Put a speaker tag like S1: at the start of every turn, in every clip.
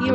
S1: You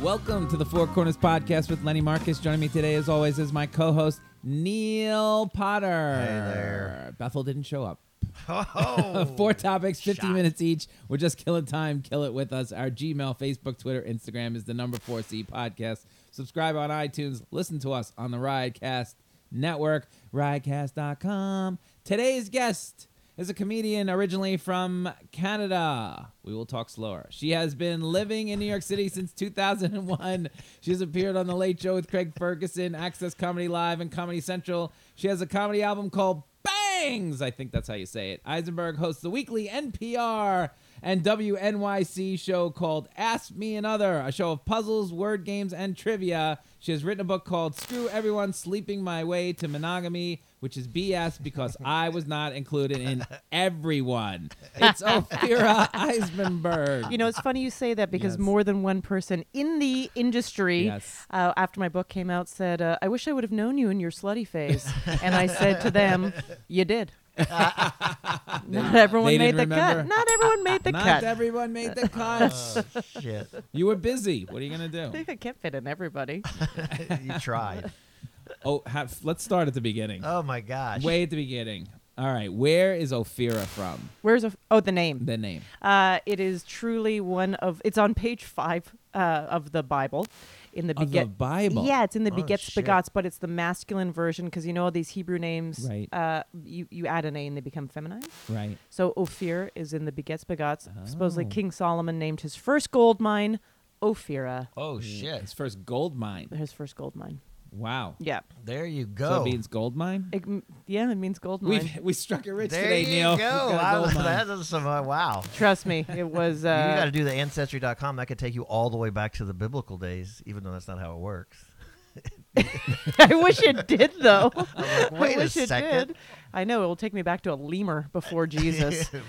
S2: Welcome to the Four Corners Podcast with Lenny Marcus. Joining me today, as always, is my co host, Neil Potter. Bethel didn't show up. Four topics, 50 minutes each. We're just killing time. Kill it with us. Our Gmail, Facebook, Twitter, Instagram is the number 4C podcast. Subscribe on iTunes. Listen to us on the Riotcast Network, riotcast.com. Today's guest is a comedian originally from Canada. We will talk slower. She has been living in New York City since 2001. She has appeared on The Late Show with Craig Ferguson, Access Comedy Live, and Comedy Central. She has a comedy album called Bangs! I think that's how you say it. Eisenberg hosts the weekly NPR and WNYC show called Ask Me Another, a show of puzzles, word games, and trivia. She has written a book called Screw Everyone Sleeping My Way to Monogamy, which is BS because I was not included in everyone. It's Ophira Eisenberg.
S3: You know, it's funny you say that because
S2: Yes.
S3: more than one person in the industry,
S2: Yes.
S3: uh, after my book came out, said, uh, "I wish I would have known you in your slutty phase." and I said to them, "You did." Not everyone
S2: they
S3: made the
S2: didn't
S3: cut.
S2: remember.
S3: Not everyone made the
S2: Not
S3: cut.
S2: everyone made the cut.
S4: Shit,
S2: you were busy. What are you going to
S3: I
S2: do?
S3: think I can't fit in everybody.
S4: you tried.
S2: Oh, have, let's start at the beginning.
S4: Oh my gosh.
S2: Way at the beginning. All right, where is Ophira from?
S3: Where's a, oh the name?
S2: The name.
S3: Uh, it is truly one of. It's on page five uh, of the Bible, in the
S2: Of the
S3: beget.
S2: Bible?
S3: Yeah, it's in the
S4: Oh,
S3: begets
S4: shit.
S3: begats, but it's the masculine version because you know all these Hebrew names.
S2: Right.
S3: Uh, you you add an a and they become feminine.
S2: Right.
S3: So Ophir is in the begets begats.
S4: Oh.
S3: Supposedly King Solomon named his first gold mine Ophira.
S4: Oh shit.
S2: His first gold mine.
S3: His first gold mine.
S2: Wow.
S3: Yeah.
S4: There you
S2: So
S4: go.
S2: it means gold mine?
S3: It, m- yeah, it means gold mine.
S2: We we struck it rich
S4: there
S2: today,
S4: you
S2: Neil.
S4: go.
S2: We've got a
S4: Wow,
S2: gold mine.
S4: that is some uh, wow.
S3: Trust me, it was.
S4: you got
S3: Uh,
S4: to do the ancestry.com. That could take you all the way back to the biblical days, even though that's not how it works.
S3: I wish it did though. I
S4: "Wait a
S3: wish it
S4: second."
S3: did. I know it will take me back to a lemur before Jesus.
S4: Bef-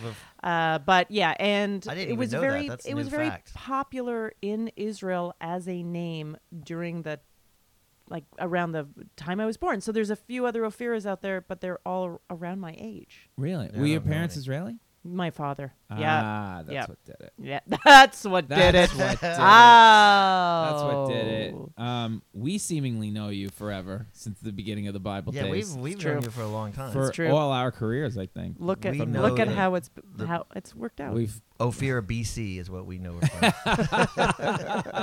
S3: Uh, but yeah, and
S4: I didn't
S3: it
S4: even
S3: was
S4: know that.
S3: very
S4: That's a
S3: it
S4: new
S3: was very
S4: fact.
S3: popular in Israel as a name during the like around the time I was born. So there's a few other Ophiras out there, but they're all around my age.
S2: Really?
S4: Yeah,
S2: Were your
S4: I'm
S2: parents
S4: learning.
S2: Israeli?
S3: My father.
S2: Ah,
S3: yeah.
S2: that's
S3: yeah.
S2: what did it.
S3: Yeah. That's what did it.
S2: That's what did it. That's
S3: Oh.
S2: what did it. Um, we seemingly know you forever since the beginning of the Bible
S4: yeah, we've
S2: days.
S4: we've
S3: true.
S4: known you for a long time.
S2: for
S3: true.
S2: all our careers, I think.
S3: Look at
S4: We know
S3: look at
S4: that
S3: how it's
S4: the-
S3: how it's worked out.
S2: We've
S4: Ophir BC is what we know her from.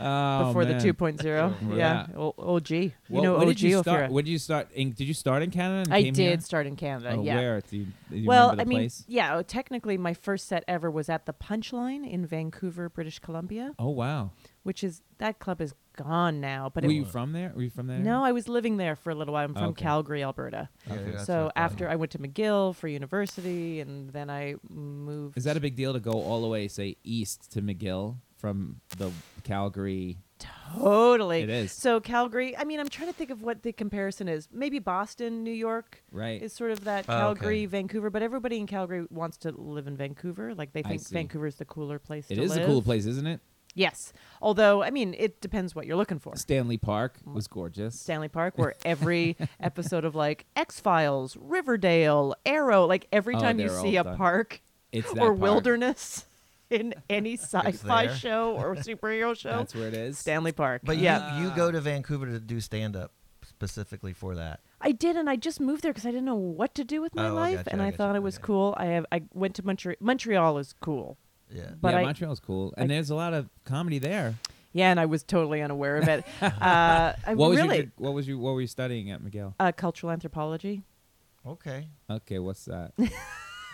S2: oh,
S3: before
S2: man.
S3: the 2.0. yeah.
S2: Yeah.
S3: O- OG. You
S2: Well,
S3: know
S2: when
S3: OG
S2: did you start?
S3: Ophira.
S2: When did you start? In, did you start in Canada? And
S3: I
S2: came
S3: did
S2: here?
S3: start in Canada.
S2: Oh,
S3: yeah.
S2: Where? Do you, do you
S3: well,
S2: remember the
S3: I mean,
S2: place?
S3: yeah. oh, Technically, my first set ever was at the Punchline in Vancouver, British Columbia,
S2: Oh wow.
S3: which is that club is gone now. But
S2: Were
S3: it,
S2: you from there? Were you from there?
S3: no, I was living there for a little while. I'm from
S2: Okay.
S3: Calgary, Alberta.
S4: Yeah, yeah, that's
S3: so
S4: what I thought.
S3: after I went to McGill for university, and then I moved.
S2: Is that a big deal to go all the way, say, east to McGill from the Calgary?
S3: totally?
S2: It is.
S3: So Calgary. I mean, I'm trying to think of what the comparison is. Maybe Boston, New York.
S2: Right.
S3: It's sort of that
S4: Oh, okay.
S3: Calgary, Vancouver, but everybody in Calgary wants to live in Vancouver. Like they
S2: I
S3: think
S2: see.
S3: Vancouver's the cooler place
S2: It
S3: to
S2: is
S3: live.
S2: a cool place, isn't it?
S3: Yes. Although, I mean, it depends what you're looking for.
S2: Stanley Park was gorgeous.
S3: Stanley Park, where every episode of like X Files, Riverdale, Arrow, like every
S2: Oh,
S3: time you
S2: they're
S3: see
S2: all
S3: a
S2: done.
S3: park
S2: it's that
S3: or
S2: park.
S3: wilderness in any sci fi
S4: there.
S3: show or superhero show,
S2: That's where it is.
S3: Stanley Park.
S4: But
S3: yeah,
S4: yeah, you, you go to Vancouver to do stand up specifically for that.
S3: I did, and I just moved there because I didn't know what to do with my
S4: Oh, I
S3: life,
S4: gotcha,
S3: and
S4: I
S3: I
S4: gotcha,
S3: thought it was
S4: okay.
S3: cool. I have I went to Montreal. Montreal is cool.
S4: Yeah.
S3: but
S2: yeah,
S3: I-
S2: Montreal's cool, and
S3: I-
S2: there's a lot of comedy there.
S3: Yeah, and I was totally unaware of it. uh, I
S2: What was
S3: really
S2: your, what was you what were you studying at McGill?
S3: uh, cultural anthropology.
S4: Okay.
S2: Okay, what's that?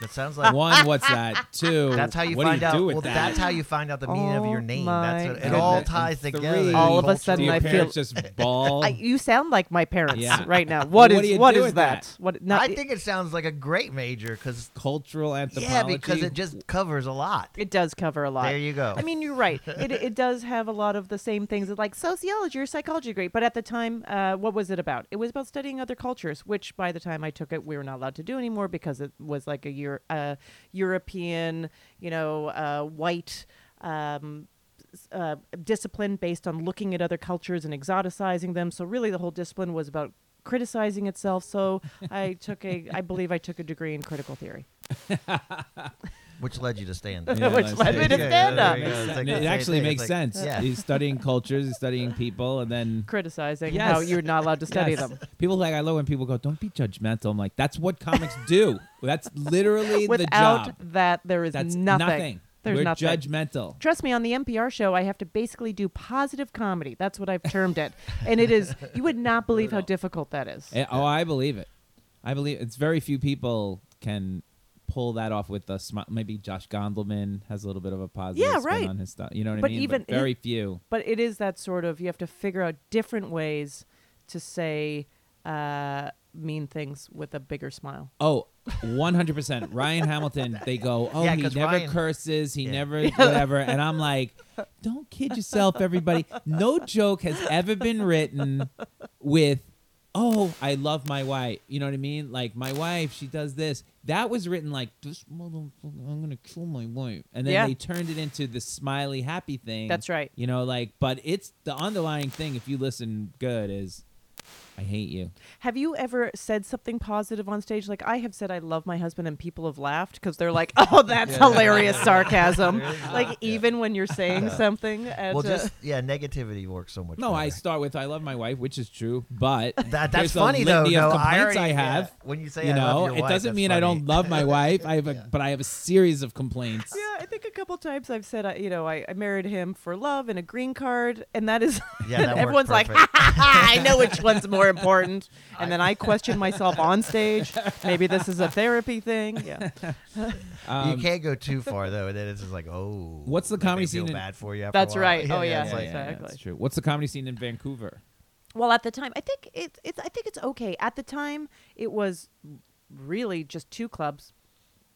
S4: That sounds like
S2: One, what's that? Two,
S4: that's how you
S2: what
S4: find
S2: do you
S4: out.
S2: Do with
S4: well,
S2: that?
S4: that's how you find out the meaning of
S3: Oh
S4: your name.
S3: my
S4: That's what, it all
S2: goodness.
S4: ties
S2: And
S4: together.
S2: three. All
S3: of a sudden
S2: do your
S3: I feel-
S2: parents just ball.
S3: I, you sound like my parents
S2: Yeah.
S3: right now.
S2: What
S3: What
S2: do you
S3: is what
S2: do
S3: is
S2: with
S3: that?
S2: that?
S3: What not?
S4: I think it sounds like a great major because
S2: cultural anthropology.
S4: yeah, because it just covers a lot.
S3: It does cover a lot.
S4: There you go.
S3: I mean, you're right. It, it does have a lot of the same things that like sociology or psychology degree. But at the time, uh, what was it about? It was about studying other cultures, which by the time I took it, we were not allowed to do anymore because it was like a Euro- uh, European, you know, uh, white. Um, s- uh, discipline based on looking at other cultures and exoticizing them. So really, the whole discipline was about criticizing itself. So I took a, I believe I took a degree in critical theory.
S4: which led you to stand.
S2: Yeah,
S3: Which
S2: that's
S3: led
S2: it.
S3: me to
S2: Yeah,
S3: stand
S4: there
S3: up.
S4: you go. It's like
S2: And
S4: the
S2: it
S4: same
S2: actually
S4: thing.
S2: makes
S4: It's like-
S2: sense.
S4: Yeah.
S2: He's studying cultures, he's studying people, and then
S3: criticizing
S2: Yes.
S3: how you're not allowed to study
S2: Yes.
S3: them.
S2: People like I love when people go, "Don't be judgmental." I'm like, that's what comics do. That's literally the
S3: Without
S2: job.
S3: that, there is
S2: That's
S3: nothing. There's
S2: We're
S3: nothing.
S2: judgmental.
S3: Trust me, on the NPR show, I have to basically do positive comedy. That's what I've termed it, and it is. You would not believe how difficult that is.
S2: Eh, oh, I believe it. I believe it's very few people can pull that off with a smile. Maybe Josh Gondelman has a little bit of a positive
S3: Yeah,
S2: spin
S3: right.
S2: on his stuff. You know what
S3: But
S2: I mean?
S3: even-
S2: very few.
S3: But it is that sort of. You have to figure out different ways to say uh, mean things with a bigger smile.
S2: Oh, 100%. Ryan Hamilton, they go, oh,
S4: Yeah,
S2: he
S4: 'cause
S2: never
S4: Ryan-
S2: curses. He never whatever. And I'm like, don't kid yourself, everybody. No joke has ever been written with, oh, I love my wife. You know what I mean? Like, my wife, she does this. That was written like, this motherfucker, I'm going to kill my wife. And then
S3: Yeah.
S2: they turned it into the smiley, happy thing.
S3: That's right.
S2: You know, like, but it's the underlying thing, if you listen good, is I hate you.
S3: Have you ever said something positive on stage? Like I have said, I love my husband, and people have laughed because they're like, "Oh, that's hilarious sarcasm." like even when you're saying something, at,
S4: Well,
S3: uh,
S4: just yeah, negativity works so much.
S2: No, I
S4: better.
S2: start with I love my wife, which is true, but there's
S4: That, that's
S2: a
S4: funny though.
S2: litany
S4: No,
S2: of complaints
S4: irony,
S2: I
S4: yeah.
S2: have.
S4: when you say
S2: you
S4: I love
S2: know,
S4: your
S2: it
S4: wife,
S2: doesn't
S4: that's
S2: mean I
S4: funny.
S2: don't love my wife. I have a, but I have a series of complaints.
S3: Yeah, I think a couple times I've said, I, you know, I, I married him for love and a green card, and that is,
S4: Yeah, that worked
S3: everyone's like,
S4: perfect.
S3: ha, ha, I know which one's more important, and then I question myself on stage. Maybe this is a therapy thing. Yeah,
S2: Um,
S4: you can't go too far though. and Then it's just like, oh,
S2: What's the
S4: then they
S2: comedy
S4: feel
S2: scene in-
S4: Bad for you. after a
S3: That's
S4: while.
S3: right. Oh,
S2: yeah,
S3: yeah,
S4: it's
S2: yeah,
S4: like-
S2: yeah,
S3: exactly.
S2: that's true. What's the comedy scene in Vancouver?
S3: Well, at the time, I think it's it's I think it's okay. At the time, it was really just two clubs,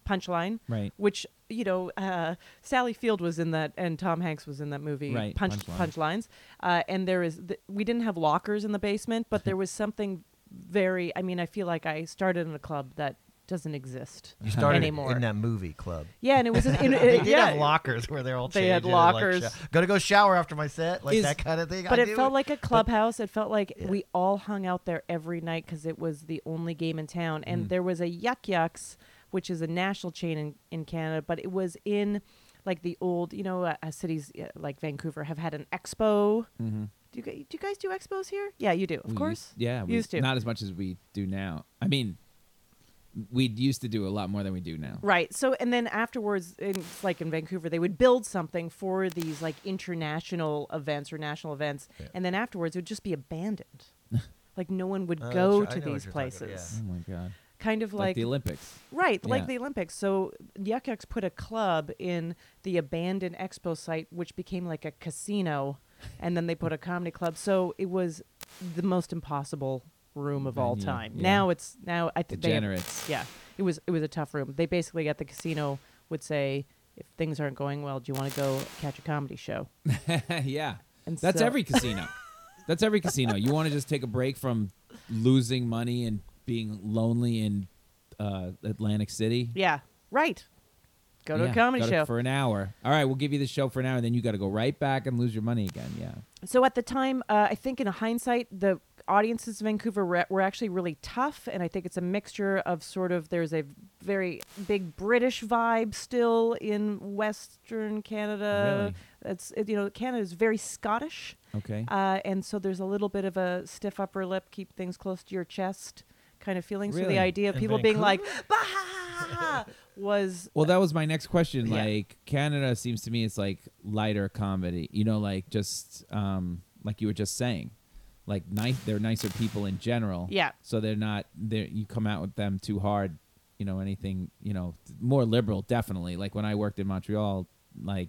S3: Punchline,
S2: Right.
S3: Which you know, uh, Sally Field was in that, and Tom Hanks was in that movie,
S2: Right,
S3: Punch
S2: Punchline.
S3: Punchlines. Uh, and there is th- we didn't have lockers in the basement, but there was something very. I mean, I feel like I started in a club that doesn't exist
S4: You started
S3: anymore.
S4: in that movie club.
S3: yeah, and it was in, in,
S4: They
S3: it-
S4: did
S3: yeah,
S4: have lockers where they're all
S3: They had
S4: changing and, like,
S3: lockers.
S4: sho- Gotta go shower after my set, like
S2: Is-
S4: that kind of thing.
S3: But
S4: I
S3: it
S4: do
S3: felt like a clubhouse. It felt like we all hung out there every night because it was the only game in town. And
S4: Mm.
S3: there was a Yuck Yucks, which is a national chain in, in Canada, but it was in like the old, you know, uh, uh, cities uh, like Vancouver have had an expo.
S4: Mm-hmm.
S3: Do, you, gu- do you guys do expos here? Yeah, you do, of
S2: We
S3: course.
S2: used, yeah, we
S3: used to.
S2: not as much as we do now. I mean, we used to do a lot more than we do now.
S3: Right. So, and then afterwards, in, like in Vancouver, they would build something for these like international events or national events, and then afterwards it would just be abandoned. like no one would
S4: Oh,
S3: go
S4: sure. I
S3: to
S4: know what
S3: these
S4: you're talking about, yeah.
S3: places.
S2: Oh my god,
S3: Kind of
S2: like,
S3: like,
S2: the Olympics.
S3: right,
S2: Yeah.
S3: like the Olympics. So Yuck Yucks put a club in the abandoned expo site, which became like a casino, and then they put a comedy club. So it was the most impossible room of all
S2: Venue,
S3: time.
S2: yeah.
S3: Now it's now I think they
S2: Degenerates.
S3: yeah, it was it was a tough room. They basically at the casino would say, if things aren't going well, do you want to go catch a comedy show?
S2: yeah,
S3: And
S2: that's
S3: so-
S2: every casino. that's every casino. You want to just take a break from losing money and being lonely in uh, Atlantic City.
S3: Yeah, right. Go to
S2: Yeah,
S3: a comedy
S2: gotta-
S3: show.
S2: for an hour. All right, we'll give you the show for an hour, and then you got to go right back and lose your money again. Yeah,
S3: So at the time, uh, I think in hindsight, the audiences in Vancouver were, were actually really tough, and I think it's a mixture of sort of there's a very big British vibe still in Western Canada. It's it, you know Canada is very Scottish,
S2: okay.
S3: uh, and so there's a little bit of a stiff upper lip, keep things close to your chest kind of feeling. So
S2: Really?
S3: the idea of
S4: In
S3: people being like bah was
S2: well, that was my next question.
S3: yeah.
S2: Like Canada seems to me, it's like lighter comedy. You know, like just um, like you were just saying, like nice. They're nicer people in general.
S3: Yeah.
S2: So they're not. They you come out with them too hard. you know anything you know more liberal definitely like when i worked in montreal like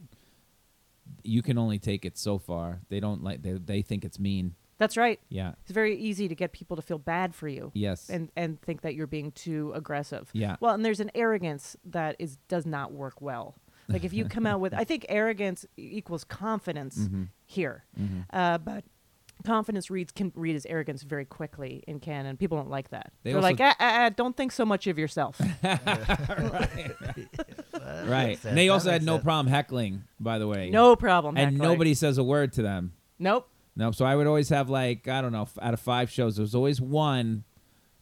S2: you can only take it so far they don't like they, they think it's mean
S3: That's right.
S2: yeah
S3: It's very easy to get people to feel bad for you.
S2: yes
S3: And and think that you're being too aggressive.
S2: Yeah.
S3: Well, and there's an arrogance that is does not work well. Like if you come out with, I think arrogance e-, equals confidence
S2: Mm-hmm.
S3: here, uh, but confidence reads can read as arrogance very quickly in Canada. People don't like that.
S2: They
S3: They are
S2: also-
S3: like, ah, ah, ah, don't think so much of yourself.
S2: right
S4: sense.
S2: and they
S4: That
S2: also had
S4: makes
S2: no
S4: sense.
S2: problem heckling by the way
S3: no problem.
S2: and
S3: heckling.
S2: nobody says a word to them
S3: Nope.
S2: No, so I would always have like I don't know f- out of five shows, there was always one,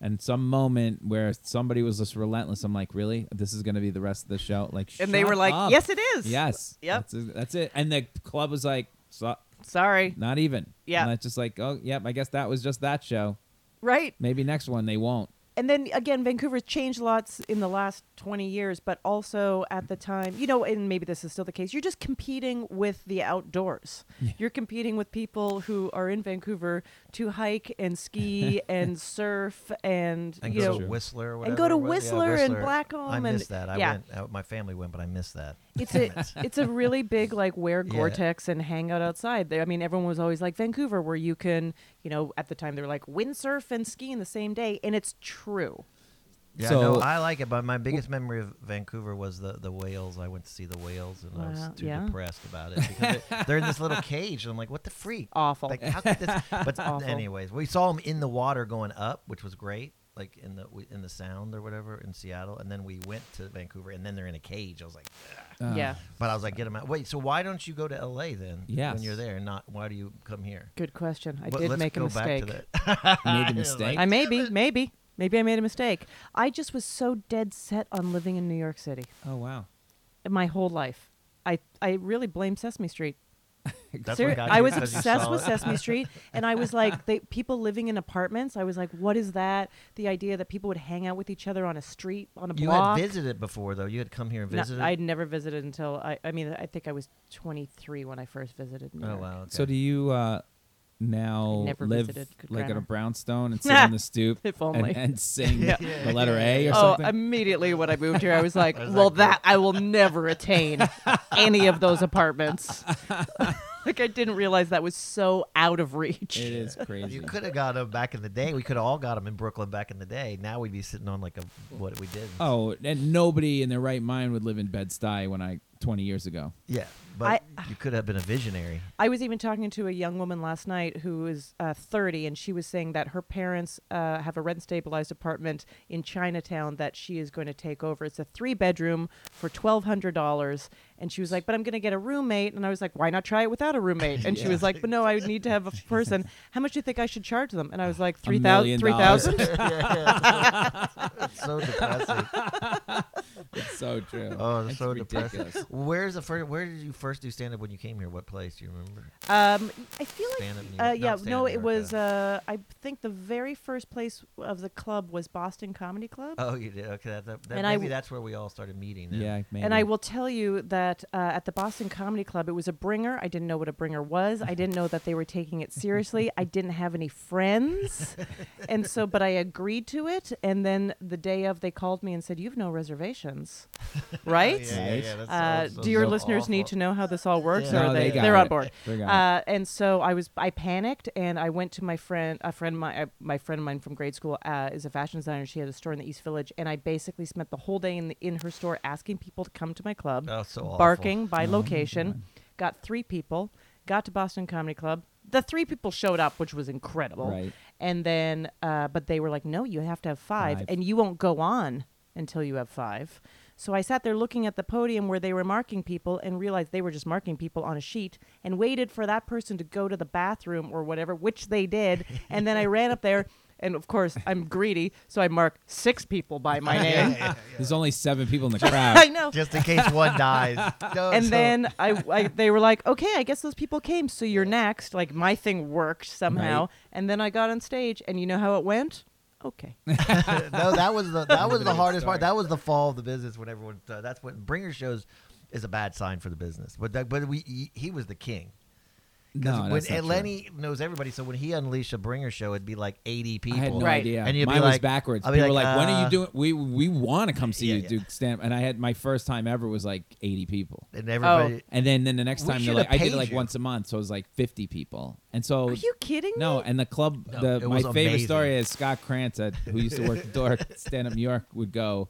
S2: and some moment where somebody was just relentless. I'm like, really, this is going to be the rest of the show? Like,
S3: And they
S2: shut
S3: were like,
S2: up.
S3: yes, it is.
S2: yes,
S3: Yep.
S2: that's, that's it. And the club was like, so,
S3: Sorry.
S2: not even.
S3: Yeah.
S2: and it's just like, oh, yep, I guess that was just that show.
S3: Right.
S2: Maybe next one they won't.
S3: and then again, Vancouver's changed lots in the last 20 years, but also at the time, you know, and maybe this is still the case, you're just competing with the outdoors. You're competing with people who are in Vancouver to hike and ski and surf and,
S4: And
S3: you
S4: go
S3: know,
S4: to Whistler, or whatever.
S3: and go to
S4: it was. Yeah,
S3: Whistler and Blackcomb
S4: I
S3: and-
S4: missed that. I
S3: yeah.
S4: went. I, my family went, but I missed that.
S3: it's a it's a really big like wear
S4: Yeah.
S3: Gore-Tex and hang out outside. They- I mean, everyone was always like Vancouver, where you can, you know, at the time they were like windsurf and ski in the same day, and it's true.
S4: Yeah,
S2: So-
S4: no, I like it, but my biggest memory of Vancouver was the, the whales. I went to see the whales, and I was
S3: Wow,
S4: too
S3: yeah.
S4: depressed about it because they, they're in this little cage, and I'm like, "What the freak?
S3: Awful.
S4: Like, how could this? But
S3: Awful.
S4: anyways, we saw them in the water going up, which was great, like in the we- in the Sound or whatever in Seattle, and then we went to Vancouver, and then they're in a cage. I was like, "Ugh."
S3: yeah,
S4: but I was like, "Get them out!" Wait, so why don't you go to L.A. then?
S2: Yes.
S4: when you're there, and not why do you come here?
S3: good question. I
S4: Well,
S3: did
S4: let's
S3: make a
S4: go
S3: mistake.
S4: Back to that.
S2: Made the mistake.
S3: I maybe, maybe, maybe I made a mistake. I just was so dead set on living in New York City
S2: oh wow,
S3: my whole life. I, I really blame Sesame Street.
S4: That's
S3: Ser-
S4: what got
S3: I
S4: you
S3: was
S4: because you
S3: obsessed
S4: saw
S3: with
S4: it.
S3: Sesame Street, and I was like, they, people living in apartments. I was like, what is that? The idea that people would hang out with each other on a street, on a
S4: You had
S3: block.
S4: visited before, though. You had come here and
S3: No,
S4: visited.
S3: I'd never visited until I. I mean, I think I was 23 when I first visited. New
S4: Oh
S3: York.
S4: wow! Okay.
S2: so do you uh, now
S3: I never
S2: live
S3: visited Good
S2: like on a
S3: Grammar.
S2: brownstone and sit on the stoop
S3: If
S2: and,
S3: only.
S2: and sing
S3: Yeah.
S2: the letter A or
S3: Oh,
S2: something?
S3: immediately when I moved here, I was like, well, that I will never attain any of those apartments. like, I didn't realize that was so out of reach.
S2: It is crazy.
S4: You could have got them back in the day. We could have all got them in Brooklyn back in the day. Now we'd be sitting on like a what we did.
S2: Oh, and nobody in their right mind would live in Bed Stuy when I twenty years ago.
S4: yeah, but
S3: I-
S4: you could have been a visionary.
S3: I was even talking to a young woman last night who is uh, 30, and she was saying that her parents uh, have a rent stabilized apartment in Chinatown that she is going to take over. It's a three bedroom for $1,200. And she was like, But I'm going to get a roommate. And I was like, Why not try it without a roommate? And she was like, But no, I would need to have a person. How much do you think I should charge them? And I was like,
S2: A million
S3: 3000 $3,000?
S4: yeah, yeah. It's so depressing.
S2: It's so true.
S4: Oh, it's
S2: it's
S4: so
S2: ridiculous.
S4: depressing. Where's the first? Where did you first do stand up when you came here? What place do you remember?
S3: Um, I feel like,
S4: Stand up New
S3: uh,
S4: York- no,
S3: yeah,
S4: stand
S3: no,
S4: up New
S3: it
S4: York,
S3: was.
S4: uh,
S3: Uh, I think the very first place of the club was Boston Comedy Club.
S4: Oh, you did. Okay, that, that, that,
S3: And I
S4: maybe
S3: w-
S4: that's where we all started meeting. Then.
S2: Yeah, man.
S3: And I will tell you that uh, at the Boston Comedy Club, it was a bringer. I didn't know what a bringer was. I didn't know that they were taking it seriously. I didn't have any friends. and so, but I agreed to it. And then the day of, they called me and said, You have no reservations, right?
S4: Yeah, yeah, yeah, that's
S3: Uh,
S4: so- so-
S3: do your
S4: so
S3: listeners need
S4: awful.
S3: to know how this all works?
S4: Yeah.
S3: Or
S4: No,
S3: are
S4: they
S3: they,
S4: got
S3: are
S2: it.
S3: on board.
S2: They got
S3: Uh, and so I was, I panicked, and I went to my friend, a friend, of my uh, my friend of mine from grade school uh, is a fashion designer. She had a store in the East Village, and I basically spent the whole day in the, in her store asking people to come to my club,
S4: Oh, so awful.
S3: barking by location. Got three people. Got to Boston Comedy Club. The three people showed up, which was incredible.
S2: Right.
S3: And then, uh, but they were like, "No, you have to have five,
S2: Five.
S3: and you won't go on until you have five. So I sat there looking at the podium where they were marking people and realized they were just marking people on a sheet and waited for that person to go to the bathroom or whatever, which they did. And then I ran up there, and of course, I'm greedy, so I mark six people by my name.
S2: There's only seven people in the
S3: I
S2: crowd.
S3: know.
S4: Just in case one dies. No,
S3: and
S4: so-
S3: then I, I, they were like, "Okay, I guess those people came, so you're next." Like my thing worked somehow,
S2: Right.
S3: and then I got on stage, and you know how it went? Okay.
S4: uh, no, that was the that was the hardest part. That was the fall of the business when everyone. Uh, that's what bringer shows is a bad sign for the business. But that, but we he, he was the king.
S2: No,
S4: when-
S2: that's not
S4: and
S2: true.
S4: Lenny knows everybody, so when he unleashed a bringer show, it'd be like eighty people.
S2: I had no
S3: Right.
S2: idea.
S4: And you'd
S2: Mine
S4: be
S2: was
S4: like-
S2: backwards.
S4: I'll be
S2: People were
S4: like,
S2: like, "When are
S4: uh,
S2: you doing? We we want to come see
S4: Yeah,
S2: you
S4: yeah.
S2: do stand." And I had my first time ever was like eighty people,
S4: and everybody.
S2: and then then the next
S4: We
S2: time they're
S4: should
S2: like,
S4: have
S2: I did it
S4: paid
S2: like
S4: you.
S2: once a month, so it was like fifty people, and so
S3: Are you kidding me?
S2: No, and the club.
S4: No,
S2: the
S4: it
S2: my
S4: was
S2: favorite
S4: amazing.
S2: story is Scott Krantz, at, who used to work the door at Stand Up New York, would go.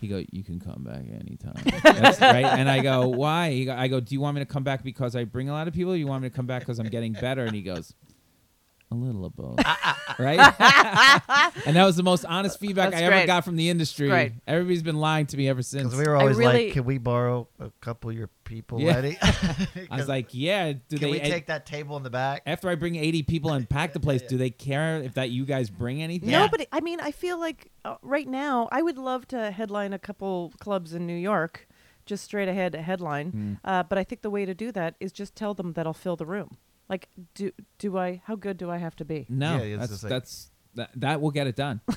S2: He go, you can come back anytime, That's right? And I go, why? He go, I go, do you want me to come back because I bring a lot of people? Or you want me to come back because I'm getting better? And he goes, a little of both, right? and that was the most honest feedback
S3: That's
S2: I ever
S3: great.
S2: got from the industry.
S3: Great.
S2: Everybody's been lying to me ever since.
S4: Because we were always
S3: really-
S4: like, "Can we borrow a couple of your people,
S2: Yeah.
S4: Lenny?"
S2: I was like, yeah. Do
S4: "Can
S2: they?
S4: we take that table in the back?"
S2: after I bring 80 people and pack the place, do they care if that you guys bring anything?
S4: Yeah.
S3: Nobody. I mean, I feel like uh, right now I would love to headline a couple clubs in New York, just straight ahead a headline. Uh, but I think the way to do that is just tell them that I'll fill the room. Like, do do I? How good do I have to be?
S2: No,
S4: Yeah, it's
S2: that's
S4: just like-
S2: that's that, that will get it done.
S4: all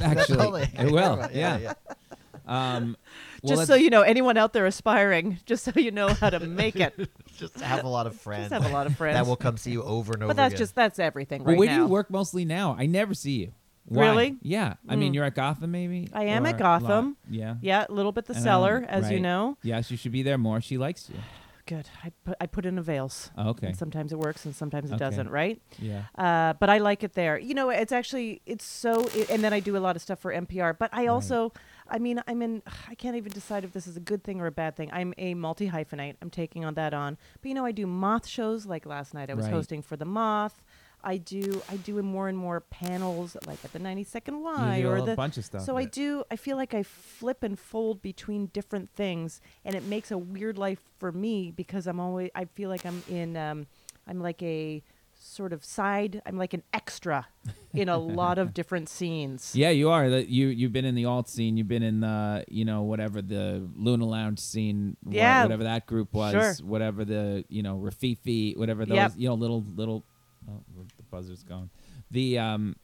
S2: Actually,
S4: they
S2: it will.
S4: care
S2: Yeah.
S4: about. yeah.
S2: Um, well,
S3: just
S2: let's-
S3: so you know, anyone out there aspiring, just so you know how to make it.
S4: Just have a lot of friends.
S3: just have a lot of friends.
S4: that will come see you over and over.
S3: but that's
S4: again.
S3: just that's everything
S2: well,
S3: right
S2: where
S3: now.
S2: do you work mostly now? I never see you. Why?
S3: Really? Hmm.
S2: Yeah. I mean, you're at Gotham, maybe.
S3: I am at
S2: Or
S3: Gotham.
S2: Lo- Yeah.
S3: Yeah, a little bit the
S2: And, um,
S3: cellar, as you
S2: right.
S3: know.
S2: Yes, you should be there more. She likes you.
S3: Good. I put I put in a veils.
S2: Oh, okay.
S3: And sometimes it works and sometimes it
S2: Okay.
S3: doesn't, right?
S2: Yeah.
S3: Uh, but I like it there. You know, it's actually it's so. i and then I do a lot of stuff for NPR. But I also, I mean, I'm in. I can't even decide if this is a good thing or a bad thing. I'm a multi hyphenate. I'm taking on that on. But you know, I do moth shows. Like last night, I was
S2: Right.
S3: hosting for the moth. I do. I do more and more panels, like at the 92nd Y
S2: You do a
S3: or
S2: whole
S3: the
S2: bunch of stuff.
S3: So I do. I feel like I flip and fold between different things, and it makes a weird life for me because I'm always. I feel like I'm in. Um, I'm like a sort of side. I'm like an extra in a lot of different scenes.
S2: Yeah, you are. That you you've been in the alt scene. You've been in the you know whatever the Luna Lounge scene. wha-
S3: Yeah.
S2: whatever that group was.
S3: Sure.
S2: Whatever the you know Rafifi. Whatever those
S3: Yep.
S2: you know little little. Oh, the buzzer's gone. The um,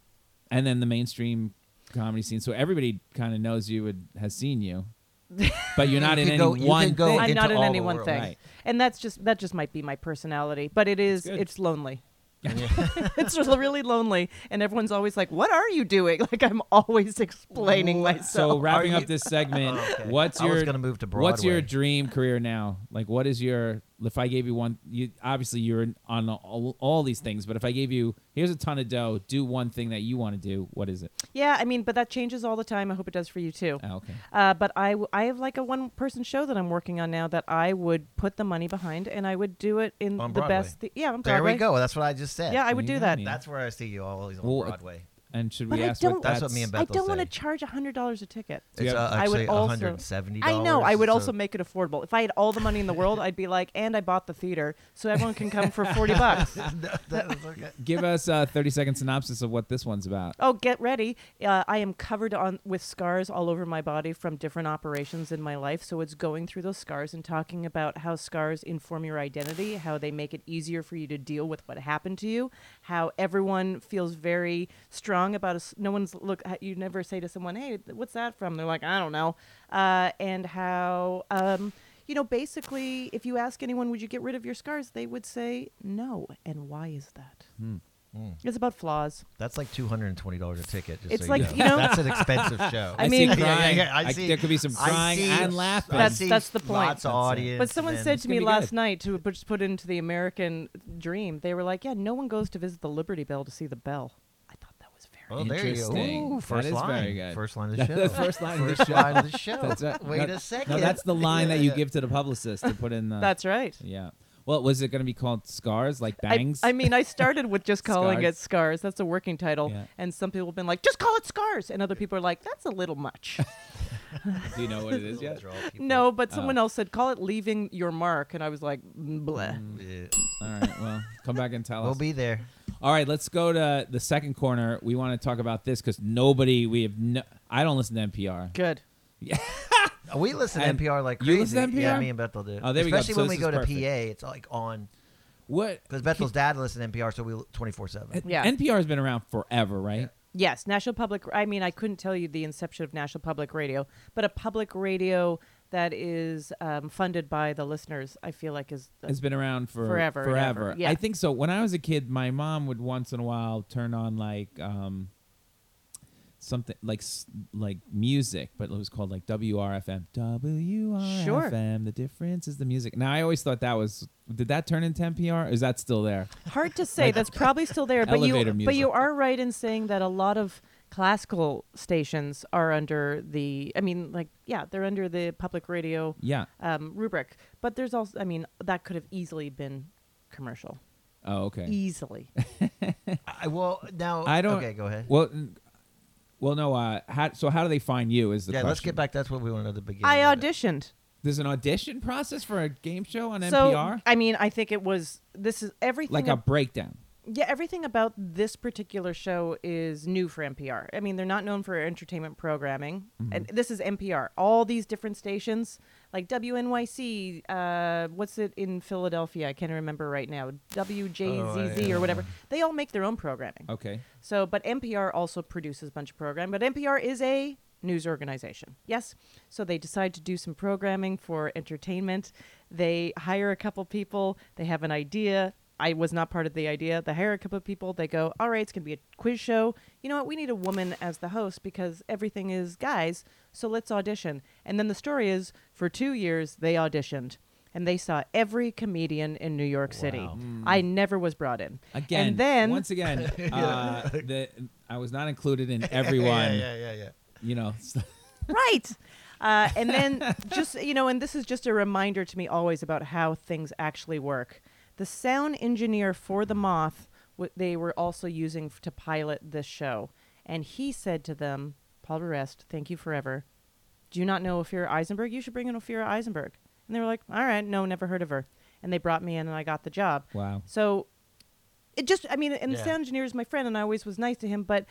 S2: and then the mainstream comedy scene. So everybody kind of knows you and has seen you, but you're not
S4: You
S2: in
S4: could
S2: any
S4: go- you could
S2: one
S4: go
S2: thing.
S4: into
S3: I'm not in
S4: all
S3: any
S4: the
S3: one
S4: world.
S3: thing,
S2: Right.
S3: and that's just that just might be my personality. But it is.
S2: good.
S3: It's lonely. it's really really lonely, and everyone's always like, "What are you doing?" Like I'm always explaining myself.
S2: So wrapping
S4: Are
S2: up
S4: you-
S2: this segment,
S4: Oh, okay.
S2: what's
S4: I
S2: your
S4: was gonna move to
S2: What's your
S4: Broadway.
S2: dream career now? Like, what is your? If I gave you one, you obviously you're in- on all, all these things, but if I gave you here's a ton of dough, do one thing that you want to do. What is it?
S3: Yeah, I mean, but that changes all the time. I hope it does for you too.
S2: Oh, okay.
S3: Uh, but I, w- I have like a one person show that I'm working on now that I would put the money behind and I would do it in
S4: On
S3: the
S4: Broadway.
S3: best. thi- yeah, on
S4: There
S3: Broadway.
S4: we go. That's what I just said.
S3: Yeah, I would
S2: You
S3: do
S2: got
S3: that.
S2: me.
S4: that's where I see you always on
S2: Well, uh,
S4: Broadway.
S2: And should
S3: But
S2: we
S3: I
S2: ask? what
S3: don't-
S4: That's what me and Beth
S3: I
S4: will
S3: don't want to
S4: say.
S3: charge hundred dollars a ticket.
S4: It's
S2: Yeah.
S4: uh,
S3: I would
S4: actually
S3: also-
S4: $170.
S3: I know. I would
S4: so-
S3: also make it affordable. If I had all the money in the world, I'd be like, and I bought the theater, so everyone can come for forty bucks.
S4: No, that is okay.
S2: give us a 30 second synopsis of what this one's about.
S3: Oh, get ready! Uh, I am covered on with scars all over my body from different operations in my life. So it's going through those scars and talking about how scars inform your identity, how they make it easier for you to deal with what happened to you, how everyone feels very strong about us. No one's look. You never say to someone, "Hey, th- what's that from?" They're like, "I don't know," uh, and how. Um, you know, basically, if you ask anyone, would you get rid of your scars? They would say no. And why is that? It's about flaws.
S4: That's like two hundred and twenty dollars a ticket. Just
S3: It's
S4: so
S3: like,
S4: you know.
S3: you know-
S4: that's an expensive show.
S3: I
S2: I,
S3: mean-
S2: see
S4: Yeah,
S2: crying.
S4: yeah, yeah, I see.
S2: there could be some
S4: I
S2: crying
S4: see-
S2: and laughing.
S3: That's-
S4: see
S3: that's the point.
S4: Lots of audience.
S3: But someone
S4: and-
S3: said to me
S2: gonna be
S3: last
S2: good.
S3: night to put, just put into the American dream, they were like, "Yeah, no one goes to visit the Liberty Bell to see the bell." I thought that was very.
S4: "Oh, there you go."
S2: Interesting.
S4: Ooh,
S2: That
S4: first
S2: is
S4: line.
S2: very good.
S4: First line of the show.
S2: the first line of the
S4: First
S2: show.
S4: line of the show.
S2: That's right.
S4: Wait
S2: No,
S4: a second.
S2: No, that's the line that you give to the publicist to put in the.
S3: That's right.
S2: Yeah. Well, was it going to be called scars like
S3: I,
S2: bangs?
S3: I mean, I started with just calling
S2: Scars.
S3: it scars. That's a working title,
S2: Yeah.
S3: and some people have been like, "Just call it scars," and other people are like, "That's a little much."
S2: Do you know what it is
S4: Yeah.
S2: yet?
S3: no, but
S2: Uh.
S3: someone else said, "Call it leaving your mark," and I was like, "Mm, "Bleh."
S4: Yeah.
S2: All right. Well, come back and tell
S4: We'll
S2: us.
S4: be there.
S2: All right, let's go to the second corner. We want to talk about this because nobody we have. No, I don't listen to NPR.
S3: Good.
S4: Uh, We listen to
S2: And
S4: NPR like crazy.
S2: you listen to
S4: Yeah,
S2: NPR?
S4: me and Bethel do.
S2: Oh, there we go.
S4: Especially
S2: So
S4: when
S2: this
S4: we go
S2: is
S4: to
S2: perfect.
S4: PA, it's like on
S2: What?
S4: because Bethel's dad listened to NPR, so we twenty four seven.
S3: Yeah.
S2: NPR has been around forever, right?
S3: Yes, National Public. I mean, I couldn't tell you the inception of National Public Radio, but a public radio that is um, funded by the listeners, I feel like is the,
S2: has been around for
S3: Forever and ever,
S2: Forever.
S3: yeah.
S2: I think so. When I was a kid, my mom would once in a while turn on like um, something like s- like music, but it was called like WRFM. WRFM.
S3: Sure.
S2: The difference is the music. Now I always thought that was. Did that turn into NPR? Or is that still there?
S3: hard to say. That's probably still there, but you
S2: Elevator
S3: but you
S2: music.
S3: are right in saying that a lot of classical stations are under the. I mean, like yeah, they're under the public radio
S2: Yeah.
S3: um, rubric, but there's also. I mean, that could have easily been commercial,
S2: Oh, okay.
S3: easily.
S4: I, well, now
S2: I don't.
S4: Okay, go ahead.
S2: Well, n- well, no. Uh, how, so how do they find you? Is the
S4: yeah,
S2: question.
S4: let's get back. That's what we want to know at the beginning.
S3: I
S4: of it.
S3: auditioned.
S2: There's an audition process for a game show on
S3: So
S2: NPR,
S3: I mean, I think it was this is everything
S2: like a breakdown.
S3: Yeah, everything about this particular show is new for NPR. I mean, they're not known for entertainment programming, and this is NPR. All these different stations, like WNYC, uh, what's it in Philadelphia? I can't remember right now. WJZZ or whatever. They all make their own programming.
S2: Okay.
S3: So, but NPR also produces a bunch of programming. But NPR is a news organization. Yes. So they decide to do some programming for entertainment. They hire a couple people. They have an idea. I was not part of the idea. They hire a couple of people. They go, all right, it's going to be a quiz show. You know what? We need a woman as the host because everything is guys. So let's audition. And then the story is for two years, they auditioned and they saw every comedian in New York City. I never was brought in.
S2: Again,
S3: And then
S2: once again, uh, the, I was not included in everyone.
S4: Yeah, yeah, yeah.
S2: You know,
S3: right uh, and then just you know and this is just a reminder to me always about how things actually work the sound engineer for the moth what they were also using f- to pilot this show and he said to them paul Barrest, thank you forever do you not know Ophira Eisenberg? You should bring in Ophira Eisenberg. And they were like, all right, no, never heard of her. And they brought me in and I got the job.
S2: Wow.
S3: So it just, I mean, and the
S4: Yeah.
S3: sound engineer is my friend and I always was nice to him, but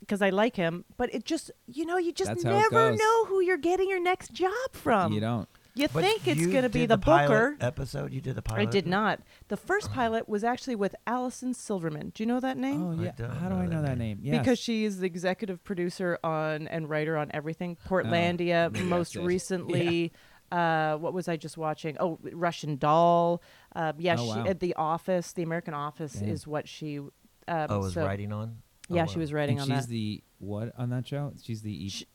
S3: because I like him, but it just, you know, you just
S2: That's how it
S3: never
S2: goes.
S3: know who you're getting your next job from.
S4: Um,
S2: you don't.
S3: You
S4: But
S3: think it's
S4: you
S3: going to be
S4: did
S3: the,
S4: pilot
S3: booker.
S4: episode. You did the pilot.
S3: I did not. The first pilot was actually with Allison Silverman. Do you know that name?
S2: Oh
S4: I
S2: yeah.
S4: don't
S2: How do
S4: know
S2: I
S4: that
S2: know that name? Yes.
S3: Because she is the executive producer on and writer on everything. Portlandia,
S2: Oh, maybe
S3: most
S2: that's it.
S3: recently. Uh, what was I just watching? Oh, Russian Doll. Uh, yeah,
S2: Oh,
S3: she,
S2: wow.
S3: at The Office, The American Office
S2: Yeah.
S3: is what she. Um,
S4: Oh, it was
S3: so-
S4: writing on. Oh,
S3: Yeah,
S4: wow.
S3: she was writing
S2: and
S3: on
S2: she's
S3: that.
S2: the what on that show? She's the EP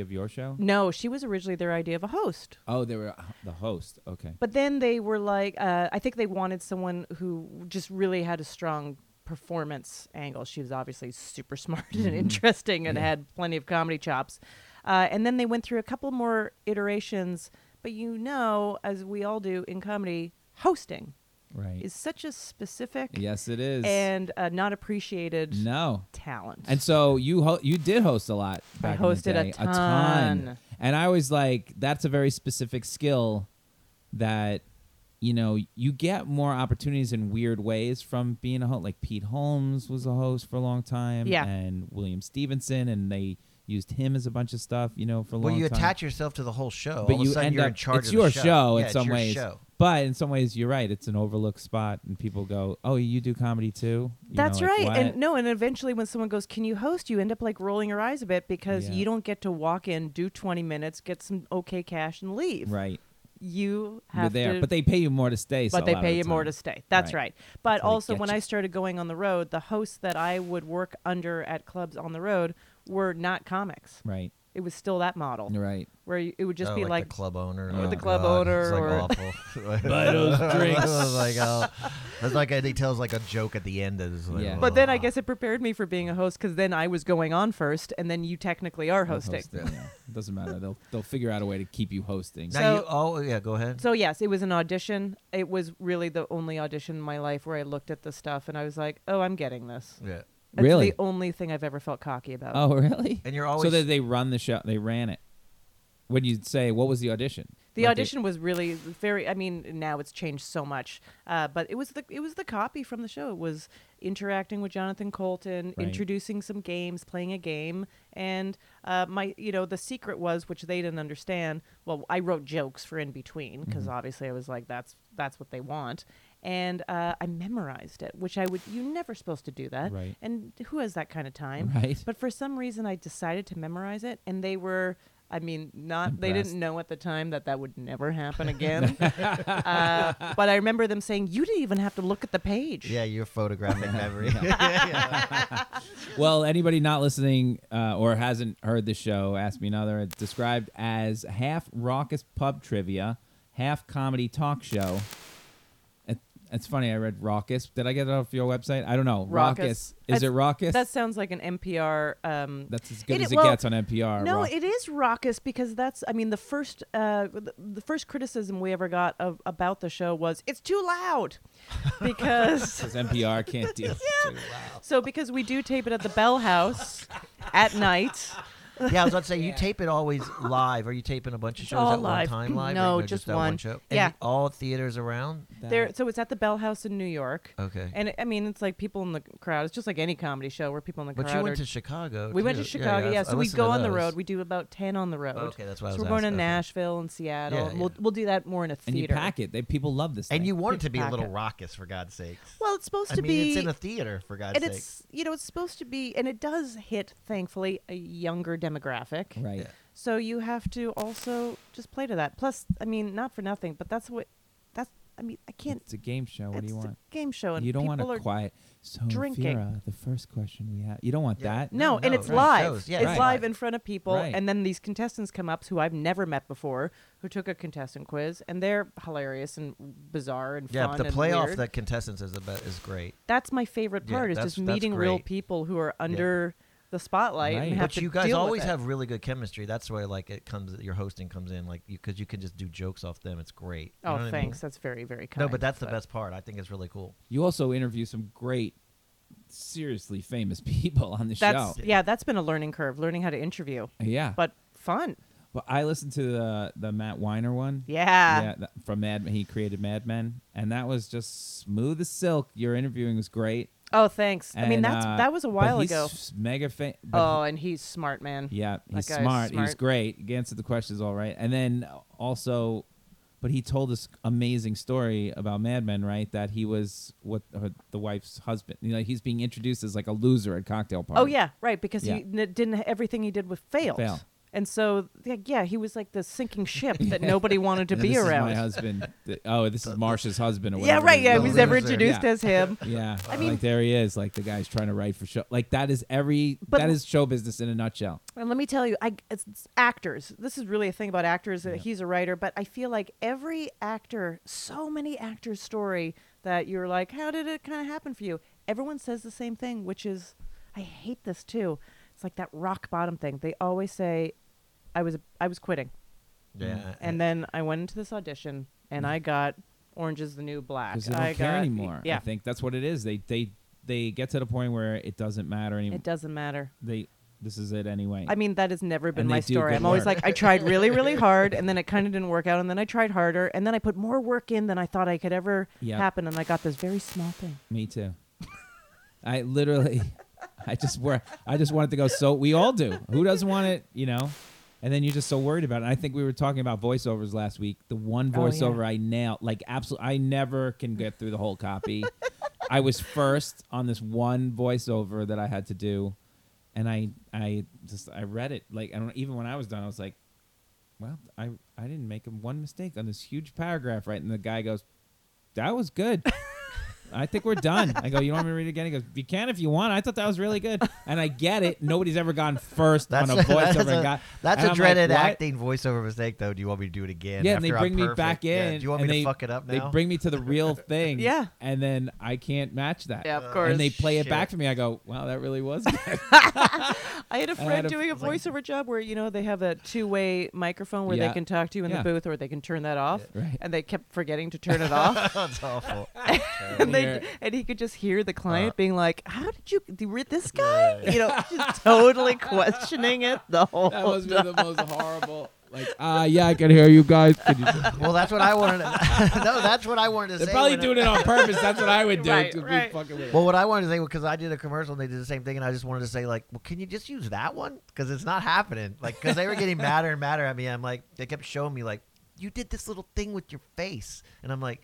S2: of your show.
S3: no, she was originally their idea of a host.
S2: Oh, they were the host. Okay.
S3: But then they were like, uh, I think they wanted someone who just really had a strong performance angle. She was obviously super smart and
S2: Mm-hmm.
S3: interesting and had plenty of comedy chops. Uh, and then they went through a couple more iterations. But you know, as we all do in comedy, hosting
S2: Right.
S3: is such a specific
S2: yes, it is.
S3: and uh, not appreciated
S2: no.
S3: talent.
S2: And so you ho- you did host a lot.
S3: I
S2: back in the
S3: hosted a
S2: day,
S3: ton.
S2: and I was like, that's a very specific skill that you know you get more opportunities in weird ways from being a host. Like Pete Holmes was a host for a long time,
S3: Yeah.
S2: and William Stevenson, and they used him as a bunch of stuff, you know, for a
S4: Well,
S2: long
S4: you
S2: time.
S4: attach yourself to the whole show.
S2: but
S4: All
S2: you
S4: of a sudden,
S2: end
S4: you're
S2: up
S4: in charge
S2: it's
S4: of
S2: your
S4: the
S2: show,
S4: show.
S2: in
S4: Yeah, it's
S2: some
S4: your
S2: ways.
S4: show.
S2: But in some ways, you're right. It's an overlooked spot, and people go, "Oh, you do comedy too." You know,
S3: That's
S2: like,
S3: right.
S2: what?
S3: And no, and eventually when someone goes, "Can you host?" you end up like rolling your eyes a bit because
S2: Yeah.
S3: you don't get to walk in, do 20 minutes, get some okay cash and leave.
S2: right.
S3: You
S2: You're
S3: have
S2: there,
S3: to
S2: but they pay you more to stay. so
S3: but
S2: a
S3: they
S2: lot of
S3: pay
S2: the
S3: you more to
S2: time-
S3: stay. That's
S2: Right.
S3: right. But
S2: That's how they
S3: also
S2: get
S3: when
S2: you.
S3: I started going on the road, the hosts that I would work under at clubs on the road were not comics.
S2: Right.
S3: It was still that model
S2: You're right.
S3: where you- it would just
S4: Oh,
S3: be
S4: like,
S3: like,
S4: the club owner,
S2: Or
S4: Oh,
S2: the
S3: club
S4: God,
S3: owner
S4: It's like
S3: or-
S4: awful.
S2: Buy those drinks.
S4: It was like, oh, it's like uh, he tells like a joke at the end. It's like,
S2: Yeah.
S3: but then I
S4: oh.
S3: guess it prepared me for being a host because then I was going on first, and then you technically are hosting.
S2: yeah. It doesn't matter. They'll they'll figure out a way to keep you hosting.
S4: Now
S3: So-
S4: you, oh yeah, go ahead.
S3: So yes, it was an audition. It was really the only audition in my life where I looked at the stuff and I was like, "Oh, I'm getting this."
S4: yeah,
S3: That's
S2: Really?
S3: the only thing I've ever felt cocky about.
S2: oh, really?
S4: and you're
S2: so
S4: always
S2: that they run the show. They ran it. When you say what was the audition?
S3: The
S2: Like they-
S3: audition was really very. I mean, now it's changed so much, uh, but it was the it was the copy from the show. It was interacting with Jonathan Colton,
S2: Right.
S3: introducing some games, playing a game, and uh, my you know the secret was which they didn't understand. Well, I wrote jokes for in between because
S2: Mm-hmm.
S3: obviously I was like that's that's what they want, and uh, I memorized it, which I would you're never supposed to do that,
S2: Right.
S3: and who has that kind of time?
S2: Right.
S3: But for some reason, I decided to memorize it, and they were I mean, not they
S2: Impressed.
S3: didn't know at the time that that would never happen again. uh, but I remember them saying, "You didn't even have to look at the page."
S4: Yeah, your photographic memory.
S2: Well, anybody not listening uh, or hasn't heard the show, Ask Me Another, it's described as half raucous pub trivia, half comedy talk show. It, it's funny, I read raucous. Did I get it off your website? I don't know.
S3: Raucous.
S2: Is
S3: That's-
S2: it raucous?
S3: That sounds like an NPR. Um,
S2: That's as good
S3: it-
S2: as it
S3: well,
S2: gets on NPR.
S3: No,
S2: rau-
S3: it is raucous because that's. I mean, the first uh, the, the first criticism we ever got of, about the show was it's too loud, because
S2: 'Cause NPR can't deal with it.
S3: so because we do tape it at the Bell House at night.
S4: yeah, I was about to say you tape it always live. Are you taping a bunch of shows
S3: all
S4: at
S3: live.
S4: one time live? or
S3: No,
S4: you know,
S3: just
S4: that
S3: one.
S4: show. And
S3: Yeah.
S4: you- all theaters around.
S3: There, so it's at the Bell House in New York.
S4: Okay.
S3: And I mean, it's like people in the crowd. It's just like any comedy show where people in the
S4: but
S3: crowd.
S4: you went
S3: are-
S4: to Chicago.
S3: we went
S4: too.
S3: to Chicago, yeah.
S4: I- I
S3: so we
S4: listened to
S3: go on the
S4: those. Oh,
S3: road. We do about ten on the road.
S4: Okay, that's what I
S3: so we're
S4: was
S3: going to
S4: asking, okay.
S3: Nashville and Seattle.
S4: Yeah,
S3: We'll
S4: yeah.
S3: we'll do that more in a
S2: And you
S3: theater.
S2: pack it. They, people love this
S4: And
S2: thing.
S4: you want it to be a
S3: Pack
S4: little
S3: it.
S4: raucous, for God's sakes.
S3: Well, it's supposed
S4: I
S3: to
S4: mean,
S3: be
S4: it's in a theater, for God's
S3: and
S4: sake.
S3: it's you know it's supposed to be and it does hit thankfully a younger demographic
S2: Right.
S3: so you have to also just play to that plus i mean not for nothing but that's what that's i mean i can't
S2: It's a game show. What do
S3: it's
S2: you
S3: a
S2: want?
S3: game show and
S2: You don't want
S3: people
S2: a
S3: are
S2: quiet. So,
S3: drinking.
S2: Vera, the first question we have, you don't want
S4: Yeah.
S2: that.
S3: no,
S4: No,
S3: and
S4: no,
S3: it's
S4: right,
S3: live
S4: shows, yeah,
S3: it's
S2: right.
S3: live in front of people
S2: Right.
S3: and then these contestants come up who i've never met before who took a contestant quiz and they're hilarious and bizarre and
S4: yeah,
S3: fun
S4: but the
S3: and
S4: playoff
S3: weird.
S4: that contestants is about is great.
S3: that's my favorite
S4: Yeah,
S3: part is
S4: that's-
S3: just
S4: that's
S3: meeting real
S4: great.
S3: people who are under the spotlight
S2: Right.
S3: and have
S4: But
S3: to
S4: you guys
S3: deal with
S4: always
S3: it.
S4: have really good chemistry. That's where like it comes, your hosting comes in, like because you, can just do jokes off them. It's great. You know what I
S3: Oh,
S4: mean?
S3: thanks. That's very, very kind.
S4: No, but that's the best part. I think it's really cool.
S2: You also interview some great, seriously famous people on the show.
S3: That's yeah. That's been a learning curve, learning how to interview,
S2: Yeah.
S3: but fun.
S2: Well, I listened to the the Matt Weiner one.
S3: Yeah.
S2: Yeah, that, from Mad Men. He created Mad Men, and that was just smooth as silk. Your interviewing was great.
S3: Oh, thanks. I mean,
S2: and,
S3: that's
S2: uh,
S3: that was a while
S2: but he's
S3: ago.
S2: s- Mega fan.
S3: Oh, and he's smart, man.
S2: yeah, he's
S3: that guy's
S2: smart. He was
S3: smart.
S2: great. He answered the questions all right, and then also, but he told this amazing story about Mad Men, right? That he was what her, the wife's husband. You know, he's being introduced as like a loser at cocktail party.
S3: Oh yeah, right. Because he
S2: Yeah.
S3: n- didn't. Everything he did was failed.
S2: Fail.
S3: And so yeah, yeah, he was like the sinking ship that nobody wanted to
S2: And
S3: be
S2: this
S3: around.
S2: Is my husband. Th- Oh, this is Marsha's husband. Or
S3: yeah,
S2: whatever
S3: right.
S2: his
S3: Yeah,
S2: name
S3: he was
S2: is.
S4: Little
S3: ever
S4: loser,
S3: introduced
S2: yeah.
S3: as him.
S2: Yeah, I
S3: mean-
S2: like there he is, like the guy's trying to write for show. Like that is every
S3: But-
S2: that is show business in a nutshell.
S3: And let me tell you, I it's, it's actors. This is really a thing about actors. that He's a writer, but I feel like every actor, so many actors' story that you're like, how did it kind of happen for you? Everyone says the same thing, which is, I hate this too. It's like that rock bottom thing. They always say, I was I was quitting,
S4: Yeah.
S3: Mm-hmm. and then I went into this audition and I got Orange is the New Black.
S2: Because Mm. they don't
S3: I
S2: care
S3: got,
S2: anymore.
S3: Yeah,
S2: I think that's what it is. They they they get to the point where it doesn't matter anymore.
S3: it doesn't matter.
S2: They this is it anyway.
S3: I mean, that has never been
S2: And
S3: my
S2: they do
S3: story.
S2: good
S3: I'm always
S2: work.
S3: like, I tried really, really hard, and then it kind of didn't work out, and then I tried harder, and then I put more work in than I thought I could ever
S2: Yep.
S3: happen, and I got this very small thing.
S2: me too. I literally, I just were I just wanted to go. So we all do. Who doesn't want it? You know. And then you're just so worried about it. And I think we were talking about voiceovers last week. The one
S3: Oh, yeah.
S2: voiceover I nailed, like absolutely, I never can get through the whole copy. I was first on this one voiceover that I had to do, and I, I just, I read it. Like, I don't even when I was done, I was like, well, I, I didn't make one mistake on this huge paragraph, right? And the guy goes, that was good. I think we're done. I go, you want me to read it again? He goes, you can if you want. I thought that was really good. And I get it. Nobody's ever gone first
S4: That's
S2: on a voiceover.
S4: that's
S2: and
S4: a,
S2: got, and
S4: that's a
S2: I'm like,
S4: dreaded
S2: "What?"
S4: acting voiceover mistake, though. Do you want me to do it again?
S2: Yeah, and they
S4: after I'm
S2: bring me
S4: perfect?
S2: back in.
S4: Yeah, Do you want me
S2: and
S4: to
S2: they-
S4: fuck it up now?
S2: They bring me to the real thing.
S3: Yeah.
S2: And then I can't match that.
S3: Yeah, of Uh,
S2: And they
S4: course.
S2: play it back for
S4: Shit.
S2: me. I go, wow, that really was good.
S3: I had a
S2: had
S3: friend
S2: a-
S3: doing a voiceover job where, you know, they have a two way microphone where
S2: Yeah.
S3: they can talk to you in
S2: Yeah.
S3: the booth or they can turn that off,
S2: Right.
S3: and they kept forgetting to turn it off.
S4: that's awful.
S3: And,
S2: Yeah.
S3: they, and he could just hear the client being like, "How did you? you were This guy, you know, just totally questioning it the whole
S2: that must be the most horrible. Like, ah, yeah, I can hear you guys. Could you
S4: well, that's what I wanted. To, no, that's what I wanted to
S2: They're
S4: say.
S2: probably
S4: when
S2: doing it on purpose. That's what I would do.
S3: Right,
S2: to be
S3: right.
S2: fucking with it.
S4: Well, what I wanted to say because I did a commercial and they did the same thing, and I just wanted to say like, well, can you just use that one? Because it's not happening. Like, because they were getting madder and madder at me. I'm like, they kept showing me like, you did this little thing with your face, and I'm like,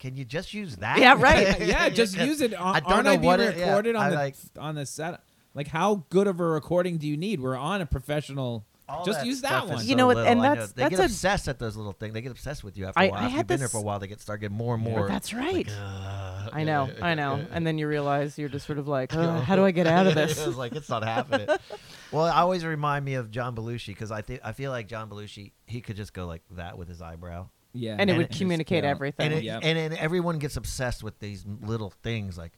S4: can you just use that?
S3: Yeah, right.
S2: yeah, just use it.
S4: I
S2: I
S4: don't
S2: Aren't
S4: know
S2: I being
S4: what it- yeah,
S2: recorded on
S4: I
S2: the
S4: like-
S2: on the set? Like, how good of a recording do you need? We're on a professional
S4: All
S2: Just use that
S4: stuff is
S2: one.
S4: so
S2: You
S3: know what,
S4: little,
S3: and
S4: I know.
S3: that's-
S4: they
S3: that's
S4: get
S3: a-
S4: obsessed at those little things. They get obsessed with you after
S3: I-
S4: a while.
S3: I
S4: After
S3: had
S4: You've been there
S3: this-
S4: for a while. They get start getting more and
S3: But
S4: more.
S3: that's right.
S4: uh, "Ugh."
S3: I know, I know. And then you realize you're just sort of like, "Ugh, Uh, how do I get out of this?
S4: it's like it's not happening. well, it always remind me of John Belushi because I think I feel like John Belushi he could just go like that with his eyebrow,
S2: Yeah.
S3: And it
S4: And
S3: would
S4: it just
S3: communicate
S2: go.
S3: everything.
S4: and it,
S2: Yep.
S4: and, and everyone gets obsessed with these little things like,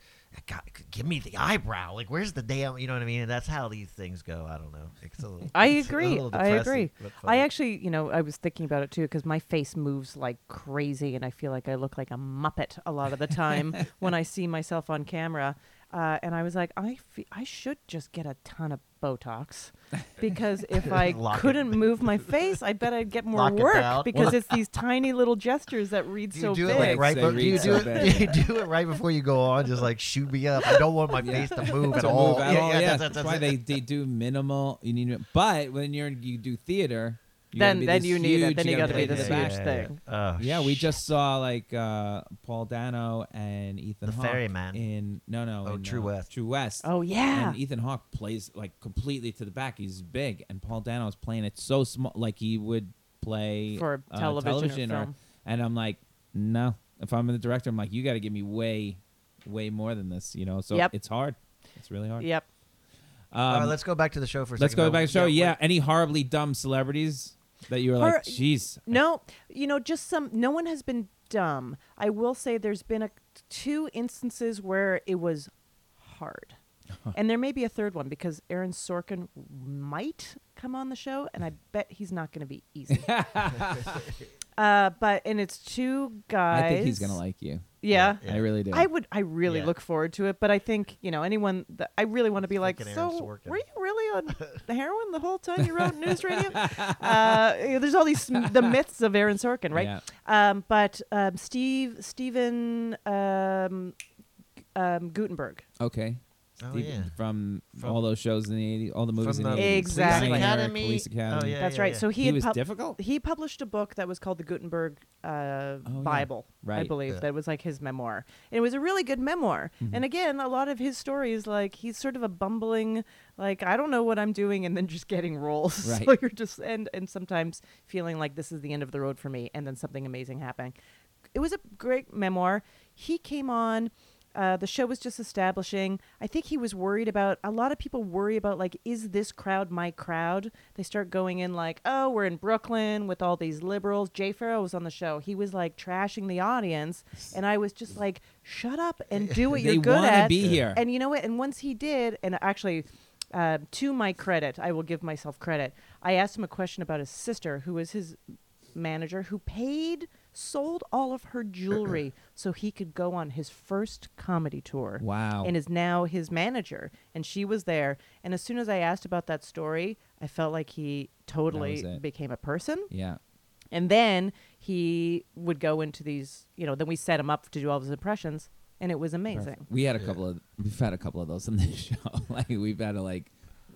S4: God, give me the eyebrow. Like, where's the damn? You know what I mean? And that's how these things go. I don't know. It's a little,
S3: I
S4: it's a
S3: agree.
S4: little
S3: I
S4: depressing,
S3: agree.
S4: but
S3: I
S4: funny.
S3: actually, you know, I was thinking about it too because my face moves like crazy, and I feel like I look like a muppet a lot of the time when I see myself on camera. Uh, and I was like, I fe- I should just get a ton of Botox because if I
S4: Lock it.
S3: couldn't move my face, I bet I'd get more
S4: Lock it
S3: work
S4: out.
S3: because it's these tiny little gestures that read
S4: Do you
S3: so
S4: do
S3: big.
S4: it like right?
S2: They
S4: be- do you
S2: read
S4: do
S2: so
S4: it?
S2: big.
S4: Do you do it right before you go on? Just like shoot me up. I don't want my face to move at
S2: to
S4: all.
S2: move at all. Yeah,
S4: that's-
S2: that's,
S4: that's-
S2: why
S4: that's-
S2: they, they do minimal. You need, but when you're you do theater, you gotta
S3: Then-
S2: be
S3: then
S2: this
S3: you need it.
S2: huge-
S3: Then you
S2: gotta
S3: gotta be
S2: play
S3: this
S2: the
S3: huge
S2: back.
S3: thing.
S4: Oh,
S2: Yeah, we
S4: sh-
S2: just saw like uh, Paul Dano and Ethan
S4: The
S2: Hawke
S4: Ferryman.
S2: in no no
S4: Oh,
S2: in,
S4: True
S2: uh,
S4: West.
S2: True West.
S3: Oh yeah,
S2: And Ethan Hawke plays like completely to the back. He's big, and Paul Dano is playing it so small, like he would play
S3: For
S2: uh,
S3: television or
S2: television
S3: film.
S2: and I'm like, no. If I'm the director, I'm like, you got to give me way, way more than this, you know. So
S3: Yep.
S2: it's hard. It's really hard.
S3: yep.
S4: All right,
S2: Um,
S4: let's go back to the show for a
S2: Let's
S4: second. Oh,
S2: go
S4: though.
S2: back to the show.
S4: what-
S2: Yeah, any horribly dumb celebrities that you were
S3: Hor-
S2: like, jeez.
S3: No, you know, just some. No one has been dumb. I will say there's been a, two instances where it was hard, and there may be a third one because Aaron Sorkin might come on the show, and I bet he's not going to be easy. uh, but and it's two guys.
S2: I think he's gonna like you.
S3: Yeah.
S4: Yeah.
S2: I really do.
S3: I would. I really
S4: Yeah.
S3: look forward to it, but I think you know anyone. That, I really want to be like,
S4: Freaking Aaron
S3: so
S4: Sorkin."
S3: were you really on the heroin the whole time you wrote news radio? uh, you know, there's all these m- the myths of Aaron Sorkin, right?
S2: Yeah.
S3: Um, but um, Steve Stephen um, um, Gutenberg.
S2: okay.
S4: Oh,
S2: Steve-
S4: yeah.
S2: from,
S4: From-
S2: all those shows in the 80s, all the movies
S4: From
S2: in
S4: the
S2: the 80s.
S3: Exactly.
S2: Police
S3: Police
S4: Academy.
S2: Police Academy.
S4: Oh, yeah.
S3: That's right. So he,
S2: He
S3: had
S2: was
S3: pub-
S2: difficult? Oh,
S3: He published a book that was called the Gutenberg uh,
S2: yeah.
S3: Bible, I
S2: Right.
S3: believe.
S4: Yeah.
S3: That was like his memoir. And it was a really good memoir.
S2: Mm-hmm.
S3: And again, a lot of his stories, like he's sort of a bumbling, like I don't know what I'm doing, and then just getting roles. so
S2: Right.
S3: you're just and and sometimes feeling like this is the end of the road for me, and then something amazing happening. It was a great memoir. He came on. Uh, the show was just establishing. I think he was worried about. A lot of people worry about like, is this crowd my crowd? They start going in like, oh, we're in Brooklyn with all these liberals. Jay Farrow was on the show. He was like trashing the audience, and I was just like, shut up and do what
S2: They
S3: you're good
S2: wanna
S3: at.
S2: be here.
S3: And you know what? And once he did, and actually, uh, to my credit, I will give myself credit. I asked him a question about his sister, who was his manager, who paid, sold all of her jewelry so he could go on his first comedy tour.
S2: Wow.
S3: And is now his manager. And she was there. And as soon as I asked about that story, I felt like he totally
S2: it.
S3: became a person.
S2: Yeah.
S3: And then he would go into these, you know, then we set him up to do all of his impressions, and it was amazing.
S2: We had a couple of we've had a couple of those in this show. like we've had to like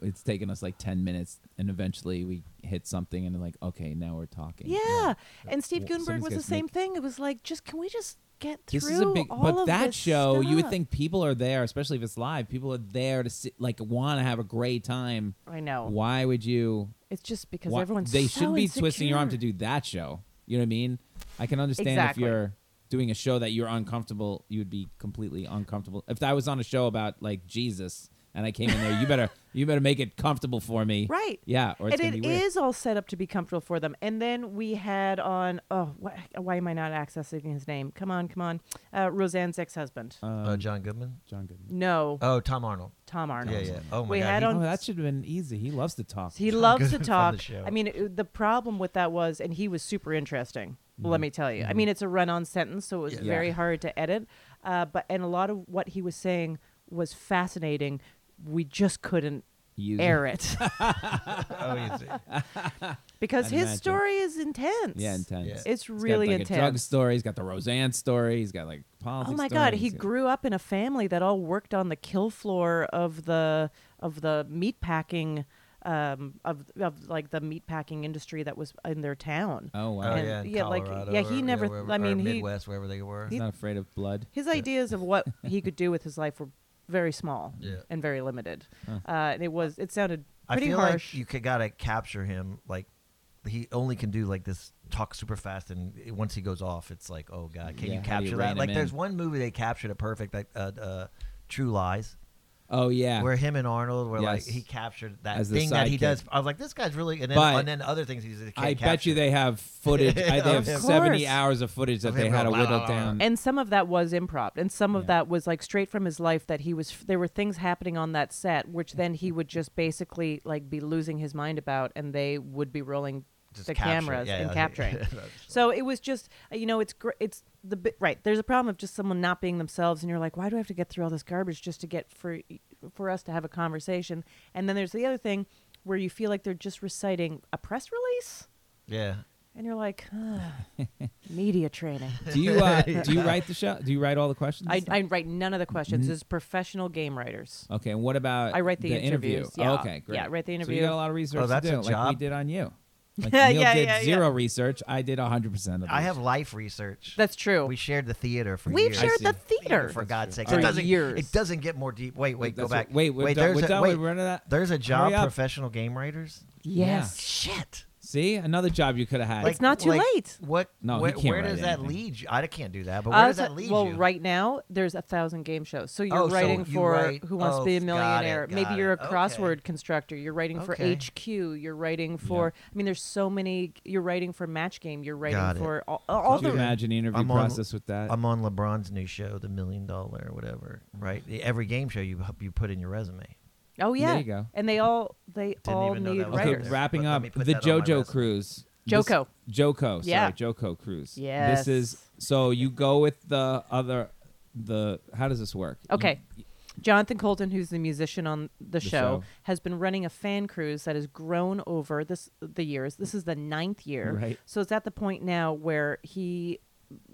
S2: it's taken us like ten minutes and eventually we hit something and like, okay, now we're talking.
S3: Yeah. And Steve
S2: Well,
S3: Gutenberg
S2: somebody's
S3: was the
S2: gotta
S3: same
S2: make-
S3: thing. It was like, just can we just get through
S2: This is a big,
S3: all
S2: but
S3: of
S2: that
S3: this
S2: show, you would
S3: stuff?
S2: think people are there, especially if it's live. People are there to sit, like, want to have a great time.
S3: I know.
S2: Why would you?
S3: It's just because
S2: why-
S3: everyone's
S2: they
S3: so
S2: shouldn't be twisting your arm to
S3: insecure.
S2: do that show. You know what I mean? I can understand
S3: Exactly.
S2: if you're doing a show that you're uncomfortable, you would be completely uncomfortable. If I was on a show about like Jesus and I came in there, you better you better make it comfortable for me.
S3: Right.
S2: Yeah, or it's
S3: and
S2: gonna
S3: it
S2: be weird.
S3: is all set up to be comfortable for them. And then we had on oh wh- why am I not accessing his name? Come on, come on, uh, Roseanne's ex-husband.
S4: Uh, John Goodman.
S2: John Goodman.
S3: no,
S4: Oh, Tom Arnold.
S3: Tom Arnold.
S4: Yeah, yeah. Oh my
S3: we
S4: God.
S3: had
S4: he-
S3: on
S2: Oh, that should have been easy. He loves to talk.
S3: He loves to
S4: Goodman from the
S3: talk.
S4: show.
S3: I mean, it, the problem with that was, and he was super interesting. Let me tell you. I mean, it's a run-on sentence, so it was
S4: Yeah.
S3: very
S2: Mm-hmm. Yeah.
S3: hard to edit. Uh, but and a lot of what he was saying was fascinating. We just couldn't
S2: Use it.
S3: air it
S4: Oh, he's,
S3: because
S2: I'd
S3: his
S2: imagine.
S3: story is intense.
S2: Yeah, intense.
S4: Yeah.
S3: It's
S2: He's got,
S3: really
S2: like,
S3: intense.
S2: A drug story. He's got the Roseanne story. He's got like politics.
S3: Oh my
S2: story.
S3: God!
S2: He's
S3: He
S2: got-
S3: grew up in a family that all worked on the kill floor of the of the meatpacking um, of of like the meatpacking industry that was in their town.
S2: Oh wow!
S4: oh
S3: And-
S4: yeah, in
S3: yeah, like,
S4: Colorado
S3: yeah,
S4: or-
S3: he never-
S4: wherever-
S3: I
S4: or
S3: mean, he-
S4: Midwest, wherever they were.
S2: He's not afraid of blood.
S3: His ideas of what he could do with his life were very small
S4: Yeah.
S3: and very limited, uh, and it was it sounded
S4: I
S3: Pretty
S4: feel
S3: harsh.
S4: like you ca- gotta capture him. Like he only can do like this talk super fast, and it- once he goes off, it's like, oh god, can
S2: Yeah,
S4: you
S2: how do you
S4: capture
S2: rein
S4: that?
S2: him
S4: Like, there's
S2: in?
S4: one movie they captured it perfect, like uh, uh, True Lies,
S2: Oh yeah.
S4: where him and Arnold were
S2: Yes.
S4: like he captured that
S2: As the
S4: thing that he
S2: sidekick.
S4: does. I was like, this guy's really, and then
S2: But
S4: and then other things he's. Can't
S2: I bet
S4: capture.
S2: you they have footage. I, they have
S4: Of
S2: seventy
S3: course.
S2: hours of footage that
S4: Of
S2: they
S4: him
S2: had to
S4: going, "La, la,
S2: whittle
S4: la,
S2: down.
S3: and some of that was improv and some of
S2: Yeah.
S3: that was like straight from his life that he was there were things happening on that set which then he would just basically like be losing his mind about and they would be rolling
S4: Just
S3: the
S4: capture it.
S3: cameras
S4: Yeah,
S3: and
S4: yeah.
S3: capturing so it was just uh, you know it's gr- it's the bi- right there's a problem of just someone not being themselves and you're like why do i have to get through all this garbage just to get for for us to have a conversation and then there's the other thing where you feel like they're just reciting a press release
S4: Yeah.
S3: and you're like ah, media training
S2: do you uh, do you write the show? Do you write all the questions?
S3: I, I write none of the questions.
S2: Mm-hmm.
S3: It's professional game writers.
S2: okay. And what about
S3: I write the
S2: interview?
S3: interviews, yeah.
S2: Oh, okay, great.
S3: Yeah, I write the
S2: So you
S3: interview.
S2: got a lot of research
S4: Oh, that's
S2: to do,
S4: a
S2: like we
S4: job.
S2: did on you. Like
S3: Yeah,
S2: Neil
S3: yeah,
S2: did
S3: yeah,
S2: zero research. I did hundred percent of it.
S4: I have life research.
S3: That's true.
S4: we shared the theater for
S3: We've
S4: years.
S3: shared
S2: I
S3: the
S2: see.
S3: theater.
S4: for God's sake.
S3: For
S4: It doesn't,
S3: years.
S4: it doesn't get more deep. Wait, wait, go
S2: That's what-
S4: back.
S2: wait, we're done-
S4: there's
S2: we're
S4: a,
S2: done,
S4: wait,
S2: we're running out-
S4: there's a job
S2: Hurry up.
S4: professional game writers.
S3: Yes.
S4: Shit.
S2: See, another job you could have had.
S4: Like,
S3: not too
S4: like,
S3: late.
S4: What?
S2: No, he
S4: where,
S2: can't
S4: where
S2: write
S4: does that
S2: anything.
S4: lead you? I can't do that. But
S3: Uh,
S4: where does
S3: so-
S4: that lead
S3: well,
S4: you?
S3: right now there's a thousand game shows. So you're
S4: Oh, so
S3: writing
S4: you
S3: for
S4: write-
S3: Who Wants
S4: oh,
S3: to Be a
S4: got it,
S3: Millionaire. Maybe
S4: got
S3: you're a
S4: it. Okay.
S3: crossword constructor. You're writing for
S4: Okay.
S3: HQ. You're writing for. I mean, there's so many. You're writing for Match Game. You're writing
S4: Got it.
S3: for all, all
S2: Could you
S3: the.
S2: imagine the interview
S4: I'm on-
S2: process with that?
S4: I'm on LeBron's new show, The Million Dollar, or whatever. Right. Every game show you you put in your resume.
S3: Oh yeah.
S2: There you go.
S3: And they all they
S4: Didn't
S3: all
S4: even know
S3: need
S4: that was
S2: okay,
S3: writers.
S4: there.
S2: wrapping
S4: Let- let
S2: up
S4: me
S2: the
S4: put that on my
S2: JoJo
S4: resume.
S2: cruise.
S3: Joko.
S2: This, Joko. Sorry,
S3: Yeah.
S2: Joko cruise.
S3: Yes.
S2: This is so you go with the other the. How does this work? You-
S3: Okay. Jonathan Colton, who's the musician on the, show,
S2: show.
S3: has been running a fan cruise that has grown over this the years. This is the ninth year,
S2: Right.
S3: So it's at the point now where he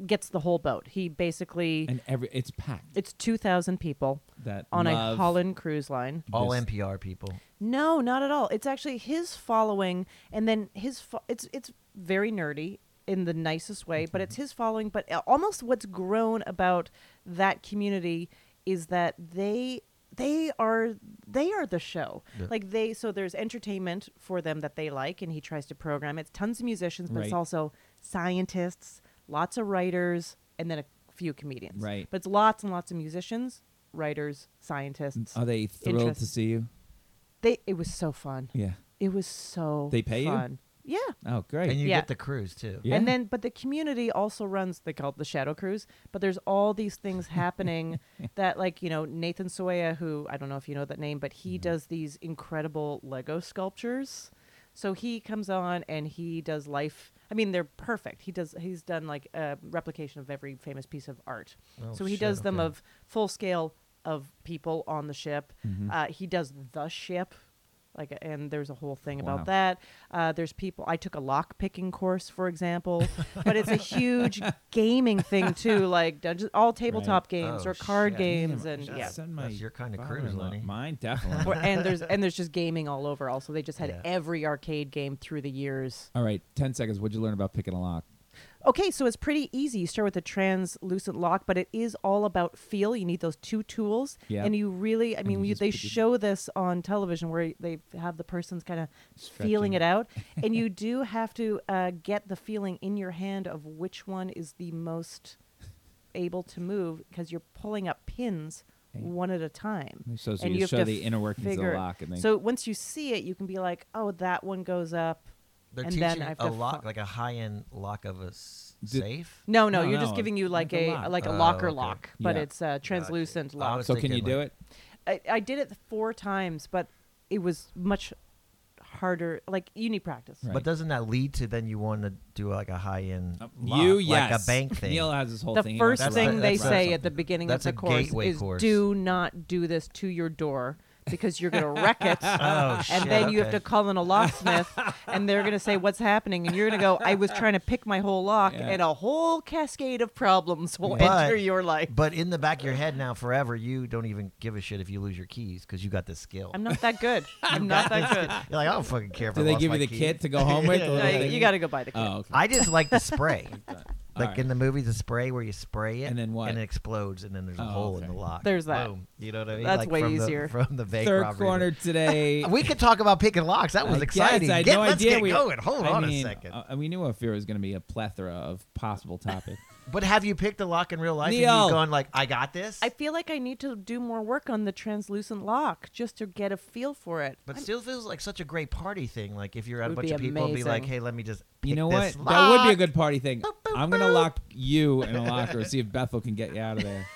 S3: gets the whole boat. He basically
S2: and every it's packed.
S3: it's two thousand people
S2: that
S3: on a
S2: love-
S3: Holland cruise line.
S4: All
S2: This-
S4: NPR people.
S3: No, not at all. It's actually his following, and then his fo- it's it's very nerdy in the nicest way, but
S2: Mm-hmm.
S3: it's his following. But a- almost what's grown about that community is that they they are they are the show. Like they so there's entertainment for them that they like, and he tries to program it. Tons of musicians, but it's
S2: Right.
S3: also scientists, lots of writers, and then a few comedians.
S2: Right.
S3: But it's lots and lots of musicians, writers, scientists.
S2: Are they thrilled
S3: Interest.
S2: to see you?
S3: They it was so fun.
S2: Yeah.
S3: It was so
S2: They pay you?
S3: fun. you? Yeah.
S2: Oh, great.
S4: And you
S3: Yeah.
S4: get the cruise too.
S2: Yeah.
S3: And then but the community also runs they call it the Shadow Cruise, but there's all these things happening that like, you know, Nathan Sawaya who I don't know if you know that name, but
S2: Mm-hmm.
S3: he does these incredible Lego sculptures. So he comes on and he does life I mean, they're perfect. He does he's done like a replication of every famous piece of art.
S4: Oh,
S3: so he
S4: shit,
S3: does them
S4: okay.
S3: of full scale of people on the ship.
S4: Mm-hmm.
S3: Uh, he does the ship. Like and there's a whole thing
S2: Wow.
S3: about that. Uh, there's people. I took a lock picking course, for example, but it's a huge gaming thing too, like dungeons, all tabletop games
S4: Oh,
S3: or card
S4: shit.
S3: games,
S2: Damn, I
S3: and
S2: should
S3: yeah.
S2: send my
S4: That's your kinda cruise,
S2: father-in-law.
S4: Lenny.
S2: Mine definitely.
S3: Or- and there's and there's just gaming all over. Also, they just had
S4: Yeah.
S3: every arcade game through the years.
S2: All right, ten seconds. What'd you learn about picking a lock?
S3: Okay, so it's pretty easy. You start with a translucent lock, but it is all about feel. You need those two tools,
S2: Yeah.
S3: and you really, I mean,
S2: you
S3: you
S2: just
S3: they
S2: put your-
S3: show this on television where they have the person's kind of feeling
S2: Stretching.
S3: it out, and you do have to uh, get the feeling in your hand of which one is the most able to move because you're pulling up pins
S2: Right.
S3: one at a time.
S2: So, so
S3: and
S2: you,
S3: have
S2: show
S3: to
S2: the inner workings of
S3: figure-
S2: the lock, and then
S3: So once you see it, you can be like, "Oh, that one goes up."
S4: They're
S3: And then
S4: teaching
S3: I have
S4: a
S3: to
S4: lock,
S3: fi-
S4: like a high end lock of a s-
S2: Did-
S4: safe.
S3: No, no,
S2: No,
S3: you're just
S2: no,
S3: giving you like,
S2: like
S3: a,
S2: a lock.
S3: like a
S4: Oh,
S3: locker
S4: okay.
S3: lock, but
S2: Yeah.
S3: it's a translucent
S4: I
S3: lock.
S4: was
S2: so can you
S4: thinking,
S2: do
S4: like-
S2: it?
S3: I, I did it four times, but it was much harder. Like you need practice.
S2: Right.
S4: But doesn't that lead to then you want to do like a high end
S2: You yes,
S4: like a bank thing?
S2: Neil has this whole thing.
S3: The
S2: he
S3: first
S2: wants
S4: that's
S2: to
S3: thing
S4: a-
S2: learn.
S3: they
S4: that's a-
S3: say at the beginning of
S4: that's
S3: the
S4: a
S3: course
S4: gateway
S3: is
S4: course.
S3: do not do this to your door because you're going to wreck it.
S4: oh shit!
S3: and then you have
S4: okay.
S3: to call in a locksmith and they're going to say what's happening and you're going to go I was trying to pick my whole lock
S2: Yeah.
S3: and a whole cascade of problems will
S4: But-
S3: enter your life.
S4: But in the back of your head now, forever, you don't even give a shit if you lose your keys because you got this skill.
S3: I'm not that good. I'm not that good.
S4: You're like, I don't fucking care. If
S2: Do
S4: I
S2: they
S4: lost
S2: give
S4: my
S2: you the
S4: key.
S2: kit to go home with? the
S3: No,
S2: little
S3: you-
S4: Oh.
S2: thing?
S3: you got to go buy the kit.
S2: Oh, okay.
S4: I just like the spray. Like
S2: Alright.
S4: in the movie, the spray where you spray it
S2: And then what?
S4: and it explodes, and then there's a
S2: Oh,
S4: hole in
S2: okay.
S4: the lock.
S3: There's that.
S4: Boom. You know what I mean?
S3: That's
S4: Like,
S3: way
S4: from the-
S3: easier.
S4: from the bank
S2: Third
S4: robbery.
S2: corner today.
S4: We could talk about picking locks. That was
S2: I
S4: exciting.
S2: Guess. I had
S4: Get-
S2: no
S4: let's
S2: idea
S4: get
S2: we,
S4: going. Hold
S2: I
S4: on
S2: mean,
S4: a second.
S2: uh, we knew if there was going to be a plethora of possible topics.
S4: but have you picked a lock in real life? And
S2: Neil.
S4: you've gone like, I got this.
S3: I feel like I need to do more work on the translucent lock just to get a feel for it.
S4: but still feels like such a great party thing. Like if you're at a
S3: Would
S4: bunch
S3: be
S4: of people, and be like,
S3: amazing.
S4: hey, let me just. Pick
S2: you know what?
S4: this Lock.
S2: That would be a good party thing. I'm going to lock you in a locker, see if Bethel can get you out of there.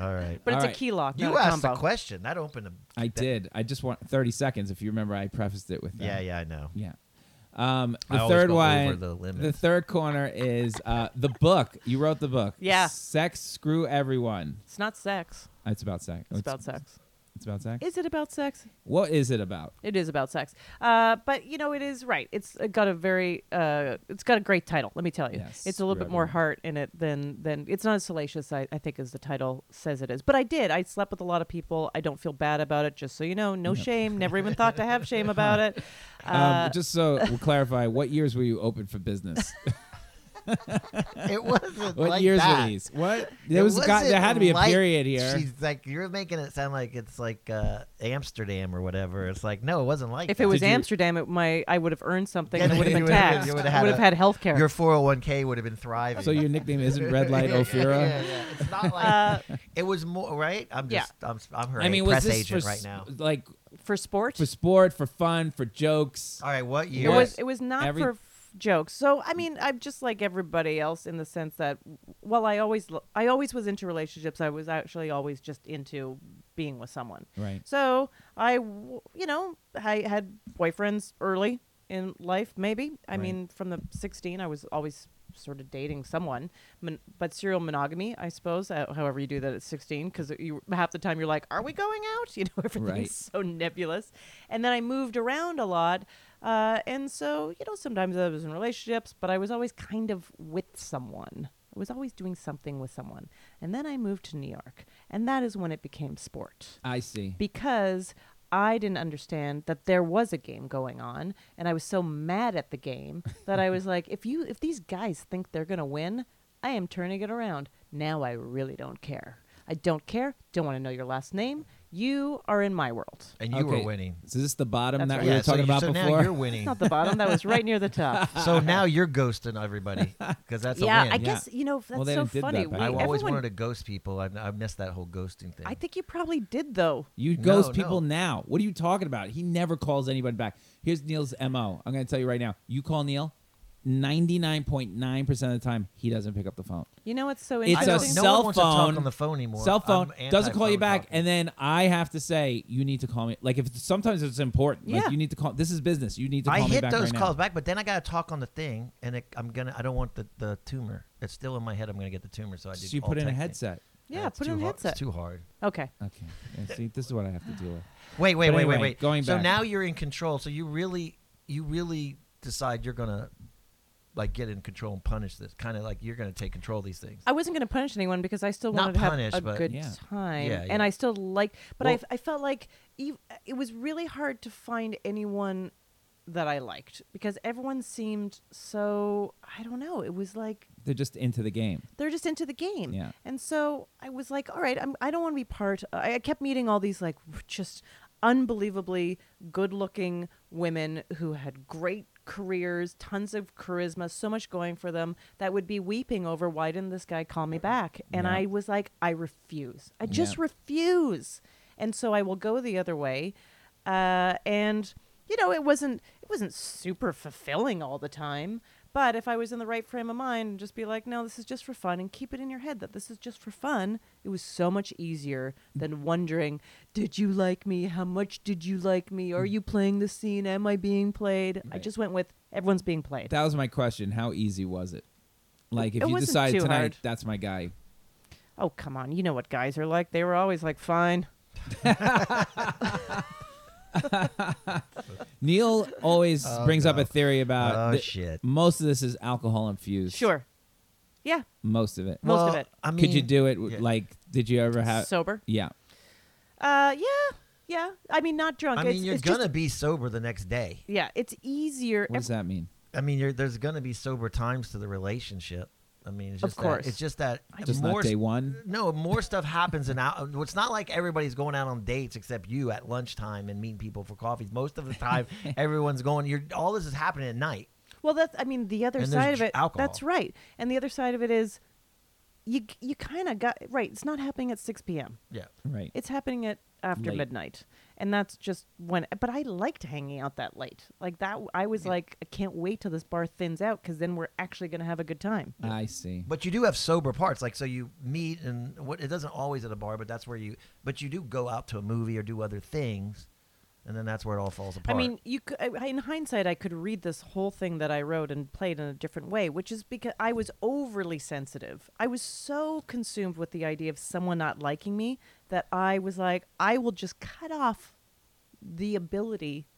S4: All right.
S3: But it's
S2: Alright.
S3: a key lock.
S4: You
S3: not a
S4: asked a
S3: combo.
S4: question. That opened a.
S2: I did. I just want 30 seconds. If you remember, I prefaced it with that.
S4: Yeah, yeah, I know.
S2: Yeah. Um,
S4: I
S2: the
S4: always
S2: third
S4: go over
S2: one,
S4: the
S2: the,
S4: limits.
S2: third corner is uh, the book. You wrote the book.
S3: Yeah.
S2: Sex, screw everyone.
S3: It's not sex.
S2: It's about sex.
S3: It's, about sex.
S2: It's about sex.
S3: Is it about sex?
S2: what is it about?
S3: It is about sex. Uh, but you know, it is right. It's uh, got a very, uh, it's got a great title. Let me tell you,
S2: Yes,
S3: it's a little bit more
S2: Rebel.
S3: heart in it than than it's not as salacious. I, I think as the title says it is. But I did. I slept with a lot of people. I don't feel bad about it. Just so you know, no shame. Never even thought to have shame about it. Uh,
S2: um, just so we'll clarify, what years were you open for business?
S4: It wasn't
S2: What
S4: like
S2: years
S4: that.
S2: were these? What
S4: It
S2: there was a got,
S4: wasn't
S2: there had to be a
S4: like-
S2: period here.
S4: She's like, you're making it sound like it's like uh, Amsterdam or whatever. It's like, no, it wasn't like
S3: if
S4: that.
S3: it was
S2: Did you-
S3: Amsterdam, it, my I would have earned something.
S4: Yeah,
S3: I would have
S4: you
S3: been
S4: would've-
S3: taxed.
S4: you
S3: would
S4: would've
S3: have
S4: had a-
S3: had health care.
S4: your 401k would have been thriving.
S2: So your nickname isn't Red Light
S4: Yeah, yeah,
S2: Ophira.
S4: yeah, yeah. It's not like
S3: Uh,
S4: it was more right. I'm
S3: yeah.
S4: just I'm I'm her
S2: I mean, was
S4: press
S2: this
S4: agent
S2: for
S4: right
S2: s-
S4: now.
S2: like
S3: for sport.
S2: for sport, for fun, for jokes?
S4: All right, what
S2: It
S4: year?
S3: It
S2: Yes.
S3: was it was not
S2: Every-
S3: for f- jokes. So I mean, I'm just like everybody else in the sense that while I always lo- I always was into relationships, I was actually always just into being with someone.
S2: Right.
S3: So I w- you know, I had boyfriends early in life maybe. I
S2: Right.
S3: mean, from the 16 I was always sort of dating someone Mon- but serial monogamy i suppose uh, however you do that at 16 because you half the time you're like are we going out you know everything's
S2: Right.
S3: so nebulous. And then I moved around a lot. Uh, and so, you know, sometimes I was in relationships, but I was always kind of with someone. I was always doing something with someone. And then I moved to New York. And that is when it became sport
S2: I see.
S3: because I didn't understand that there was a game going on, and I was so mad at the game that I was like, if you if these guys think they're gonna win, I am turning it around. Now I really don't care. I don't care. Don't want to know your last name. You are in my world.
S4: and you were
S2: Okay.
S4: winning.
S2: So this is the bottom
S3: That's
S2: that
S3: right.
S2: we were
S4: yeah, so,
S2: talking
S4: you-
S2: about
S4: so now
S2: before.
S4: you're winning.
S3: Not the bottom. That was right near the top.
S4: so now you're ghosting everybody because that's
S3: yeah,
S4: a win.
S3: I guess you know that's
S2: they
S3: so
S2: didn't did that
S3: funny.
S2: back
S3: We-
S4: I
S2: then.
S4: always
S3: everyone-
S4: wanted to ghost people. I've, I've missed that whole ghosting thing.
S3: I think you probably did though.
S2: You
S4: No,
S2: ghost
S4: no.
S2: people now. What are you talking about? He never calls anybody back. Here's Neil's MO. I'm going to tell you right now. You call Neil, 99.9% of the time, he doesn't pick up the phone.
S3: You know what's so
S2: It's
S4: I
S2: a
S3: interesting?
S4: don't, no
S2: cell
S4: one wants to talk
S2: phone-
S4: on the phone anymore.
S2: Cell phone
S4: I'm
S2: doesn't call you
S4: anti-phone
S2: back,
S4: talking.
S2: and then I have to say you need to call me. Like if sometimes it's important, like
S3: Yeah.
S2: you need to call. This is business. You need to call
S4: I
S2: me
S4: hit
S2: back
S4: those
S2: right
S4: calls
S2: now.
S4: back, but then I gotta talk on the thing, and it, I'm gonna. I don't want the, the tumor. It's still in my head. I'm gonna get the tumor, so I do.
S2: So you
S4: all
S2: put in a
S4: texting.
S2: headset.
S3: yeah,
S4: That's
S3: put it in
S4: too
S3: a
S4: hard-
S3: headset.
S4: It's too hard.
S3: Okay.
S2: Okay. Yeah, see, this is what I have to deal with.
S4: Wait, wait,
S2: But
S4: wait,
S2: anyway,
S4: wait, wait.
S2: going
S4: so
S2: back.
S4: now you're in control. So you really, you really decide you're gonna, like, get in control and punish this. Kind of like you're gonna take control of these things.
S3: I wasn't going to punish anyone because I still
S4: Not
S3: wanted
S4: punish,
S3: to have
S4: but-
S3: a good
S2: Yeah.
S3: time,
S4: Yeah,
S3: and
S4: yeah.
S3: I still like. But
S4: Well-
S3: I, I felt like ev- it was really hard to find anyone that I liked because everyone seemed so. I don't know. It was like
S2: They're just into the game.
S3: they're just into the game.
S2: Yeah.
S3: And so I was like, all right, I'm, I don't want to be part. I, I kept meeting all these like just unbelievably good looking women who had great careers, tons of charisma, so much going for them that would be weeping over why didn't this guy call me back? And
S2: Yeah.
S3: I was like, I refuse. I just
S2: Yeah.
S3: refuse. And so I will go the other way. Uh, and you know, it wasn't it wasn't super fulfilling all the time. But if I was in the right frame of mind and just be like, no, this is just for fun and keep it in your head that this is just for fun, it was so much easier than wondering, did you like me? How much did you like me?
S4: Mm.
S3: Are you playing the scene? Am I being played? I
S2: Right.
S3: just went with everyone's being played.
S2: That was my question. How easy was it? Like if
S3: It
S2: you
S3: wasn't
S2: decide
S3: too
S2: tonight,
S3: hard.
S2: that's my guy.
S3: oh, come on. You know what guys are like. They were always like, fine.
S2: Neil always brings up
S4: no.
S2: a theory about
S4: Oh,
S2: th-
S4: shit.
S2: most of this is alcohol infused.
S3: Sure. Yeah.
S2: Most of it.
S3: Most of it.
S4: I mean,
S2: Could you do it? w-
S4: yeah.
S2: Like, did you ever have?
S3: Sober.
S2: yeah.
S3: Uh, yeah. Yeah. I mean, not drunk.
S4: I mean,
S3: it's,
S4: you're
S3: it's just-
S4: gonna be sober the next day.
S3: yeah, it's easier.
S2: What does that mean?
S4: I mean, you're, there's gonna be sober times to the relationship. I mean, it's
S3: Of
S4: just
S3: course.
S4: That, it's just that
S2: Just
S4: more
S2: not day
S4: s-
S2: one.
S4: No, more stuff happens and out. It's not like everybody's going out on dates except you at lunchtime and meeting people for coffees. Most of the time, everyone's going. You're all this is happening at night.
S3: Well, that's I mean the other
S4: And there's
S3: side of
S4: dr-
S3: it.
S4: alcohol.
S3: That's right. And the other side of it is, you you kind of got right. It's not happening at six p.m.
S4: Yeah,
S2: Right.
S3: It's happening at after
S2: Late.
S3: midnight, and that's just when. But I liked hanging out that late. Like that, I was like, I can't wait till this bar thins out because then we're actually gonna have a good time.
S2: I see.
S4: but you do have sober parts. Like so, you meet and what it doesn't always at a bar, but that's where you. But you do go out to a movie or do other things, and then that's where it all falls
S3: I
S4: apart.
S3: mean, you c- I- in hindsight, I could read this whole thing that I wrote and played in a different way, which is because I was overly sensitive. I was so consumed with the idea of someone not liking me that I was like, I will just cut off the ability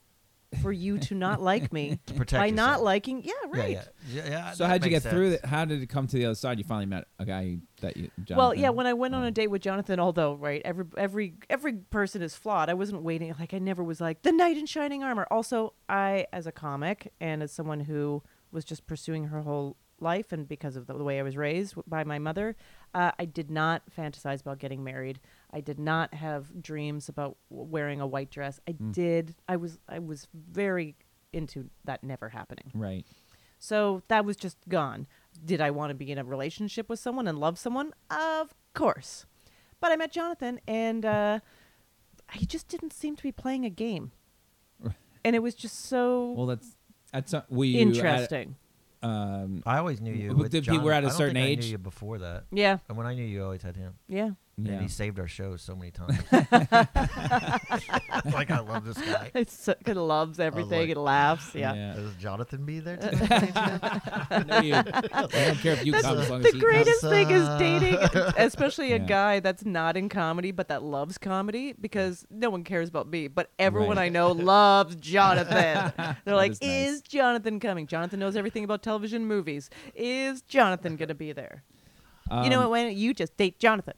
S3: for you to not like me
S4: protect
S3: by not
S4: yourself.
S3: liking. Yeah, right.
S4: Yeah, yeah. yeah, yeah
S2: So
S4: that
S2: how'd you
S4: makes
S2: get through
S4: sense.
S2: it? How did it come to the other side? You finally met a guy that you. Jonathan.
S3: Well, yeah, when I went on a date with Jonathan, although right, every every every person is flawed. I wasn't waiting like I never was like the knight in shining armor. Also, I as a comic and as someone who was just pursuing her whole life and because of the, the way I was raised w- by my mother, uh, I did not fantasize about getting married. I did not have dreams about w- wearing a white dress. I did. I was I was very into that never happening.
S2: Right.
S3: So that was just gone. Did I want to be in a relationship with someone and love someone? Of course. But I met Jonathan, and uh, he just didn't seem to be playing a game. And it was just so
S2: Well, that's that's uh, were you at-
S3: interesting.
S2: um,
S4: I always knew you.
S2: But
S4: with
S2: the people
S4: John-
S2: were at a
S4: I don't
S2: certain
S4: think I
S2: age.
S4: knew you before that.
S3: yeah,
S4: And when I knew you, I always had him.
S3: yeah.
S2: yeah.
S4: And he saved our shows so many times. like I love this guy.
S3: It's so, it loves everything.
S4: like-
S3: it laughs. Yeah.
S4: Does Jonathan be there? Today?
S2: No, you- I don't care if you come as long
S3: The
S2: as he comes.
S3: greatest thing is dating, especially a
S2: Yeah.
S3: guy that's not in comedy but that loves comedy because no one cares about me, but everyone
S2: Right.
S3: I know loves Jonathan. They're like,
S2: is
S3: is,
S2: nice.
S3: Jonathan coming? Jonathan knows everything about television movies. Is Jonathan going to be there? you
S2: Um,
S3: know what? Why don't you just date Jonathan?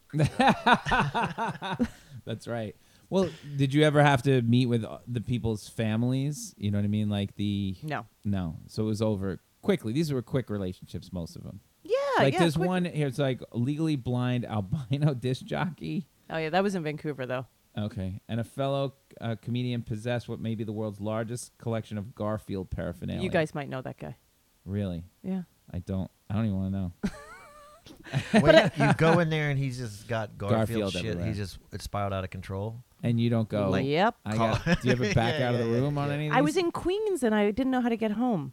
S2: That's right. Well, did you ever have to meet with uh, the people's families? You know what I mean, like the
S3: No.
S2: no. So it was over quickly. These were quick relationships, most of them.
S3: Yeah.
S2: like
S3: yeah,
S2: there's
S3: quick-
S2: one here. It's like legally blind albino disc jockey.
S3: Oh, yeah. That was in Vancouver, though.
S2: Okay, and a fellow uh, comedian possessed what may be the world's largest collection of Garfield paraphernalia.
S3: You guys might know that guy.
S2: really?
S3: Yeah.
S2: I don't. I don't even want to know.
S4: Wait, you go in there and he's just got Garfield,
S2: Garfield
S4: shit.
S2: everywhere.
S4: He's just it's spiraled out of control.
S2: And you don't go.
S4: Like-
S3: yep.
S2: I got, do you ever back out of the room on any? Of
S3: I was
S2: these?
S3: in Queens and I didn't know how to get home.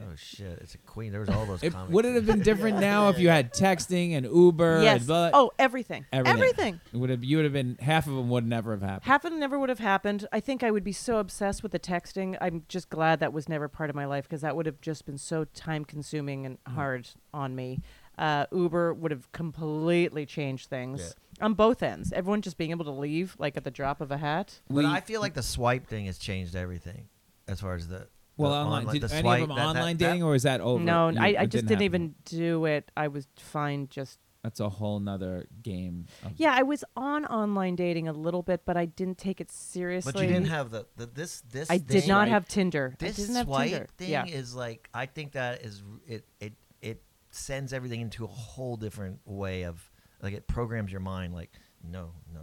S4: Oh shit! It's a queen. There was all those.
S2: It,
S4: comics.
S2: would it have been different now if you had texting and Uber?
S3: yes.
S2: And blah,
S3: oh, everything.
S2: everything.
S3: everything.
S2: It would have. You would have been. Half of them would never have happened.
S3: Half of them never would have happened. I think I would be so obsessed with the texting. I'm just glad that was never part of my life because that would have just been so time consuming and hard on me. Uh, Uber would have completely changed things on both ends. Everyone just being able to leave like at the drop of a hat.
S4: But I feel like the swipe thing has changed everything, as far as the
S2: well,
S4: the
S2: online.
S4: online
S2: Did
S4: the
S2: any
S4: swipe,
S2: of them
S4: that- that-
S2: online
S4: that-
S2: dating, or is that over?
S3: no,
S2: You-
S3: I, I
S2: it
S3: just didn't
S2: happen.
S3: even do it. I was fine just.
S2: That's a whole nother game. Of,
S3: Yeah, I was on online dating a little bit, but I didn't take it seriously.
S4: But you didn't have the, the this this.
S3: I
S4: thing,
S3: did not
S2: Swipe.
S3: have Tinder. I
S4: This
S3: didn't have
S4: swipe
S3: Tinder.
S4: thing
S3: yeah.
S4: is like I think that is it it it sends everything into a whole different way of like it programs your mind like no no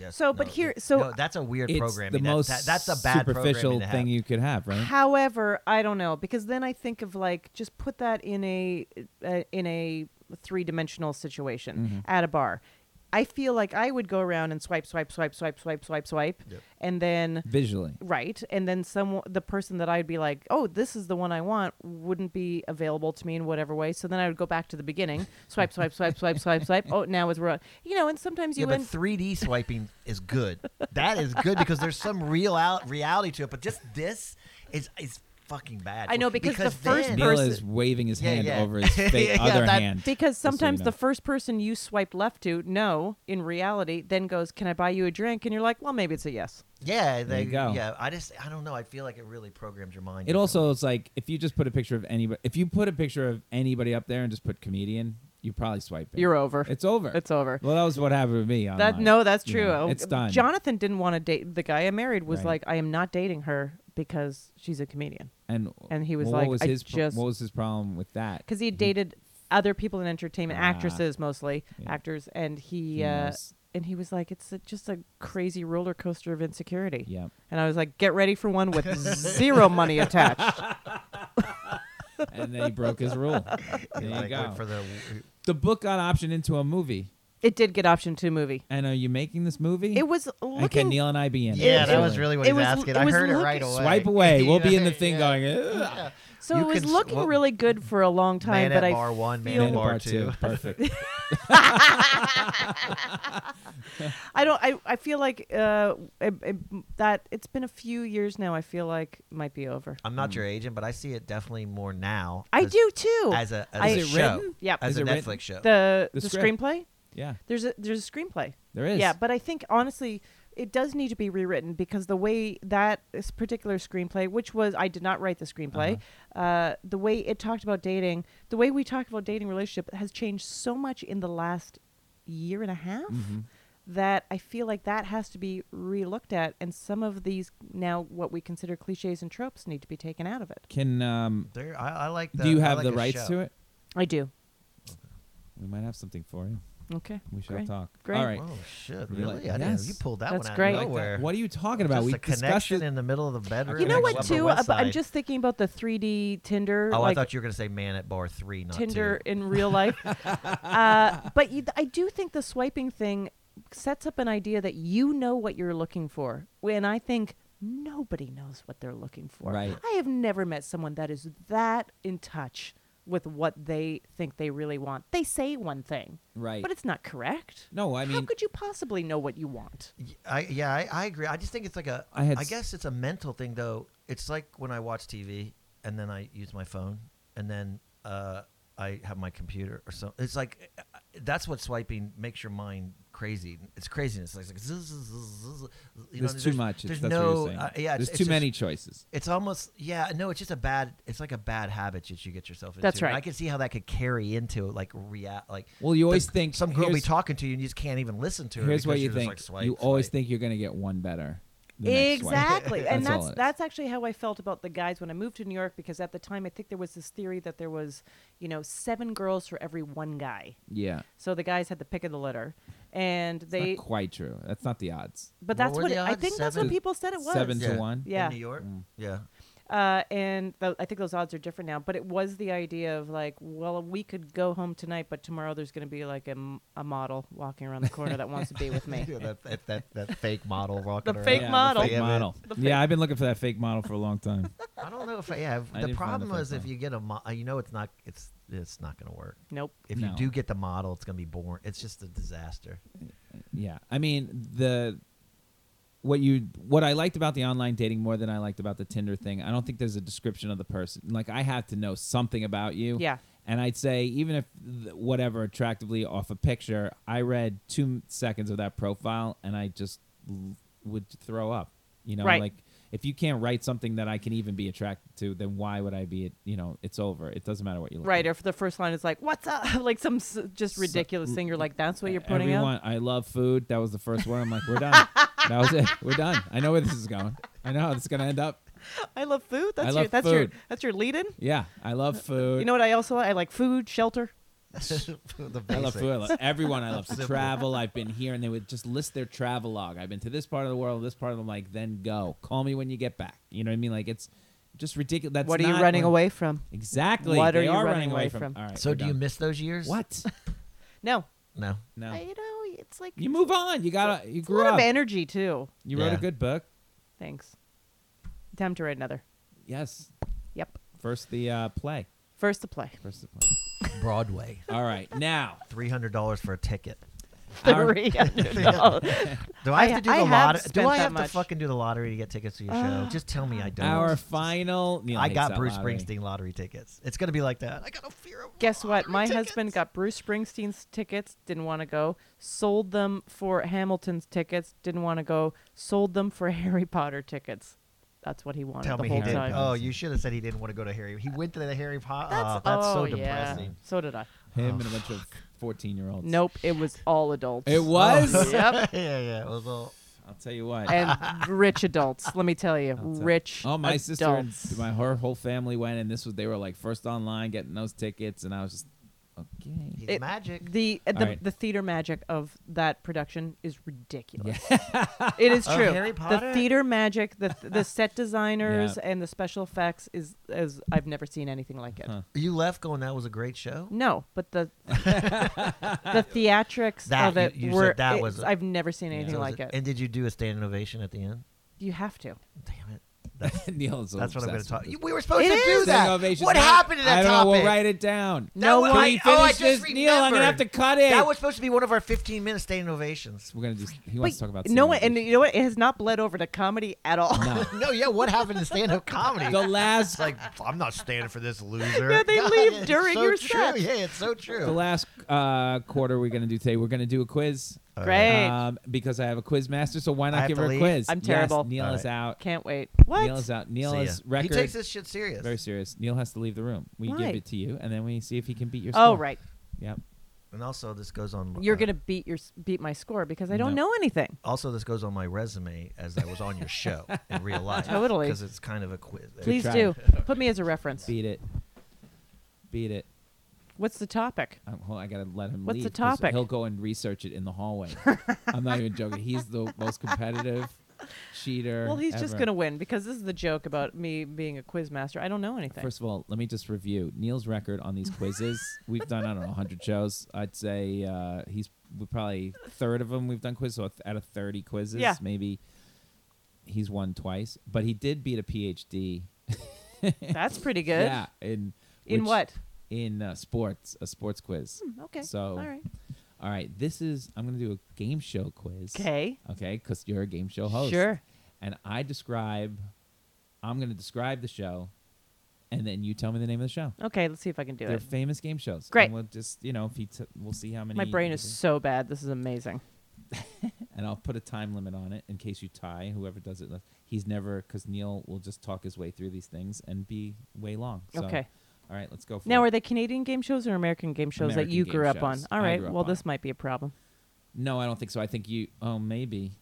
S4: yes
S3: So, but
S4: no,
S3: here-
S4: yes,
S3: so-
S4: no, that's a weird
S2: It's
S4: programming
S2: the
S4: that-
S2: most
S4: that- that's a bad
S2: superficial
S4: programming to have.
S2: thing you could have, right?
S3: However, I don't know because then I think of like just put that in a uh, in a three dimensional situation
S4: Mm-hmm.
S3: at a bar. I feel like I would go around and swipe, swipe, swipe, swipe, swipe, swipe, swipe, and then
S2: Visually,
S3: right, and then some the person that I'd be like, oh, this is the one I want, wouldn't be available to me in whatever way. So then I would go back to the beginning, swipe, swipe, swipe, swipe, swipe, swipe. Oh, now it's wrong. You know, and sometimes
S4: yeah,
S3: you
S4: but
S3: end.
S4: 3D swiping is good. That is good because there's some real out reality to it. But just this is is fucking bad.
S3: I know, because the first
S4: then-
S2: Neil
S3: person-
S2: is waving his
S4: Yeah,
S2: hand
S4: yeah.
S2: over his fake
S4: Yeah,
S2: other
S4: that-
S2: hand.
S3: Because
S2: so you
S3: sometimes
S2: know.
S3: the first person you swipe left to, no, in reality, then goes, Can I buy you a drink? And you're like, Well, maybe it's a yes.
S4: yeah, they,
S2: you go.
S4: yeah. I just I don't know. I feel like it really programs your mind.
S2: It also is like if you just put a picture of anybody, if you put a picture of anybody up there and just put comedian, you probably swipe it.
S3: You're over.
S2: It's over.
S3: It's over.
S2: Well, that was what happened with me.
S3: that
S2: online.
S3: no, that's
S2: You
S3: true.
S2: know,
S3: Oh,
S2: it's done.
S3: Jonathan didn't want to date the guy I married was
S2: Right.
S3: like, I am not dating her because she's a comedian.
S2: and
S3: and he was
S2: well, what
S3: like,
S2: was
S3: I
S2: his pro-
S3: just-
S2: what was his problem with that?
S3: Because he had dated other people in entertainment,
S2: Ah.
S3: actresses mostly,
S2: Yeah.
S3: actors, and he uh,
S2: Yes.
S3: and he was like, it's a, just a crazy roller coaster of insecurity.
S2: Yep.
S3: And I was like, get ready for one with zero money attached.
S2: and then he broke his rule. There you
S4: like,
S2: go.
S4: went for the
S2: the book got optioned into a movie.
S3: It did get option two movie.
S2: And are you making this movie?
S4: Mm.
S3: It was
S2: and can
S3: looking.
S2: Neil and I be in it?
S4: yeah, that
S2: Absolutely.
S4: was really what he
S3: It
S4: was
S3: was-
S4: asking.
S3: it
S4: I
S3: was
S4: heard it
S3: looking-
S4: right away.
S2: Swipe away. We'll be in the
S4: Yeah,
S2: thing
S4: yeah.
S2: going. eh? "Ugh."
S3: so
S4: you
S3: it was
S4: can s-
S3: looking
S4: well,
S3: really good for a long time,
S4: Man
S3: but
S4: at
S3: I
S4: bar one, man
S3: feel-
S4: at
S2: And
S4: bar
S2: part
S4: two.
S2: two. Perfect.
S3: I don't. I, I feel like uh, it, it- that it's been a few years now. I feel like might be over.
S4: I'm not your agent, but I see it definitely more now.
S3: I
S4: as-
S3: do too.
S4: as a as
S3: I-
S4: a
S3: Is it
S4: show,
S2: written?
S3: Yep.
S4: as
S2: Is
S4: a
S2: it
S4: Netflix
S2: written?
S4: show.
S3: the
S2: The
S3: the,
S2: script.
S3: screenplay.
S2: yeah,
S3: There's a there's a screenplay.
S2: there is.
S3: Yeah, but I think honestly, it does need to be rewritten because the way that this particular screenplay, which was I did not write the screenplay,
S2: Uh-huh.
S3: uh the way it talked about dating, the way we talk about dating relationship has changed so much in the last year and a half
S2: Mm-hmm.
S3: that I feel like that has to be relooked at, and some of these now what we consider cliches and tropes need to be taken out of it.
S2: Can um,
S4: There, I, I like. The,
S2: do you
S4: I
S2: have
S4: like
S2: the
S4: a
S2: rights
S4: show.
S2: to it?
S3: I do.
S2: We might have something for you.
S3: Okay.
S2: We shall
S3: Great.
S2: talk.
S3: Great.
S2: All right.
S4: Oh shit!
S2: You
S4: Really?
S2: like-
S4: I didn't-
S2: Yes.
S4: You pulled that
S3: That's
S4: one out
S3: great.
S4: of
S3: Like
S2: Like that.
S4: nowhere.
S2: What are you talking about?
S4: Just
S2: we
S4: a
S2: discussed
S4: connection
S2: it.
S4: in the middle of the bedroom.
S3: You know
S4: on
S3: what,
S4: Upper
S3: too?
S4: West
S3: Ab- I'm
S4: Side.
S3: just thinking about the 3D Tinder.
S4: Oh,
S3: like,
S4: I thought you were gonna say man at bar three, not
S3: Tinder in real life. uh, but you, I do think the swiping thing sets up an idea that you know what you're looking for. When I think nobody knows what they're looking for.
S2: Right.
S3: I have never met someone that is that in touch with what they think they really want. They say one thing,
S2: Right.
S3: but it's not correct.
S2: No, I
S3: How
S2: mean-
S3: could you possibly know what you want?
S4: two. Y- I, yeah, I, I agree. I just think it's like a.
S2: I had
S4: I
S2: s-
S4: guess it's a mental thing though. It's like when I watch TV and then I use my phone and then uh, I have my computer or something. It's like uh, that's what swiping makes your mind crazy. It's craziness. It's like zzz, zzz, zzz, zzz, you know,
S2: there's too much.
S4: There's
S2: It's, that's
S4: no.
S2: what you're saying.
S4: uh, yeah,
S2: there's
S4: it's,
S2: too
S4: it's
S2: many
S4: Just,
S2: choices.
S4: it's almost yeah no it's just a bad it's like a bad habit that you get yourself into
S3: That's
S4: And
S3: right.
S4: i can see how that could carry into like react like
S2: Well, you always
S4: the-
S2: think
S4: some girl be
S2: here's-
S4: talking to you and you just can't even listen to her
S2: Here's
S4: because
S2: what you
S4: you're just
S2: think.
S4: like, swipe,
S2: you always
S4: swipe.
S2: think you're going to get one better. the next swipe.
S3: Exactly. and
S2: all
S3: that's
S2: it is.
S3: that's, actually how I felt about the guys when I moved to New York because at the time I think there was this theory that there was, you know, seven girls for every one guy.
S2: yeah.
S3: So the guys had the pick of the litter. And
S2: It's
S3: they
S2: not quite true. That's not the odds.
S3: but
S4: What
S3: that's
S4: were
S3: what,
S4: the
S3: it, I
S4: odds?
S3: think that's what
S4: Seven-
S3: people said it was.
S2: Seven to
S4: Yeah.
S2: one. Mm.
S3: Yeah.
S4: in new york yeah
S3: Uh, and tho- I think those odds are different now, but it was the idea of like, well, we could go home tonight, but tomorrow there's going to be like a, m- a model walking around the corner that wants to be with me.
S4: that, that, that, that fake model rocking
S3: The
S4: around.
S3: fake
S2: Yeah, the
S3: model.
S2: fake
S4: Yeah, man.
S2: model. Yeah, I've been looking for that fake model for a long time.
S4: i don't know if I, yeah
S2: I
S4: the
S2: didn't find the
S4: problem
S2: fake
S4: is if
S2: model.
S4: you get a mo- you know it's not it's it's not gonna work
S3: Nope.
S4: if
S2: No.
S4: you do get the model it's gonna be boring it's just a disaster
S2: Yeah, I mean the what you what I liked about the online dating more than I liked about the Tinder thing. I don't think there's a description of the person. Like I have to know something about you.
S3: Yeah.
S2: And I'd say even if th- whatever attractively off a picture, I read two m- seconds of that profile and I just l- would throw up. You know,
S3: Right.
S2: like if you can't write something that I can even be attracted to, then why would I be? You know, it's over. It doesn't matter what you look
S3: Right,
S2: Like.
S3: or if the first line is like, "What's up?" like some s- just ridiculous thing, you're like, "That's what you're putting
S2: e-, Everyone,
S3: out."
S2: I love food. That was the first one. I'm like, we're done. that was it. We're done. I know where this is going. I know how this is gonna end up.
S3: I love food. That's your
S2: love
S3: that's your
S2: food.
S3: that's your lead-in.
S2: Yeah, I love food.
S3: You know what I also like? I like food, shelter.
S4: the
S2: I love
S4: basics.
S2: food. I love everyone. I love to travel. I've been here, and they would just list their travel log. I've been to this part of the world, this part of the like. Then go. Call me when you get back. You know what I mean? Like it's just ridiculous. That's
S3: what are you
S2: not
S3: running
S2: what-
S3: away from?
S2: Exactly.
S3: What
S2: They
S3: are you running
S2: away
S3: away
S2: from?
S3: from?
S2: All right,
S4: so
S2: we're
S4: do you
S2: done.
S4: miss those years
S2: what?
S3: No,
S4: no
S2: No.
S3: I, you know it's like
S2: you move on. You gotta. You
S3: a
S2: grew
S3: lot
S2: up.
S3: of energy too.
S2: You wrote a
S4: Yeah.
S2: good book.
S3: Thanks. Time to write another.
S2: Yes.
S3: Yep.
S2: First the uh, play.
S3: First to play.
S2: First the play.
S4: broadway
S2: All right, now.
S4: three hundred dollars for a ticket.
S2: Our-
S3: Three hundred dollars.
S4: Do I
S3: I-
S4: have to do
S3: I
S4: the
S3: have
S4: lottery? Do
S3: spent
S4: I
S3: that
S4: have to
S3: much. Uh,
S4: fucking do the lottery to get tickets to your show? Just tell me I don't.
S2: Our final. Neil
S4: I
S2: hates
S4: got
S2: that
S4: Bruce
S2: lottery.
S4: Springsteen lottery tickets. It's gonna be like that. I got a fear of.
S3: Guess what?
S4: lottery
S3: My
S4: tickets.
S3: husband got Bruce Springsteen's tickets. Didn't want to go. Sold them for Hamilton's tickets. Didn't want to go. Sold them for Harry Potter tickets. That's what he wanted
S4: Tell
S3: the
S4: me
S3: whole
S4: he didn't.
S3: time.
S4: Oh, you should have said he didn't want to go to Harry. He went to the Harry Potter.
S3: That's,
S4: That's, that's so
S3: oh, Yeah.
S4: depressing.
S3: So did I.
S2: Him and a bunch of fourteen-year-olds.
S3: Nope, it was all adults.
S2: It was.
S4: Oh.
S3: yep,
S4: yeah, yeah. It was all.
S2: I'll tell you what.
S3: and rich adults. Let me tell you,
S2: I'll tell-
S3: rich.
S2: Oh, my
S3: adults.
S2: sister and my her whole family went, and this was they were like first online getting those tickets, and I was just Okay.
S4: He's
S3: It-
S4: magic.
S3: The uh, the,
S2: Alright.
S3: the theater magic of that production is ridiculous. it is
S4: Of
S3: true.
S4: Harry
S3: The
S4: Potter?
S3: theater magic, the the set designers and the special effects is as I've never seen anything like it.
S4: you left going. That was a great show.
S3: No, but the the theatrics
S4: That-
S3: of it
S4: you- you said
S3: were
S4: that
S3: it-
S4: was a-
S3: I've never seen anything
S4: So is
S3: like it.
S4: And did you do a standing ovation at the end?
S3: You have to.
S4: Damn it. That's,
S2: Neil's
S4: that's what I'm going to
S2: obsessed
S4: talk.
S2: with this.
S4: We were supposed
S3: It
S4: to do
S3: is.
S4: that.
S2: Standing ovation.
S4: What
S2: Neil,
S4: happened to that
S2: I don't
S4: topic?
S2: Know, we'll write it down.
S4: That
S3: No
S4: was-
S3: one-
S2: Can you
S4: oh, I
S2: finish
S4: just
S2: this, Neil? I'm gonna have to
S4: remembered.
S2: cut it.
S4: That was supposed to be one of our 15 minute standing ovations.
S2: We're gonna just. He wants to talk about
S3: no
S2: Sam
S3: one, and
S2: Levinson.
S3: you know what? It has not bled over to comedy at all.
S4: no, yeah. What happened to stand up comedy?
S2: the last
S4: It's like I'm not standing for this loser.
S3: No, they
S4: God,
S3: leave
S4: it's
S3: during
S4: so
S3: your
S4: true.
S3: set.
S4: Yeah, it's so true.
S2: the last uh, quarter we're gonna do today. We're gonna do a quiz.
S3: Great.
S2: Um, because I have a quiz master, so why
S4: I
S2: not
S4: have
S2: give
S4: to
S2: her a
S4: leave?
S2: quiz?
S3: I'm
S2: Yes,
S3: terrible.
S2: Neil
S4: All
S2: is
S4: right.
S2: out.
S3: Can't wait.
S2: Neil
S3: What?
S2: is out. Neil
S4: See ya.
S2: is record.
S4: He takes this shit serious.
S2: very serious. Neil has to leave the room. We
S3: Why?
S2: give it to you, and then we see if he can beat your score.
S3: Oh right,
S2: Yep.
S4: And also, this goes on.
S3: you're
S4: uh,
S3: gonna beat your s- beat my score because I don't
S2: No.
S3: know anything.
S4: Also, this goes on my resume as I was on your show in real life.
S3: Totally.
S4: Because it's kind of a quiz.
S3: Please
S2: try.
S3: do put me as a reference.
S2: Beat it. Beat it.
S3: What's the topic?
S2: Um, hold on, I gotta let him.
S3: What's the
S2: leave 'cause
S3: topic?
S2: He'll go and research it in the hallway. I'm not even joking. He's the most competitive cheater.
S3: Well, he's just
S2: ever.
S3: gonna win because this is the joke about me being a quiz master. I don't know anything.
S2: First of all, let me just review Neil's record on these quizzes. we've done I don't know 100 shows. I'd say uh, he's we probably third of them we've done quizzes. So out of 30 quizzes,
S3: Yeah.
S2: maybe he's won twice. But he did beat a PhD.
S3: That's pretty good.
S2: Yeah, in
S3: In
S2: which-
S3: what? Hmm. Mm,
S2: In uh, sports, a sports quiz.
S3: Okay.
S2: So
S3: all right.
S2: All right, this is I'm going to do a game show quiz.
S3: Okay.
S2: Okay, because you're a game show host.
S3: Sure.
S2: And I describe, I'm going to describe the show, and then you tell me the name of the show.
S3: Okay. Let's see if I can do
S2: They're
S3: it.
S2: famous game shows. And
S3: Great.
S2: we'll just you know if he t- we'll see how many.
S3: My brain
S2: you
S3: is
S2: do.
S3: so bad. This is amazing.
S2: And I'll put a time limit on it in case you tie. Whoever does it, left. he's never because Neil will just talk his way through these things and be way long. So,
S3: Okay.
S2: All right, let's go. For
S3: Now,
S2: it.
S3: are they Canadian game shows or American game shows that
S2: American
S3: you
S2: game
S3: grew up on?
S2: shows.
S3: All
S2: I
S3: right.
S2: grew up
S3: Well,
S2: on.
S3: this might be a problem.
S2: No, I don't think so. I think you. Oh, maybe,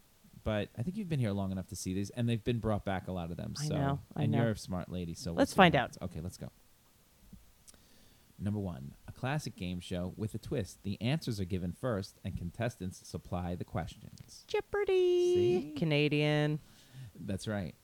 S2: but I think you've been here long enough to see these, and they've been brought back a lot of them.
S3: I
S2: So,
S3: know, I
S2: and
S3: know.
S2: you're a smart lady, so we'll
S3: Let's
S2: see what
S3: find out.
S2: happens. Okay, let's go. Number one, a classic game show with a twist. The answers are given first, and contestants supply the questions.
S3: Jeopardy.
S2: See?
S3: Canadian.
S2: That's right.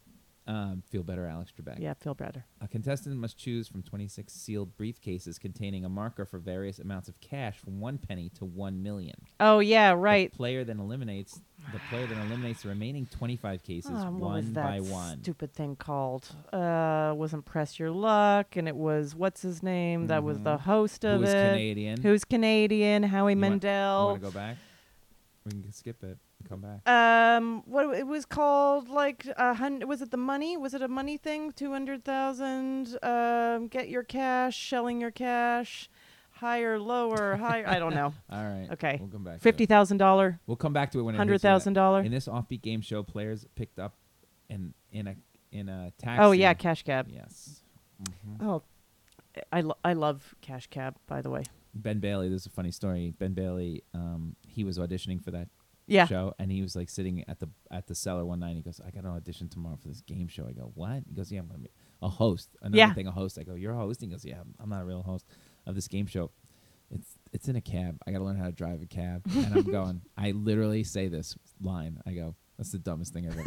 S2: Um, feel better, Alex Trebek.
S3: Yeah, feel better.
S2: A contestant must choose from 26 sealed briefcases containing a marker for various amounts of cash from one penny to one million.
S3: Oh yeah,
S2: The
S3: right.
S2: player then eliminates the player then eliminates the remaining 25 cases
S3: Ah,
S2: one
S3: what was that
S2: by one.
S3: Stupid thing called uh, wasn't press your luck, and it was what's his name that was the host
S2: Mm-hmm. Who
S3: of
S2: was
S3: it.
S2: Canadian?
S3: Who's Canadian? Howie
S2: You want- You
S3: Mandel.
S2: want to go back? We can skip it. and Come back.
S3: um, what it was called like a hundred? Was it the money? Was it a money thing? Two hundred thousand. Um, get your cash, shelling your cash, higher, lower, higher. I don't know.
S2: All right.
S3: Okay.
S2: We'll come back.
S3: Fifty
S2: To it.
S3: thousand dollar.
S2: We'll come back to it when it hits you.
S3: $100,000?
S2: In this offbeat game show, players picked up in in a in a taxi.
S3: Oh yeah, cash cab.
S2: Yes.
S3: Oh, I lo- I love cash cab. By the way.
S2: Ben Bailey. There's a funny story. Ben Bailey. Um, he was auditioning for that
S3: Yeah.
S2: show, and he was like sitting at the at the cellar one night. And he goes, "I got an audition tomorrow for this game show." I go, "What?" He goes, "Yeah, I'm gonna be a host." Another
S3: Yeah.
S2: thing, a host. I go, "You're a host?" He goes, "Yeah, I'm- I'm not a real host of this game show. It's it's in a cab. I got to learn how to drive a cab." And I'm going, I literally say this line. I go, "That's the dumbest thing ever."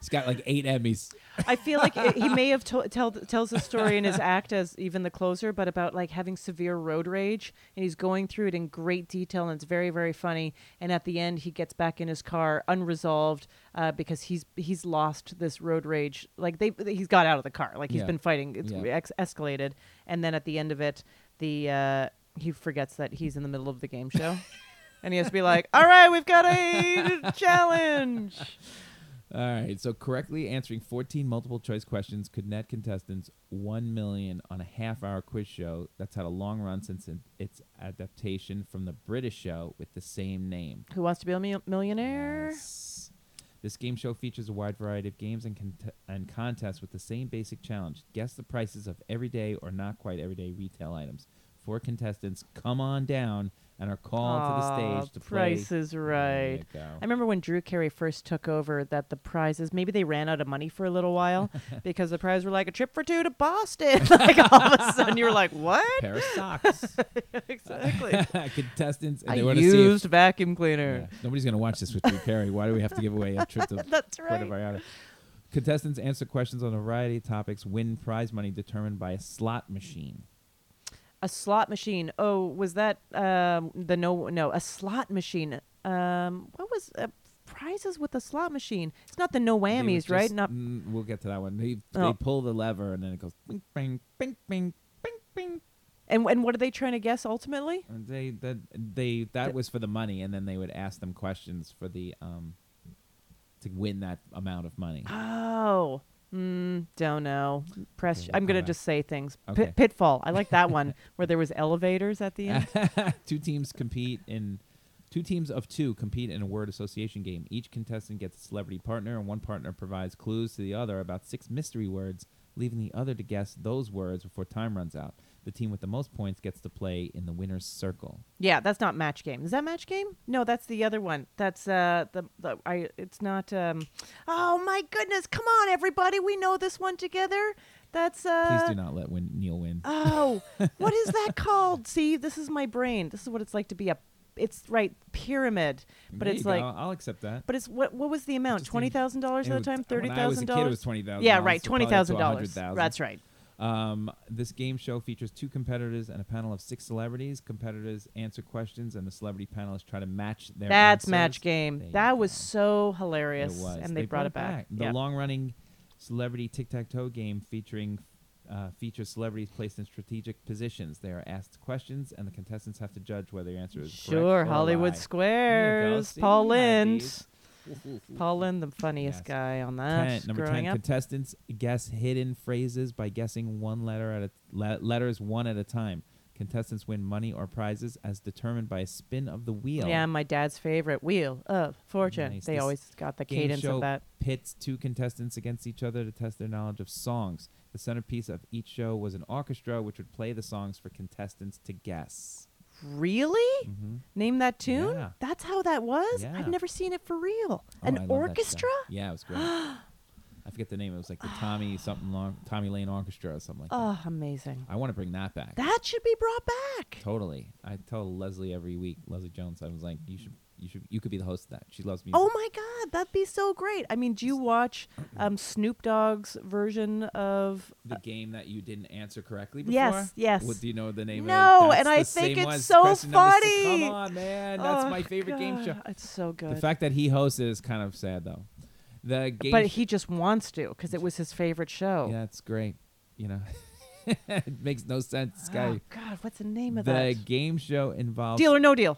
S2: It's got like eight Emmys.
S3: I feel like it, he may have to- tell, tells the story in his act as even the closer, but about like having severe road rage, and he's going through it in great detail, and it's very very funny. And at the end, he gets back in his car unresolved uh, because he's he's lost this road rage. Like they he's got out of the car, like he's
S2: Yeah.
S3: been fighting. It's
S2: Yeah.
S3: ex- escalated, and then at the end of it, the uh, he forgets that he's in the middle of the game show. And he has to be like, "All right, we've got a challenge."
S2: All right. So correctly answering 14 multiple choice questions could net contestants 1 million on a half hour quiz show that's had a long run since in- its adaptation from the British show with the same name.
S3: Who wants to be a Mil- millionaire?
S2: Yes. This game show features a wide variety of games and, cont- and contests with the same basic challenge guess the prices of everyday or not quite everyday retail items. four contestants come on down and are called to
S3: Aw,
S2: the stage to
S3: Price
S2: play.
S3: is Right.
S2: There you go.
S3: I remember when Drew Carey first took over that the prizes maybe they ran out of money for a little while because the prizes were like a trip for two to Boston. like all of a sudden you were like, what?
S2: pair of socks.
S3: exactly.
S2: contestants. And
S3: I
S2: they want to see if-
S3: used vacuum
S2: Yeah,
S3: cleaner.
S2: nobody's going to watch this with Drew Carey. Why do we have to give away a trip to
S3: That's
S2: Puerto
S3: right.
S2: Vallarta? Contestants answer questions on a variety of topics, win prize money determined by a slot machine.
S3: A slot machine. Oh, was that um, the no? No, a slot machine. Um, what was uh, prizes with a slot machine? It's not the no
S2: They would
S3: whammies, right?
S2: just-
S3: Not
S2: mm, we'll get to that one. They, they
S3: Oh.
S2: pull the lever and then it goes bing, bing, bing, bing, bing, bing.
S3: and and what are they trying to guess ultimately?
S2: And they that they that was for the money, and then they would ask them questions for the um to win that amount of money.
S3: Oh, mm, don't know. Press.
S2: Okay,
S3: I'm gonna
S2: alright.
S3: just say things.
S2: Okay.
S3: Pit, pitfall. I like that one where there was elevators at the end.
S2: two teams compete in two teams of two compete in a word association game. Each contestant gets a celebrity partner, and one partner provides clues to the other about six mystery words, leaving the other to guess those words before time runs out. The team with the most points gets to play in the winner's circle.
S3: yeah, that's not match game. Is that match game? No, that's the other one. That's uh the, the I. It's not. um Oh my goodness! Come on, everybody. We know this one together. That's uh.
S2: Please do not let win- Neil win.
S3: Oh, what is that called? See, this is my brain. This is what it's like to be a. It's right pyramid, but
S2: There
S3: it's
S2: you go.
S3: like.
S2: I'll accept that.
S3: But it's what? What was the amount?
S2: just
S3: Twenty thousand dollars at the
S2: It was-
S3: time. Thirty
S2: When I was a
S3: thousand
S2: kid, it was
S3: dollars.
S2: twenty thousand.
S3: Yeah, right. Twenty thousand dollars. That's right.
S2: Um, this game show features two competitors and a panel of six celebrities. Competitors answer questions, and the celebrity panelists try to match their.
S3: That's
S2: answers.
S3: match game.
S2: There you
S3: that was
S2: go.
S3: so
S2: It
S3: hilarious,
S2: was.
S3: and they, brought, it back.
S2: The
S3: Yeah.
S2: long-running celebrity tic-tac-toe game featuring uh, features celebrities placed in strategic positions. They are asked questions, and the contestants have to judge whether the answer is correct or
S3: sure,
S2: a
S3: Hollywood
S2: lie.
S3: Squares.
S2: See,
S3: Paul
S2: I
S3: Lind.
S2: beat.
S3: Paul Lind, the funniest
S2: Yes.
S3: guy on that.
S2: 10, number
S3: growing
S2: 10
S3: up.
S2: contestants guess hidden phrases by guessing one letter at a le- letters one at a time contestants win money or prizes as determined by a spin of the wheel
S3: Yeah, my dad's favorite Wheel of Fortune.
S2: Nice.
S3: They
S2: This
S3: always got the
S2: Game
S3: cadence
S2: show
S3: of that.
S2: pits two contestants against each other to test their knowledge of songs the centerpiece of each show was an orchestra which would play the songs for contestants to guess
S3: Really?
S2: Mhm.
S3: Name that tune?
S2: Yeah.
S3: That's how that was?
S2: Yeah.
S3: I've never seen it for real.
S2: Oh, I
S3: An
S2: love that show.
S3: orchestra?
S2: yeah it was great i forget the name it was like the tommy something long tommy lane orchestra or something like that
S3: Oh, amazing.
S2: i want to bring that back
S3: That should be brought back.
S2: Totally. I tell Leslie every week, Leslie Jones, I was like, you should, you should, you could be the host of that. She loves music.
S3: Oh my God, that'd be so great. I mean, do you watch um, Snoop Dogg's version of.
S2: The game that you didn't answer correctly before.
S3: Yes, yes.
S2: What, do you know the name?
S3: No,
S2: of it? That's
S3: and I
S2: the
S3: think
S2: same
S3: it's
S2: one as
S3: so
S2: question number six.
S3: funny.
S2: Come on, man, that's
S3: Oh,
S2: my favorite game show.
S3: God, It's so good.
S2: The fact that he hosts it is kind of sad though. The game.
S3: but
S2: sh-
S3: he just wants to because it was his favorite show.
S2: Yeah, it's great. You know, it makes no sense, this guy.
S3: Oh, God, what's the name
S2: the
S3: of that?
S2: game show involves.
S3: Deal or No Deal.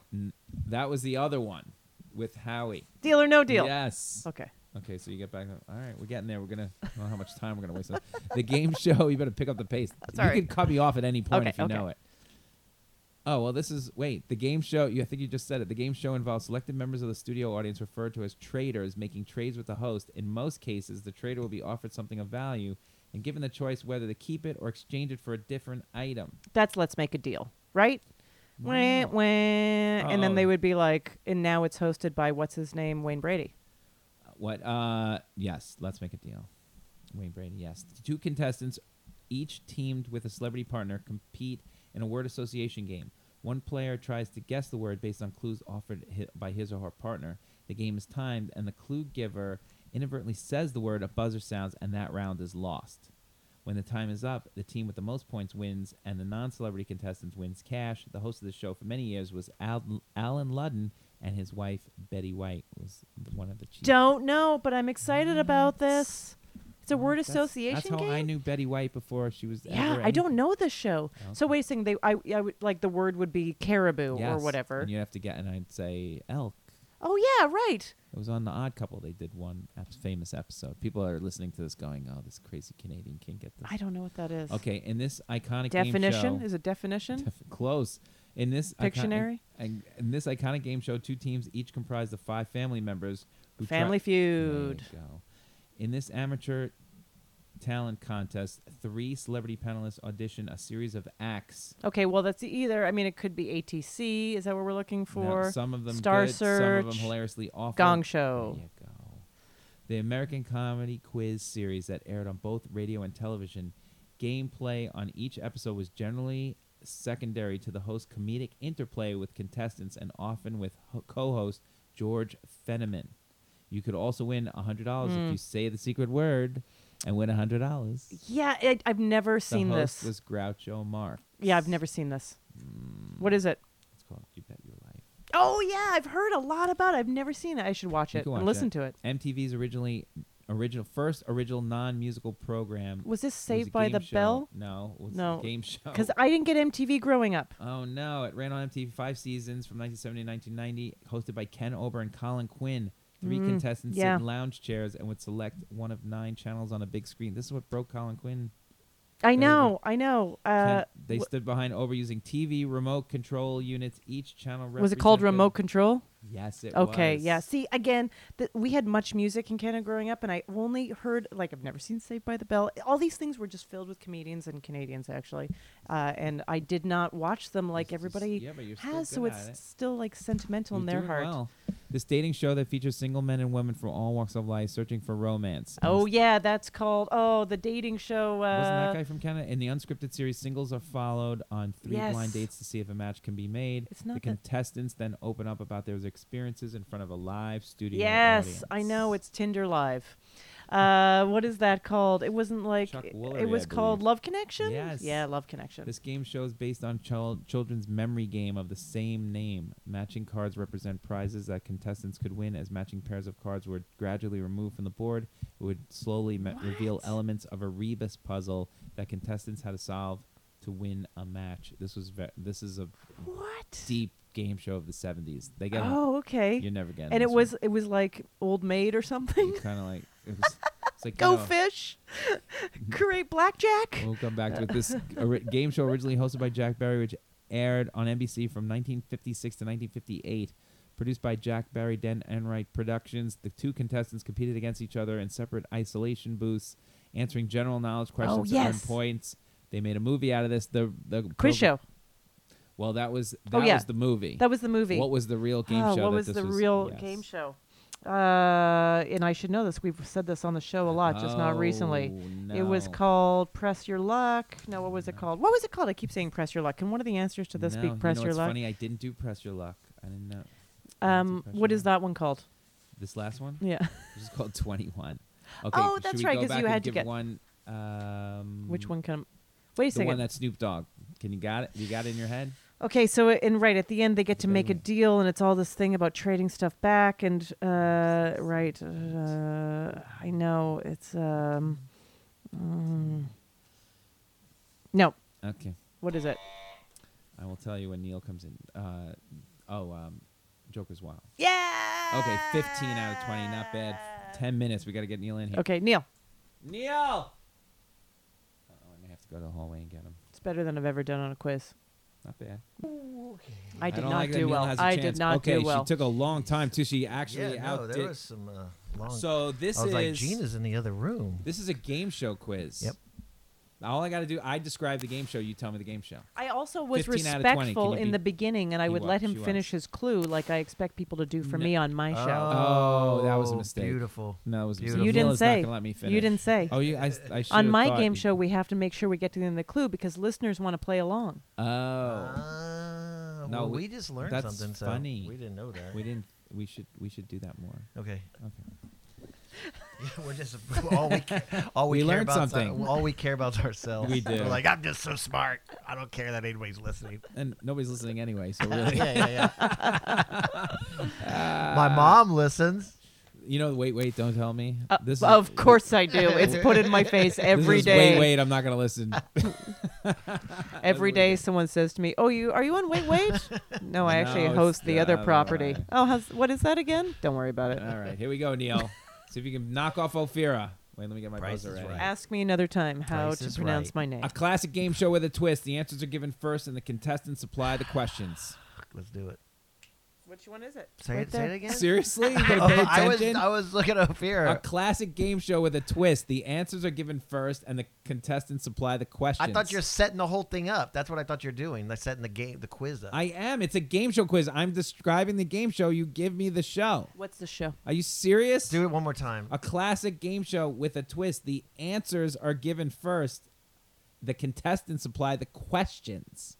S2: That was the other one with Howie.
S3: Deal or No Deal.
S2: Yes.
S3: Okay.
S2: Okay, so you get back. All right, we're getting there. We're gonna. I don't know how much time we're gonna waste. on The game show. You better pick up the pace.
S3: That's
S2: you
S3: all right.
S2: can cut me off at any point
S3: Okay,
S2: if you
S3: okay.
S2: know it. Oh well, this is wait. The game show. You, I think you just said it. The game show involves selected members of the studio audience referred to as traders making trades with the host. In most cases, the trader will be offered something of value and given the choice whether to keep it or exchange it for a different item.
S3: that's let's make a deal, right? Wah,
S2: Wow.
S3: wah. And
S2: Uh-oh.
S3: then they would be like, and now it's hosted by what's his name, Wayne Brady.
S2: What? Uh, yes. Let's make a deal. Wayne Brady. Yes. Two contestants, each teamed with a celebrity partner, compete in a word association game. One player tries to guess the word based on clues offered hi- by his or her partner. The game is timed, and the clue giver inadvertently says the word. A buzzer sounds, and that round is lost. When the time is up, the team with the most points wins, and the non-celebrity contestants wins cash. The host of the show for many years was Al- Alan Ludden, and his wife Betty White was one of the chief
S3: Don't know, but I'm excited about this. It's a word
S2: that's-
S3: association
S2: That's how
S3: game.
S2: I knew Betty White before she was.
S3: yeah,
S2: ever
S3: I don't
S2: anything.
S3: know this show. So
S2: Okay.
S3: wait a second, they I, I would like the word would be caribou
S2: Yes,
S3: or whatever.
S2: And you have to get, and I'd say elk.
S3: Oh yeah, right.
S2: It was on the Odd Couple. They did one ep- famous episode. People are listening to this, going, "Oh, this crazy Canadian can't get this."
S3: I don't know what that is.
S2: Okay, in this iconic
S3: Definition
S2: game show,
S3: is a definition.
S2: Def- close. In this icon-
S3: Pictionary?
S2: and in this iconic game show, two teams each comprised of five family members. Who tri-
S3: Family
S2: There you
S3: Feud.
S2: go. In this amateur talent contest. Three celebrity panelists audition a series of acts.
S3: Okay, well, that's e-, either. I mean, it could be ATC. Is that what we're looking
S2: Now,
S3: for?
S2: some of them
S3: Star
S2: good,
S3: Search.
S2: some of them hilariously awful.
S3: Gong Show.
S2: There you go. The American Comedy Quiz series that aired on both radio and television. Gameplay on each episode was generally secondary to the host's comedic interplay with contestants and often with ho- co-host George Fenneman. You could also win $100
S3: Hmm.
S2: if you say the secret word and win $100.
S3: Yeah, I, I've never seen
S2: the host
S3: this.
S2: was Groucho Marx.
S3: yeah, I've never seen this.
S2: Mm.
S3: What is it?
S2: It's called You Bet Your Life.
S3: Oh yeah, I've heard a lot about it. I've never seen it. I should watch
S2: You
S3: it
S2: can watch
S3: and listen
S2: that.
S3: to it.
S2: MTV's originally original first original non-musical program
S3: Was this
S2: was a
S3: Saved by
S2: game
S3: the
S2: show.
S3: Bell?
S2: No, it was
S3: No,
S2: a game show.
S3: Because I didn't get MTV growing up.
S2: oh no, it ran on MTV five seasons from 1970 to 1990, hosted by Ken Ober and Colin Quinn. Three contestants
S3: Mm, yeah.
S2: sit in lounge chairs and would select one of nine channels on a big screen. This is what broke Colin Quinn.
S3: I
S2: Very
S3: know, I know.
S2: Ken-
S3: Uh,
S2: they
S3: wh-
S2: stood behind Ober using TV remote control units. Each channel
S3: was it called
S2: represented-
S3: remote control?
S2: Yes, it was.
S3: Okay, yeah. See, again, th- we had much music in Canada growing up, and I only heard like I've never seen Saved by the Bell. All these things were just filled with comedians and Canadians actually, uh, and I did not watch them like
S2: It's just-
S3: everybody
S2: yeah, but you're still
S3: has. So
S2: good
S3: it's
S2: at it.
S3: still like sentimental in
S2: You're
S3: their
S2: doing
S3: heart.
S2: well. This dating show that features single men and women from all walks of life searching for romance. And
S3: Oh
S2: this-
S3: yeah, that's called oh the dating show. Uh,
S2: Wasn't that guy from Canada? In the unscripted series, singles are followed on three
S3: Yes.
S2: blind dates to see if a match can be made.
S3: It's not
S2: the
S3: that-
S2: contestants then open up about their experiences in front of a live studio.
S3: Yes, I know
S2: audience.
S3: it's Tinder Live. Uh, what is that called? It wasn't like
S2: Chuck
S3: it-
S2: Woolery,
S3: it was
S2: I
S3: called
S2: believe.
S3: Love Connection.
S2: Yes.
S3: Yeah, Love Connection.
S2: This game show is based on chil- children's memory game of the same name. Matching cards represent prizes that contestants could win. As matching pairs of cards were gradually removed from the board, it would slowly ma- reveal elements of a Rebus puzzle that contestants had to solve to win a match. This was ve- this is a
S3: what?
S2: deep game show of the 70s. They got
S3: Oh, okay.
S2: you're never getting
S3: and it
S2: this
S3: was it was like old maid or something.
S2: kind of like it was, it's like
S3: Go
S2: kinda-
S3: fish, create blackjack.
S2: We'll come back to it. This ori- game show originally hosted by Jack Barry, which aired on NBC from 1956 to 1958. Produced by Jack Barry, Den Enright Productions, the two contestants competed against each other in separate isolation booths, answering general knowledge questions to earn
S3: Oh, yes.
S2: points. They made a movie out of this. The the
S3: Quiz
S2: program-
S3: show.
S2: Well, that was that
S3: Oh, yeah.
S2: was the movie.
S3: That was the movie.
S2: What was the real game
S3: oh,
S2: show?
S3: What
S2: that
S3: was
S2: this
S3: the real
S2: yes.
S3: game show? Uh, and I should know this. We've said this on the show a lot, just not recently.
S2: Oh,
S3: It was
S2: no.
S3: called Press Your Luck. No, what was it called? What was it called? I keep saying Press Your Luck. Can one of the answers to this
S2: no,
S3: be Press
S2: you know,
S3: Your
S2: it's
S3: Luck?
S2: Funny, I didn't do press your luck. I didn't know. I didn't do
S3: Um,
S2: Press
S3: what
S2: Your
S3: is
S2: Luck.
S3: that one called?
S2: This last one.
S3: Yeah.
S2: This is called 21. Okay,
S3: Oh,
S2: should
S3: that's
S2: we
S3: right,
S2: go
S3: 'cause
S2: back
S3: you
S2: and
S3: had to
S2: give
S3: get-
S2: one. Um,
S3: Which one can? Wait a
S2: The one
S3: second.
S2: that Snoop Dogg. Can you got it? You got it in your head?
S3: Okay, so it- and right at the end they get to
S2: better
S3: make a
S2: way.
S3: deal, and it's all this thing about trading stuff back, and uh, right. Uh, I know it's um, mm. no.
S2: Okay,
S3: What is it?
S2: I will tell you when Neil comes in. Uh, oh, um, Joker's wild.
S3: Yeah.
S2: Okay, 15 out of 20, not bad. 10 minutes. We got to get Neil in here.
S3: Okay, Neil.
S2: Neil. Oh, I'm gonna have to go to the hallway Oh, and get him.
S3: It's better than I've ever done on a quiz.
S2: Not bad.
S3: I did
S2: don't
S3: not
S2: like that
S3: do
S2: Neil
S3: well.
S2: has a
S3: I
S2: chance.
S3: did not
S2: okay,
S3: do well.
S2: she took a long time too. She actually
S4: Yeah, no,
S2: outdid.
S4: there was some uh, long.
S2: so this
S4: I was
S2: is
S4: like, Gina's in the other room.
S2: This is a game show quiz.
S4: Yep.
S2: All I got to do, I describe the game show. You tell me the game show.
S3: I also was
S2: 15 out of 20. Can
S3: respectful
S2: you
S3: in the
S2: beat-
S3: beginning, and I
S2: He
S3: would
S2: was,
S3: let
S2: she
S3: him
S2: was.
S3: finish his clue, like I expect people to do for
S2: No.
S3: me on my show.
S2: Oh, that was a mistake.
S4: Beautiful.
S2: No, it was
S4: Beautiful.
S3: You
S2: Neil
S3: didn't
S2: is not
S3: say.
S2: gonna let me finish.
S3: You didn't say.
S2: Oh, you. I, I should
S3: on
S2: have
S3: my
S2: thought
S3: game
S2: you-
S3: show, we have to make sure we get to the end of the clue because listeners want to play along.
S2: Oh,
S4: Ah,
S2: No,
S4: well,
S2: we-
S4: we just learned
S2: that's
S4: something. So
S2: funny.
S4: We didn't know that.
S2: we didn't. We should. We should do that more.
S4: Okay.
S2: Okay.
S4: Yeah, we're just all we ca- all we,
S2: We
S4: care
S2: learned
S4: about
S2: something.
S4: all we care about is ourselves.
S2: We do.
S4: We're like I'm just so smart. I don't care that anybody's listening.
S2: And nobody's listening anyway, so really.
S4: yeah, yeah, yeah. My mom listens.
S2: You know, wait, wait, don't tell me.
S3: Uh,
S2: this
S3: of
S2: is,
S3: course I do. It's put in my face every
S2: this is,
S3: day.
S2: Wait, wait, I'm not gonna listen.
S3: Every day, someone says to me, "Oh, you are you on Wait Wait?" no, I actually
S2: No, it's
S3: host the
S2: the
S3: other
S2: other
S3: property.
S2: way.
S3: Oh, how's, what is that again? Don't worry about it.
S2: All right, here we go, Neil. See if you can knock off Ophira. Wait, let me get my
S4: Price
S2: buzzer
S4: is
S2: ready.
S4: Right.
S3: Ask me another time how
S4: Price
S3: to
S4: is
S3: pronounce
S4: right.
S3: my name.
S2: A classic game show with a twist. The answers are given first, and the contestants supply the questions.
S4: Let's do it.
S3: Which one is it?
S4: Say,
S3: Right
S4: it, say it
S3: there.
S4: again.
S2: Seriously? They pay attention?
S4: Oh, I was I was looking up here.
S2: a classic game show with a twist. The answers are given first, and the contestants supply the questions.
S4: I thought you're setting the whole thing up. That's what I thought you're doing. Like setting the game, the quiz up.
S2: I am. It's a game show quiz. I'm describing the game show. You give me the show.
S3: What's the show?
S2: Are you serious?
S4: Do it one more time.
S2: A classic game show with a twist. The answers are given first. The contestants supply the questions.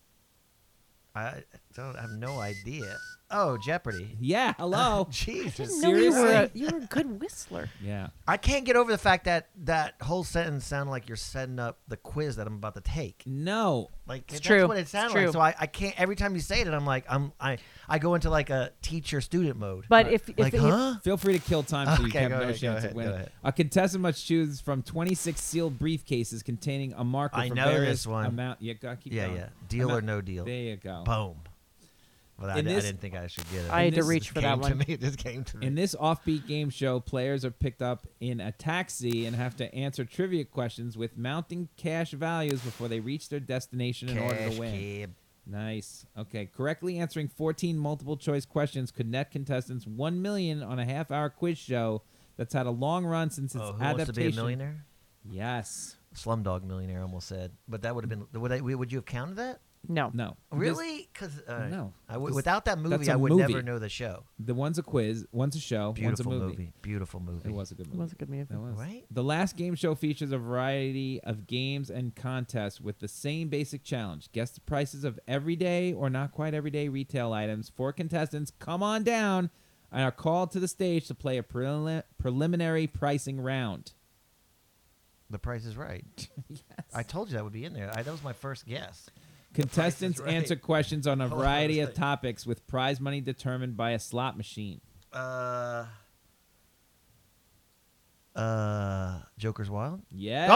S4: I don't I have no idea. Oh, Jeopardy.
S2: Yeah. Hello.
S4: Jesus.
S2: Didn't
S3: No, you were a,
S2: Seriously?
S3: you were a good whistler.
S2: yeah.
S4: I can't get over the fact that that whole sentence sounded like you're setting up the quiz that I'm about to take.
S2: No.
S4: Like
S3: It's
S4: that's
S3: true.
S4: what it
S3: It's
S4: sounded
S3: true.
S4: like. So I, I can't. Every time you say it, I'm like I'm I I go into like a teacher student mode.
S3: But if if
S4: like
S3: it-
S4: huh?
S2: Feel free to kill time so you
S4: Okay,
S2: have
S4: go
S2: no
S4: ahead, go
S2: chance
S4: ahead,
S2: of
S4: go
S2: winning.
S4: ahead.
S2: A contestant must choose from 26 sealed briefcases containing a marker
S4: I
S2: for
S4: know
S2: various
S4: this one.
S2: amount. Yeah, go, keep
S4: yeah,
S2: going.
S4: yeah. Deal
S2: I'm
S4: or
S2: not-
S4: no deal.
S2: There you go.
S4: Boom. Well, I,
S2: In
S4: di- I
S2: this-
S4: didn't think I should get it.
S3: I had to
S4: This
S3: reach for that
S4: came
S3: one.
S4: To me. This came to me.
S2: In this offbeat game show, players are picked up in a taxi and have to answer trivia questions with mounting cash values before they reach their destination in order
S4: Cash
S2: to win.
S4: cab.
S2: Nice. Okay. Correctly answering 14 multiple choice questions could net contestants 1 million on a half hour quiz show that's had a long run since its
S4: Oh, who
S2: adaptation.
S4: wants to be a millionaire?
S2: Yes.
S4: Slumdog Millionaire almost said, but that would have been. Would I, would you have counted that?
S3: no,
S2: No. This-
S4: Really? Because uh,
S2: No.
S4: I w-
S2: This-
S4: without that
S2: that's
S4: movie,
S2: a
S4: I would never
S2: movie.
S4: know the show.
S2: the one's a quiz, one's a show,
S4: Beautiful
S2: one's a
S4: movie.
S2: movie.
S4: Beautiful movie.
S2: It was a good
S3: it
S2: movie.
S3: was a good movie.
S2: That was.
S4: Right?
S2: The last game show features a variety of games and contests with the same basic challenge. Guess the prices of everyday or not quite everyday retail items. Four contestants come on down and are called to the stage to play a prelim- preliminary pricing round.
S4: The Price is Right. I told you that would be in there. I, that was my first guess.
S2: Contestants
S4: Right.
S2: answer questions on a
S4: Hold on,
S2: variety
S4: let's
S2: of
S4: see.
S2: topics with prize money determined by a slot machine.
S4: Uh, uh, Joker's Wild.
S2: Yeah.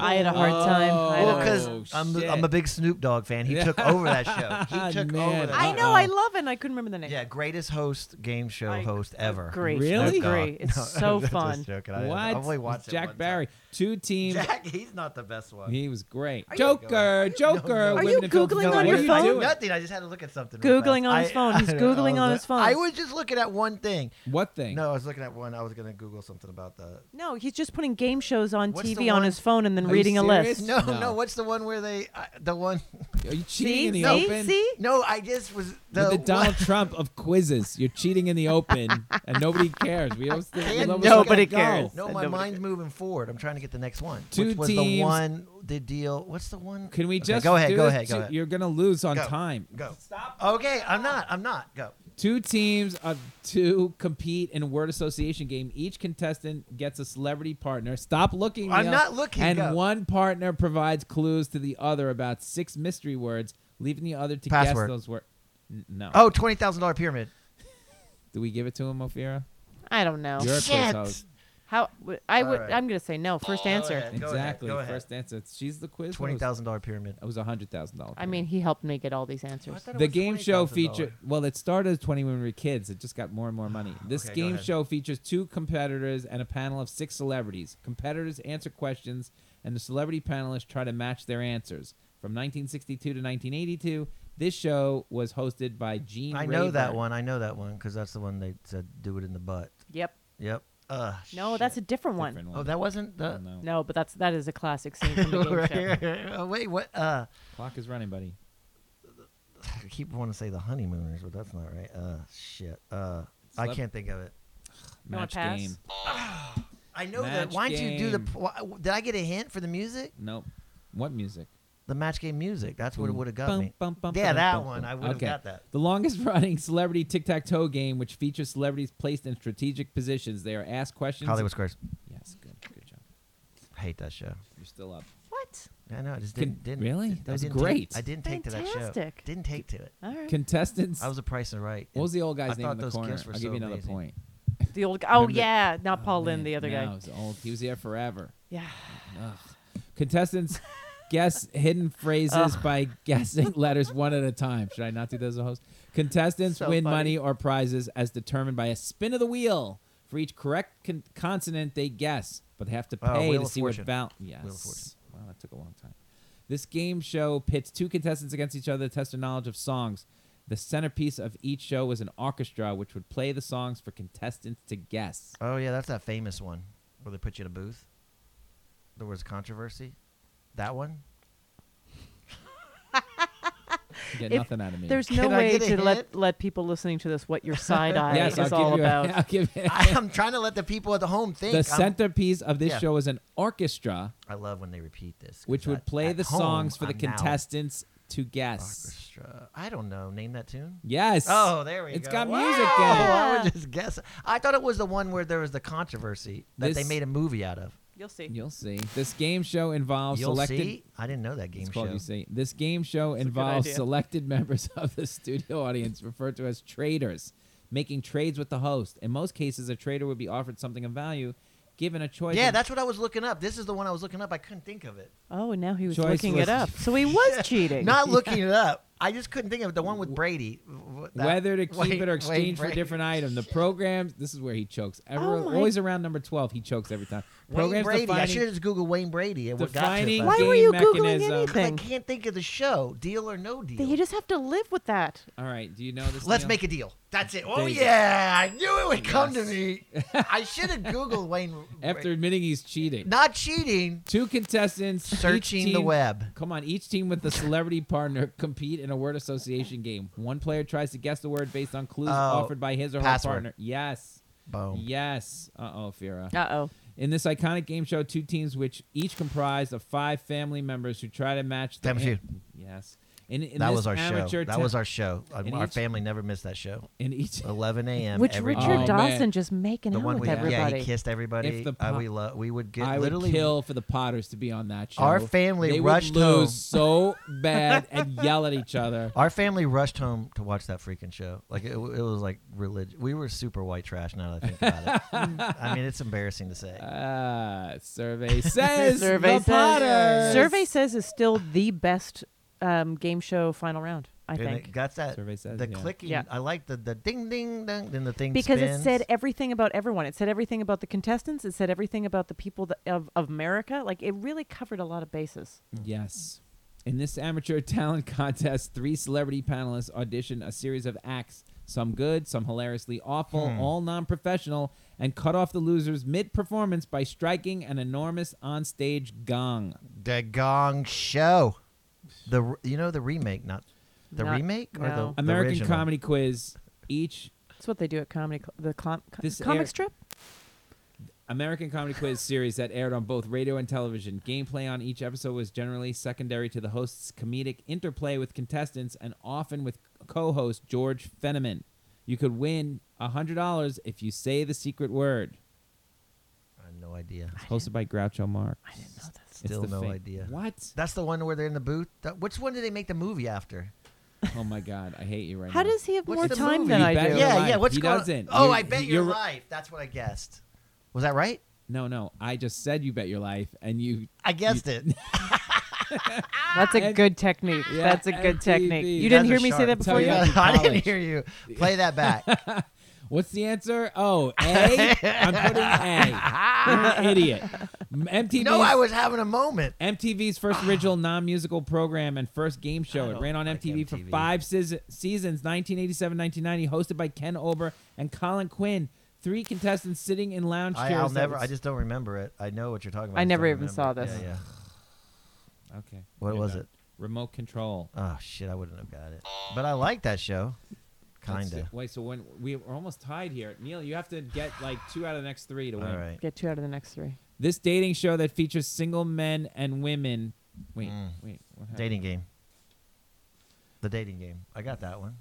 S3: I had a hard time. I had a
S4: Oh! Well,
S3: hard
S4: because
S2: Oh,
S4: I'm,
S2: shit.
S4: I'm a big Snoop Dogg fan. He
S2: Yeah.
S4: took over that show. He took
S2: Ah, Man.
S4: over that
S3: I
S4: show.
S3: know. I love it. and I couldn't remember the name.
S4: Yeah, greatest host, game show
S3: I
S4: host ever.
S3: Agree.
S2: Really? Oh,
S3: Agree. It's so
S4: Just
S3: fun.
S4: joking. I- I've only
S2: What?
S4: watched it
S2: Jack
S4: one time.
S2: Barry. Two teams.
S4: Jack, he's not the best one.
S2: He was great.
S4: Are you-
S2: Joker, Joker.
S4: no, no.
S2: women
S3: Are you
S2: in Philadelphia.
S3: Googling on
S2: What
S3: your
S2: are you
S3: phone?
S2: doing?
S4: Nothing. I just had to look at something. real
S3: Googling
S4: fast.
S3: on his
S4: I-
S3: phone. He's
S4: I- I
S3: googling on
S4: was-
S3: his phone.
S4: I was just looking at one thing.
S2: What thing?
S4: No, I was looking at one. I was gonna Google something about the.
S3: No, he's just putting game shows on
S4: What's the
S3: TV on
S4: one-
S3: his phone and then
S2: Are you
S3: reading a
S2: serious?
S3: list.
S4: No,
S2: No.
S4: no, What's the one where they? I the one.
S2: Are you cheating
S3: See,
S2: in the
S3: see,
S2: open?
S3: see.
S4: No, I just was
S2: You're
S4: the,
S2: the Donald
S4: one-
S2: Trump of quizzes. You're cheating in the open, and nobody cares. We always, we
S4: And
S2: always
S3: nobody
S2: gotta go.
S3: cares.
S4: No,
S3: Said
S4: my
S3: nobody
S4: mind's moving forward. I'm trying to get the next one.
S2: Two
S4: which was
S2: teams.
S4: the one the deal. What's the one?
S2: Can we
S4: Okay,
S2: just
S4: go
S2: do
S4: ahead? Go
S2: this?
S4: ahead. Go
S2: Two-
S4: ahead.
S2: You're gonna lose on
S4: Go.
S2: time.
S4: Go. Stop. Okay, I'm not. I'm not. Go.
S2: Two teams of two compete in a word association game. Each contestant gets a celebrity partner. Stop looking.
S4: I'm
S2: Neil.
S4: not looking,
S2: And
S4: go.
S2: one partner provides clues to the other about six mystery words, leaving the other to guess
S4: Password.
S2: those words. No.
S4: Oh, twenty thousand dollar pyramid.
S2: Do we give it to him, Ophira?
S3: I don't know.
S2: You're a quiz
S4: Shit.
S2: host.
S3: How I would.
S4: Alright.
S3: I'm gonna say no. First
S4: Go
S3: answer.
S4: ahead, go ahead,
S2: Exactly.
S4: go ahead.
S2: First answer. She's the quiz. host.
S4: Twenty thousand dollar pyramid.
S2: It was a hundred thousand dollars.
S3: I mean, he helped me get all these answers.
S2: the game show feature. Well, it started as twenty when we were kids. It just got more and more money. This
S4: Okay, go
S2: game
S4: ahead.
S2: show features two competitors and a panel of six celebrities. Competitors answer questions, and the celebrity panelists try to match their answers. From 1962 to 1982, this show was hosted by Gene.
S4: I know that
S2: Rayburn.
S4: one. I know that one because that's the one they said do it in the butt.
S3: Yep.
S4: Yep. Uh,
S3: No, that's a different one.
S2: Different
S4: Oh, that wasn't
S2: I
S4: the.
S2: don't know.
S3: No, but that's that is a classic scene from the game
S4: Right
S3: show.
S4: here. Oh, wait, what? Uh,
S2: Clock is running, buddy.
S4: I keep wanting to say the honeymooners, but that's not right. Uh, shit. Uh, I
S2: Slep-
S4: can't think of it.
S3: You wanna
S2: Match
S3: pass?
S2: game.
S4: I know that.
S2: Match
S4: Why didn't you do the?
S2: game.
S4: p- Why, did I get a hint for the music?
S2: Nope. What music?
S4: The match game music. That's what it
S2: Boom.
S4: would have got
S2: Bum,
S4: me.
S2: bum, bum,
S4: yeah,
S2: bum,
S4: that
S2: bum,
S4: one.
S2: bum.
S4: I would have
S2: Okay.
S4: got that.
S2: The longest running celebrity tic tac toe game, which features celebrities placed in strategic positions. They are asked questions.
S4: Hollywood Squares.
S2: Yes, good. Good job.
S4: I hate that show.
S2: You're still up.
S3: What?
S4: I know. I just
S2: Can-
S4: didn't. didn't
S2: really?
S4: I
S2: That was
S4: didn't take-
S2: great.
S4: I didn't take to that show.
S3: Fantastic.
S4: Didn't take to it.
S3: All right.
S2: Contestants.
S4: I was a price and right.
S2: what was the old
S4: I
S2: guy's name
S4: thought
S2: in the
S4: those
S2: corner?
S4: gifts were
S2: I'll give
S4: so
S2: you another
S4: amazing.
S2: point.
S3: The old. Oh
S2: Remember-
S3: yeah, not Paul Lynn,
S2: Man,
S3: the other
S2: no,
S3: guy.
S2: He was old. He was there forever.
S3: Yeah.
S2: Contestants guess hidden phrases by guessing letters one at a time. Should I not do that as a host? Contestants
S3: So
S2: win
S3: funny.
S2: money or prizes as determined by a spin of the wheel. For each correct con- consonant they guess, but they have to
S4: Oh,
S2: pay
S4: Wheel
S2: to
S4: of
S2: see what
S4: Fortune.
S2: val.
S4: Wheel
S2: Yes.
S4: of Fortune.
S2: Wow, that took a long time. This game show pits two contestants against each other to test their knowledge of songs. The centerpiece of each show was an orchestra which would play the songs for contestants to guess.
S4: Oh yeah, that's that famous one where they put you in a booth. There was controversy. That one.
S2: You get
S3: If
S2: nothing out of me.
S3: There's no
S4: Can I
S3: way
S4: get a
S3: to let
S4: hit?
S3: let people listening to this what your side eye
S2: yes,
S3: is
S2: I'll
S3: all
S2: give you
S3: about.
S2: A, I'll give you-
S4: I am trying to let the people at the home think.
S2: the
S4: I'm-
S2: centerpiece of this
S4: Yeah.
S2: show was an orchestra
S4: I love when they repeat this. 'cause
S2: which would
S4: at-
S2: play
S4: at
S2: the
S4: home,
S2: songs for the
S4: I'm now-
S2: contestants to guess.
S4: Orchestra. I don't know. Name that tune.
S2: Yes.
S4: Oh, there we
S2: It's
S4: go.
S2: got
S4: Wow.
S2: music
S4: I
S2: in
S4: was just guessing. I thought it was the one where there was the controversy that they
S2: This-
S4: made a movie out of.
S3: You'll see.
S2: it. You'll see. This game show involves
S4: You'll
S2: Oh, selected
S4: see. I didn't know that game
S2: It's
S4: show.
S2: called You See. This game show involves
S3: idea.
S2: selected members of the studio audience, referred to as traders, making trades with the host. In most cases, a trader would be offered something of value, given a choice.
S4: Yeah,
S2: of-
S4: that's what I was looking up. This is the one I was looking up. I couldn't think of it.
S3: Oh, and now he was
S2: Choice
S3: looking
S2: was-
S3: it up. So he was cheating.
S4: Not looking it up. I just couldn't think of it. The one with Brady. w- that-
S2: whether to keep
S4: Wade-
S2: it or
S4: Wade
S2: exchange for a
S4: Brady.
S2: different item. The programs. This is where he chokes. Ever,
S3: Oh my-
S2: always around number twelve, he chokes every time.
S4: Wayne
S2: Programs
S4: Brady. I
S2: defining
S4: should have just Googled Wayne Brady. And what got to
S2: defining
S4: it,
S3: Why
S4: but-
S2: game
S3: were you Googling
S2: mechanism.
S3: anything?
S4: I can't think of the show. Deal or no deal.
S3: You just have to live with that.
S2: All right. Do you know this?
S4: Let's
S2: Neil?
S4: make a deal. That's it. Oh
S2: There you go.
S4: yeah, I knew it would come to me. I should have Googled Wayne.
S2: After admitting he's cheating,
S4: not cheating,
S2: two contestants each
S4: searching the
S2: team-
S4: web.
S2: Come on, each team with a celebrity partner compete in a word association game. One player tries to guess the word based on clues
S4: Oh,
S2: offered by his or
S4: password.
S2: her
S4: Oh.
S2: partner. Yes.
S4: Boom.
S2: Yes. Uh oh, Fira.
S3: Uh oh.
S2: In this iconic game show, two teams which each comprised of five family members who try to match the
S4: Family Feud.
S2: Yes. In, in
S4: that
S2: this
S4: was our show.
S2: amateur
S4: that
S2: te-
S4: was our show. Uh,
S2: in
S4: Our
S2: each-
S4: family never missed that show.
S2: in each
S4: 11 a.m.
S3: Which
S4: every
S3: Richard
S2: Oh,
S4: day.
S3: Dawson
S2: man.
S3: just making
S4: the
S3: out
S4: one
S3: with
S4: we yeah,
S3: everybody.
S4: he kissed everybody.
S2: If the
S4: uh,
S2: po-
S4: we lo- we would get
S2: I would
S4: literally
S2: kill for the Potters to be on that show.
S4: Our family
S2: they
S4: rushed
S2: would lose
S4: home.
S2: so bad and yell at each other.
S4: Our family rushed home to watch that freaking show. Like it, w- it was like religion. We were super white trash. Now that I think about it, I mean it's embarrassing to say.
S2: Ah, survey says
S3: Survey
S2: the
S3: says-
S2: Potters.
S3: Survey says is still the best um, game show final round. I
S4: And
S3: think
S4: it got that
S2: Survey says,
S4: the
S2: yeah.
S4: clicking.
S3: Yeah.
S4: I like the the ding ding ding. Then the thing
S3: because
S4: spins.
S3: it said e everything about everyone. It said everything about the contestants. It said everything about the people that, of of America. Like it really covered a lot of bases.
S2: Yes. In this amateur talent contest, three celebrity panelists audition a series of acts, some good, some hilariously awful, all non professional, and cut off the losers mid performance by striking an enormous onstage gong.
S4: the Gong Show. The r- you know the remake, not the
S3: Not-
S4: remake or
S3: no.
S4: the
S2: American
S4: original?
S2: Comedy Quiz. Each
S3: That's what they do at comedy. Cl- the com- co-
S2: This
S3: comic
S2: air-
S3: strip.
S2: American Comedy Quiz series that aired on both radio and television. Gameplay on each episode was generally secondary to the host's comedic interplay with contestants and often with co host George Fenneman. You could win $100 if you say the secret word.
S4: I have no idea.
S2: It's hosted by Groucho Marx. I didn't know that.
S4: Still no idea.
S2: What?
S4: That's the one where they're in the booth. That- which one did they make the movie after?
S2: Oh my God, I hate you right
S3: How
S2: now.
S3: does he have
S4: What's
S3: more
S4: the
S3: time
S4: movie?
S3: than
S2: You
S3: I
S2: bet
S3: do?
S2: your
S4: yeah,
S2: life.
S4: yeah. What's
S2: He
S4: going
S2: doesn't.
S4: on? Oh,
S2: You-
S4: I bet
S2: you're
S4: your
S2: ri-
S4: life. That's what I guessed. Was that right?
S2: No, no. I just said you bet your life, and you.
S4: I guessed it.
S3: That's a
S2: And-
S3: good technique.
S2: Yeah,
S3: That's a good
S2: MTV.
S3: technique. You
S4: That's
S3: didn't hear
S4: a
S3: me say
S4: sharp-
S3: that
S2: That's how
S3: before.
S2: you
S3: You
S2: got in
S4: I didn't
S2: college.
S4: hear you. Play that back.
S2: What's the answer? Oh, A. I'm putting A. You're an idiot. MTV.
S4: no, I was having a moment.
S2: MTV's first original non-musical program and first game show. It
S4: Ah. don't
S2: ran on
S4: like
S2: MTV, for
S4: MTV.
S2: five seas- seasons, 1987-1990, hosted by Ken Ober and Colin Quinn. Three contestants sitting in lounge
S4: I,
S2: chairs.
S4: I'll
S2: that
S4: never.
S2: would-
S4: I just don't remember it. I know what you're talking about.
S3: I
S4: just
S3: never
S4: don't
S3: even saw
S4: remember it.
S3: this.
S4: Yeah, yeah.
S2: Okay.
S4: What
S2: you're
S4: was
S2: done.
S4: it?
S2: Remote control.
S4: Oh shit, I wouldn't have got it. But I like that show.
S2: Let's
S4: Kinda.
S2: see. Wait, so when we we're almost tied here, Neil, you have to get like two out of the next three to
S4: All
S2: win.
S4: right.
S3: get two out of the next three.
S2: This dating show that features single men and women. Wait,
S4: Mm.
S2: wait, what happened?
S4: Dating game. The dating game. I got that one.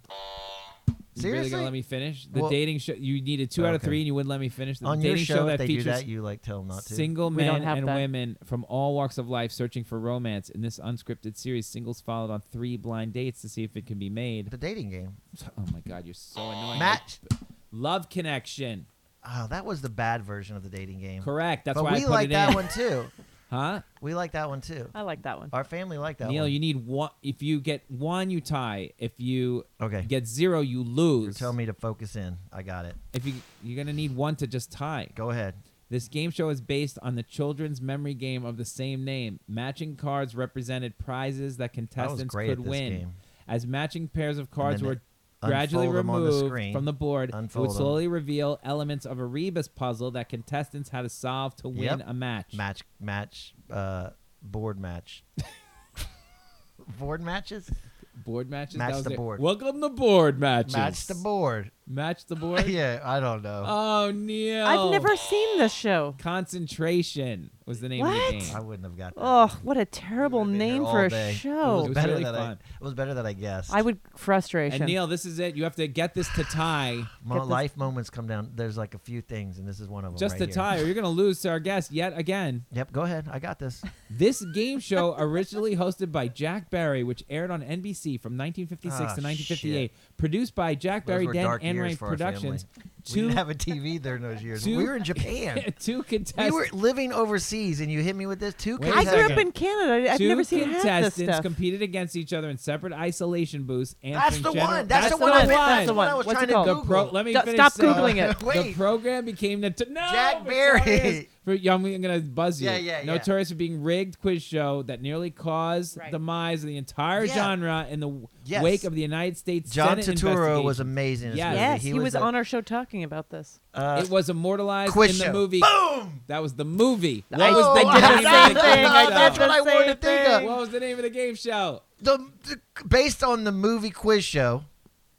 S2: You really gonna
S4: Seriously?
S2: let me finish the
S4: Well-
S2: dating show? You needed two out of
S4: Okay.
S2: three, and you wouldn't let me finish the
S4: On
S2: dating
S4: your show,
S2: that
S4: if they do
S2: features
S4: that, you like tell them not to.
S2: single
S3: We don't
S2: men
S3: have
S2: and
S3: that.
S2: women from all walks of life searching for romance. In this unscripted series, singles followed on three blind dates to see if it can be made.
S4: the dating game.
S2: Oh my God, you're so annoying!
S4: Match.
S2: Love connection,
S4: Oh, that was the bad version of the dating game.
S2: correct? That's
S4: but
S2: why
S4: we
S2: I put
S4: like
S2: it
S4: that
S2: in.
S4: one too.
S2: huh?
S4: We like that one too.
S3: I like that one.
S4: Our family liked that
S2: Neil,
S4: one.
S2: you need one. If you get one, you tie. If you
S4: Okay.
S2: get zero, you
S4: You're
S2: lose.
S4: telling me to focus in. I got it.
S2: If you you're gonna need one to just tie.
S4: Go ahead.
S2: This game show is based on the children's memory game of the same name. Matching cards represented prizes that
S4: I was
S2: contestants
S4: great
S2: could
S4: at this
S2: win.
S4: game.
S2: As matching pairs of cards
S4: then
S2: were gradually
S4: Unfold 'em on the
S2: removed
S4: screen.
S2: from the board, it
S4: Unfold
S2: would
S4: 'em.
S2: slowly reveal elements of a rebus puzzle that contestants had to solve to win
S4: Yep.
S2: a match.
S4: match match uh board match board matches
S2: Board matches.
S4: Match
S2: that was
S4: the
S2: it.
S4: board.
S2: Welcome to board matches.
S4: match the board
S2: Match the board.
S4: yeah i don't know
S2: Oh Neil.
S3: I've never seen this show.
S2: Concentration was the name of the
S3: What?
S2: game.
S4: i wouldn't have got that.
S3: Oh, what a terrible
S4: been here
S3: name
S4: all
S3: for a
S4: day.
S2: It
S3: show.
S4: it
S2: was
S4: was better
S2: really
S4: that
S2: fun.
S4: i it was better that i guessed
S3: I would frustration.
S2: And Neil, this is it. You have to get this to tie.
S4: Mo-
S3: get this-
S4: life moments come down there's like a few things and this is one of them
S2: Just
S4: right
S2: to
S4: here.
S2: tie, or you're going to lose to our guest yet again.
S4: yep go ahead i got this
S2: This game show, originally hosted by Jack Barry, which aired on NBC from 1956 to
S4: Ah,
S2: 1958, produced by Jack
S4: Those
S2: Barry,
S4: were
S2: Dan
S4: dark years
S2: Enright
S4: for our family.
S2: Productions,
S4: we
S2: two,
S4: didn't have a tv during those years
S2: two-
S4: we were in japan
S2: two
S4: we
S2: contestants,
S4: were living overseas and you hit me with this two
S2: Wait a
S3: I grew up
S4: contestants.
S3: in Canada. I- I've
S2: two
S3: never seen half this
S2: contestants
S3: stuff.
S2: competed against each other in separate isolation booths.
S4: that's
S2: answering
S4: the
S2: general-
S4: one that's, the one
S3: one.
S4: I,
S3: That's
S4: that's
S3: the
S4: the one i was
S3: What's it
S4: trying to
S3: called?
S2: The
S4: google
S2: pro, let me
S3: Stop-
S2: finish
S3: stop
S2: saying-
S3: Googling it.
S2: The
S4: Wait.
S2: program became the no,
S4: Jack
S2: notorious
S4: Barry.
S2: For, yeah, I'm gonna buzz you.
S4: Yeah, yeah, yeah.
S2: Notorious for being rigged quiz show that nearly caused
S3: Right.
S2: the demise of the entire
S4: Yeah.
S2: genre in the w-
S4: Yes.
S2: wake of the United States
S4: John
S2: Senate
S4: Turturro
S2: investigation.
S4: was amazing. in this
S2: Yes. Uh,
S4: movie.
S3: Yes, he, was,
S4: the-
S3: on our show talking about this.
S4: uh,
S2: it was immortalized
S4: quiz
S2: in the
S4: show.
S2: movie.
S4: Boom!
S2: That was the movie. What
S3: I
S4: Oh,
S2: was the
S3: did Oh, the
S2: name
S3: same
S2: of the
S3: thing.
S2: game
S3: I
S2: show?
S3: did
S4: That's what I
S3: the
S4: wanted to
S3: same
S4: think of.
S3: thing.
S2: What was the name of the game show?
S4: The, the- based on the movie quiz show,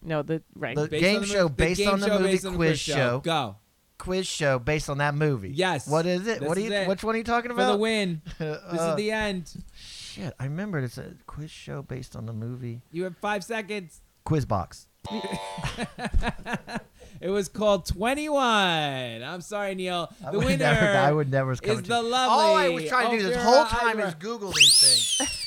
S3: No, the right.
S4: The-
S2: Based
S4: Game
S2: on the
S4: show
S2: movie- the
S4: based
S2: game
S4: on the
S2: show
S4: movie
S2: based on the
S4: quiz show.
S2: Go
S4: quiz show based on that movie.
S2: Yes.
S4: What is it? what
S2: This
S4: are you?
S2: is it.
S4: Which one are you talking
S2: for the
S4: about?
S2: win. This
S4: Uh,
S2: is the end.
S4: Shit, I remember it's a quiz show based on the movie
S2: You have five seconds.
S4: Quiz Box.
S2: It was called 21. I'm sorry, Neil.
S4: I
S2: The
S4: would
S2: winner
S4: never- I would never come
S2: is
S4: to-
S2: the lovely.
S4: All I was trying to do this
S2: Ophira
S4: whole time
S2: Ira.
S4: is Google these things.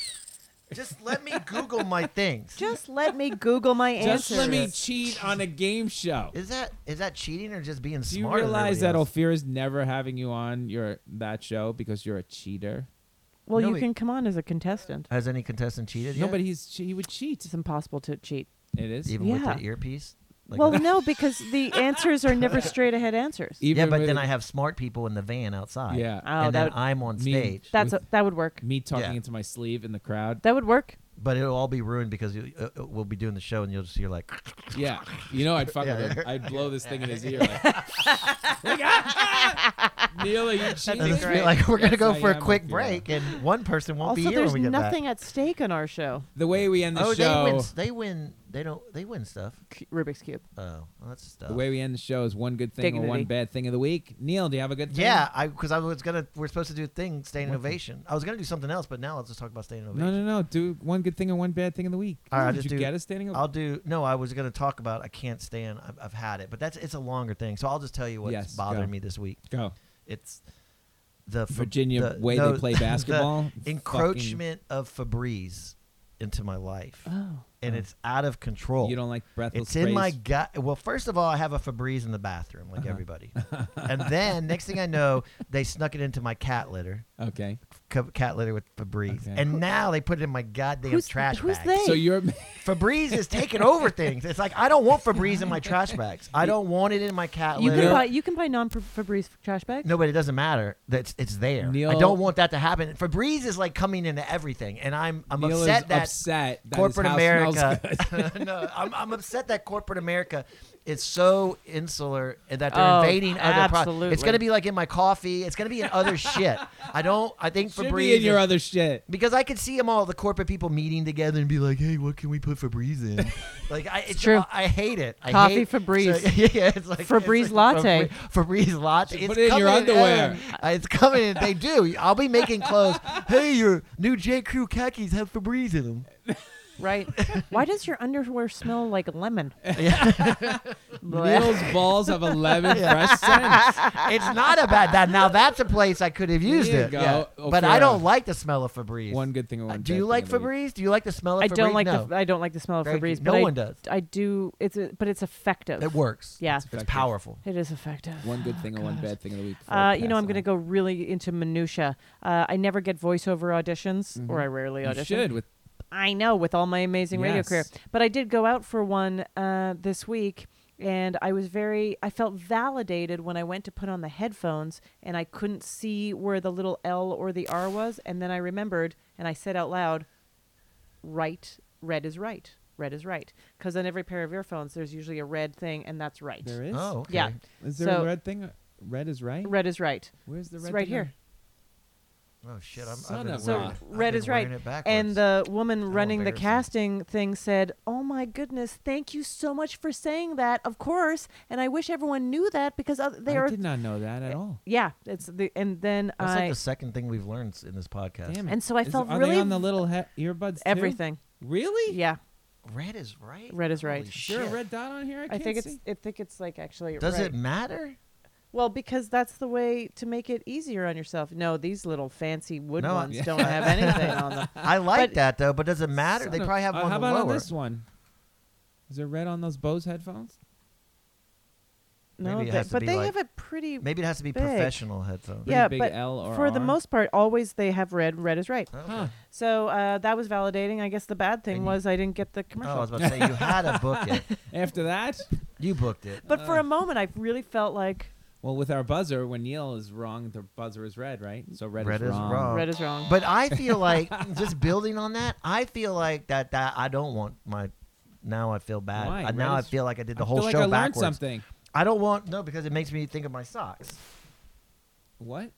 S4: Just let me Google my things.
S3: just let me Google my
S2: Just
S3: answers.
S2: let me cheat on a game show.
S4: Is that is that cheating or just being
S2: Do
S4: smart?
S2: you
S4: than
S2: realize that
S4: everybody else?
S2: Ophir is never having you on your that show because you're a cheater?
S3: well,
S4: No,
S3: you
S4: it-
S3: can come on as a contestant.
S4: has any contestant cheated?
S2: No,
S4: yet?
S2: but he's he would cheat.
S3: It's impossible to cheat.
S2: It is
S4: even
S3: Yeah.
S4: with the earpiece. Like
S3: well,
S4: a-
S3: no, because the answers are never straight ahead answers.
S2: Even
S4: yeah, but
S2: with
S4: then
S2: it-
S4: I have smart people in the van outside.
S2: Yeah.
S3: Oh,
S4: and
S3: that
S4: then I'm on
S2: me-
S4: stage.
S3: That's
S2: With-
S3: a, that would work.
S2: me talking
S4: Yeah.
S2: into my sleeve in the crowd.
S3: That would work.
S4: But it'll all be ruined because you, uh, uh, we'll be doing the show and you'll just hear like,
S2: Yeah, you know I'd fuck
S4: Yeah.
S2: with him. I'd blow this thing in his ear. Like, like, ah! Neil, are you cheating?
S4: and it's be like we're gonna
S2: Yes,
S4: go
S2: I
S4: for a
S2: am,
S4: quick
S2: Ophira.
S4: break and one person won't
S3: also,
S4: be here
S3: there's
S4: when we get
S3: nothing at stake on our show.
S2: The way we end
S4: back.
S2: the
S4: Oh,
S2: show.
S4: they win. s- They win. They don't. They win stuff.
S3: C- Rubik's cube.
S4: Oh, well, that's stuff.
S2: The way we end the show is one good thing or one
S3: Dignity.
S2: bad thing of the week. Neil, do you have a good thing?
S4: yeah, I because I was gonna. We're supposed to do a thing, stay in
S2: What
S4: innovation. I was gonna do something else, but now let's just talk about stay in innovation.
S2: No, no, no. Do one good thing and one bad thing of the week.
S4: All right, I'll
S2: Did
S4: just
S2: you
S4: do-
S2: get a standing
S4: I'll
S2: ovation?
S4: do. No, I was gonna talk about. I can't stand. I've, I've had it, but that's it's a longer thing. So I'll just tell you what's
S2: Yes,
S4: bothering
S2: go.
S4: me this week.
S2: Go.
S4: It's the Fa-
S2: Virginia
S4: the-
S2: way
S4: no,
S2: they play
S4: the
S2: basketball.
S4: encroachment of Febreze into my life,
S3: Oh.
S4: and it's out of control.
S2: Fucking- you don't like breathless.
S4: Oh. It's in my
S2: praise?
S4: gut. Well, first of all, I have a Febreze in the bathroom,
S2: Uh-huh.
S4: like everybody. and then next thing I know, they snuck it into my cat litter,
S2: Okay.
S4: c- cat litter with Febreze,
S2: Okay.
S4: and now they put it in my goddamn
S3: Who's-
S4: trash
S3: who's
S4: bag.
S3: they?
S2: So you're.
S4: Febreze is taking over things. It's like I don't want Febreze in my trash bags. I don't want it in my cat
S3: You
S4: litter.
S3: can buy you can buy non Febreze trash bags.
S4: Uh, no, but it doesn't matter. That's it's there. I
S2: Neil-
S4: don't want that to happen. Febreze is like coming into everything, and I'm I'm
S2: Neil
S4: upset
S2: is
S4: that
S2: upset that his
S4: corporate
S2: house smells good.
S4: America. no, I'm, I'm upset that corporate America is so insular and that they're
S3: Oh,
S4: invading other products. It's
S3: absolutely.
S4: going to be like in my coffee. It's going to be in other shit. I don't. I think
S2: Should
S4: Febreze
S2: be in your
S4: is-
S2: other shit.
S4: because I could see them all the corporate people meeting together and be like, "Hey, what can we put Febreze in?" like, I, it's,
S3: true.
S4: I, hate it. I
S3: Coffee
S4: hate,
S3: Febreze.
S4: So, yeah, it's like
S3: Febreze
S4: it's like
S3: latte.
S4: Febreze, Febreze latte. It's
S2: put it in your
S4: coming
S2: underwear.
S4: uh, it's coming. in. They do. I'll be making clothes. hey, your new J Crew khakis have Febreze in them.
S3: Right? Why does your underwear smell like lemon?
S2: Neil's balls have 11 fresh scents.
S4: It's not a bad that. Now that's a place I could have used
S2: There you
S4: it.
S2: go.
S4: Yeah.
S2: Oh,
S4: But
S2: fair
S4: I don't
S2: enough.
S4: like the smell of Febreze.
S2: One good thing and
S4: Uh,
S2: one
S4: do
S2: bad
S4: you
S2: thing
S4: like
S2: of the week.
S4: Febreze? Do you like the smell of
S3: I
S4: Febreze?
S3: don't like
S4: no.
S3: the I don't like the smell of
S4: Thank you.
S3: Febreze.
S4: No
S3: but I-
S4: one does.
S3: I do. It's a, but it's effective.
S4: It works.
S3: Yeah,
S4: It's powerful.
S3: it is effective.
S2: One good thing and one bad thing of the week. before
S3: Uh,
S2: we
S3: you know,
S2: pass
S3: I'm going to
S2: on.
S3: go really into minutia. Uh, I never get voiceover auditions,
S4: Mm-hmm.
S3: or I rarely
S2: You
S3: audition.
S2: should with
S3: I know with all my amazing radio
S2: Yes.
S3: career. But I did go out for one uh, this week and I was very I felt validated when I went to put on the headphones and I couldn't see where the little L or the R was and then I remembered and I said out loud right red is right. red is right. Because on every pair of earphones, there's usually a red thing, and that's right.
S2: There is.
S4: Oh, okay.
S3: Yeah.
S2: Is there
S3: So-
S2: a red thing? Red is right.
S3: Red is right.
S2: Where's the
S3: It's
S2: red?
S3: right
S2: thing on-
S3: here.
S4: Oh shit! I'm,
S2: Son
S4: I've been
S2: of a-
S3: So
S2: Wow.
S4: wearing, I've
S3: red
S4: been
S3: is right.
S4: wearing it backwards.
S3: And the woman
S4: How
S3: running the
S4: embarrassing.
S3: casting thing said, "Oh my goodness, thank you so much for saying that. Of course, and I wish everyone knew that because oth- they
S2: I
S3: are
S2: did not know that at all.
S3: yeah, it's the and then
S4: that's
S3: I
S4: like the second thing we've learned s- in this podcast.
S2: Damn it.
S3: And so I
S2: Is-
S3: felt
S2: are they
S3: really
S2: on the little he- earbuds. too?
S3: everything.
S2: Really?
S3: Yeah.
S4: Red is right.
S3: Red is
S4: Holy
S3: right.
S2: Is there
S4: shit.
S2: a red dot on here? I,
S3: I
S2: can't
S3: think it's
S2: see?
S3: I think it's like actually
S4: Does
S3: right.
S4: it matter?
S3: Well, because that's the way to make it easier on yourself. No, these little fancy wood
S4: No, I-
S3: ones don't have anything on them.
S4: I like
S3: But-
S4: that though, but does it matter? They
S2: Son of-
S4: probably have
S2: Uh,
S4: one
S2: How about
S4: lower.
S2: on this one? Is there red on those Bose headphones?
S3: No,
S4: Maybe it
S3: they-
S4: has to
S3: but
S4: be
S3: they
S4: like-
S3: have a pretty
S4: Maybe it has to be
S3: Big.
S4: professional headphones.
S3: yeah.
S2: big
S3: but
S2: L or
S3: for the
S2: R?
S3: most part, always they have red. Red is right.
S4: Okay.
S2: Huh.
S3: So uh, that was validating. I guess the bad thing
S4: And you-
S3: was I didn't get the
S4: Oh,
S3: commercial.
S4: I was about to say you had to book it.
S2: After that,
S4: You booked it.
S3: but for a moment, I really felt like
S2: well, with our buzzer, when Neil is wrong, the buzzer is red, right? So red,
S4: Red
S2: is,
S4: is
S2: wrong.
S4: wrong.
S3: red is wrong.
S4: But I feel like just building on that, I feel like that that I don't want my. Now I feel bad.
S2: Why?
S4: I- now
S2: Red
S4: I
S2: is-
S4: feel like I did the
S2: I
S4: whole
S2: feel like
S4: show
S2: I learned
S4: backwards.
S2: something.
S4: I don't want no because it makes me think of my socks.
S2: What?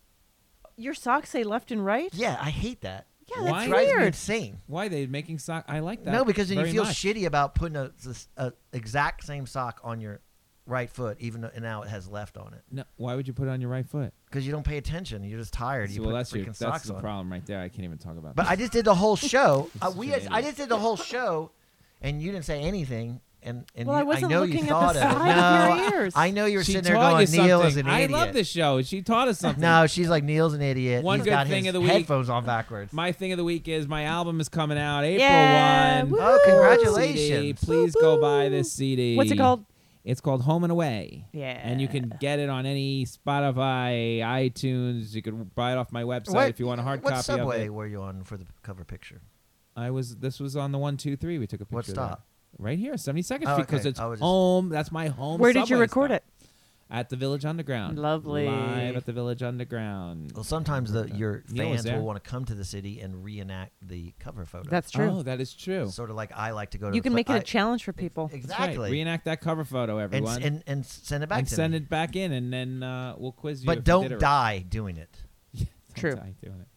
S3: Your socks say left and right.
S4: Yeah, I hate that.
S3: Yeah,
S2: Why?
S3: that's
S4: It drives me
S3: weird.
S4: insane.
S2: Why they making sock? I like that.
S4: No, because then you
S2: very
S4: feel
S2: much.
S4: shitty about putting a, s- a exact same sock on your right foot, even though now it has left on it.
S2: No, why would you put it on your right foot?
S4: because you don't pay attention. You're just tired. You
S2: well,
S4: put
S2: that's your, that's
S4: freaking socks
S2: the
S4: on.
S2: problem right there. I can't even talk about.
S4: But
S2: that.
S4: I just did the whole show. uh,
S2: Such
S4: we,
S2: an
S4: just, I
S2: idiot.
S4: just did the whole show, and you didn't say anything. And, and
S3: Well,
S4: you,
S3: I wasn't
S4: know
S3: looking
S4: you
S3: at the
S4: thought of it.
S3: side of your
S4: No,
S3: ears.
S4: I know you were
S2: she
S4: sitting there
S2: taught
S4: going,
S2: you
S4: Neil
S2: something.
S4: is an
S2: I
S4: idiot.
S2: love this show. She taught us something.
S4: No, she's like Neil's an idiot.
S2: One
S4: He's
S2: good
S4: got
S2: thing
S4: his
S2: of the week.
S4: Headphones on backwards.
S2: My thing of the week is my album is coming out April
S3: Yeah,
S2: 1.
S3: woo.
S4: oh,
S2: CD.
S4: congratulations!
S2: Please go buy this CD.
S3: What's it called?
S2: It's called Home and Away.
S3: Yeah.
S2: And you can get it on any Spotify, iTunes. You can buy it off my website
S4: What-
S2: if you want a hard
S4: what
S2: copy
S4: subway
S2: of it.
S4: were you on for the cover picture?
S2: I was this was on the one, two, three. We took a picture.
S4: What
S2: of
S4: stop?
S2: that. Right here, 72nd Street,
S4: Oh,
S2: because
S4: okay.
S2: it's
S4: I was just-
S2: home. That's my home.
S3: Where did you
S2: subway
S3: record
S2: stop.
S3: it?
S2: At the Village Underground.
S3: Lovely.
S2: Live at the Village Underground.
S4: Well, sometimes the, your
S2: Neil was
S4: fans will
S2: there.
S4: want to come to the city and reenact the cover photo.
S3: That's true.
S2: Oh, that is true.
S4: sort of like I like to go to.
S3: you
S4: the
S3: can
S4: pla-
S3: make it
S4: Oh, I-
S3: a challenge for people.
S2: That's right.
S4: Exactly.
S2: Reenact that cover photo,
S4: and,
S2: everyone.
S4: s- and and send it back
S2: and
S4: to
S2: send
S4: me.
S2: it back in, and then uh, we'll quiz you. if
S4: but
S2: you did
S4: don't
S2: it right.
S4: die doing it.
S2: Don't
S3: True.
S2: die doing it.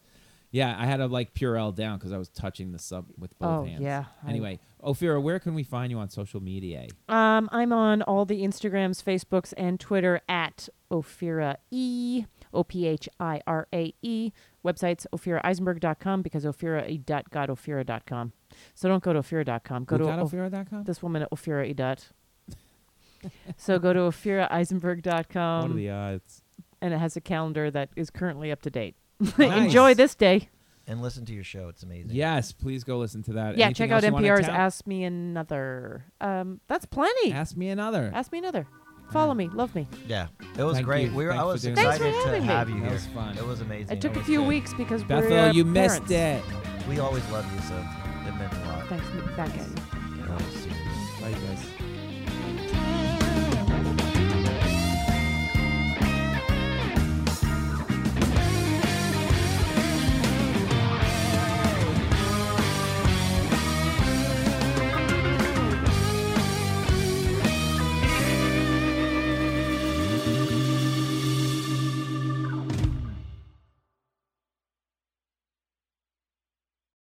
S2: Yeah, I had to like Purell down because I was touching the sub with both
S3: Oh,
S2: hands.
S3: yeah. I-
S2: Anyway, Ophira, where can we find you on social media?
S3: Um, I'm on all the Instagrams, Facebooks, and Twitter at Ophira E, O P H I R A E. Websites, ophiraeisenberg.com because Ophira E dot got Ophira dot com. So don't go to Ophira.com. Go
S2: Go
S3: to Oph-
S2: Ophira.com?
S3: this woman at Ophira E dot. so go to ophiraeisenberg.com.
S2: what are the odds?
S3: and it has a calendar that is currently up to date.
S2: Nice.
S3: Enjoy this day.
S4: And listen to your show. It's amazing.
S2: Yes, please go listen to that.
S3: yeah,
S2: Anything
S3: check out
S2: else you wanna
S3: NPR's
S2: tout?
S3: Ask Me Another. Um, that's plenty. Ask,
S2: Ask Me Another.
S3: Me Another. Follow me. Love me.
S4: Yeah. It was
S2: Thank
S4: great.
S2: you.
S4: We were,
S2: Thanks
S4: I
S2: for
S4: was
S2: doing that.
S4: excited
S3: Thanks for
S4: to
S3: having me.
S4: have you
S2: That
S4: here.
S2: was fun.
S4: It was amazing.
S3: It took a
S2: always
S3: few
S2: good.
S3: weeks because
S2: Bethel,
S3: we're uh,
S2: you
S3: parents.
S2: missed it.
S4: we always love you, so it meant a lot.
S3: Thanks, back at you.
S4: Oh, seriously.
S2: Bye, guys.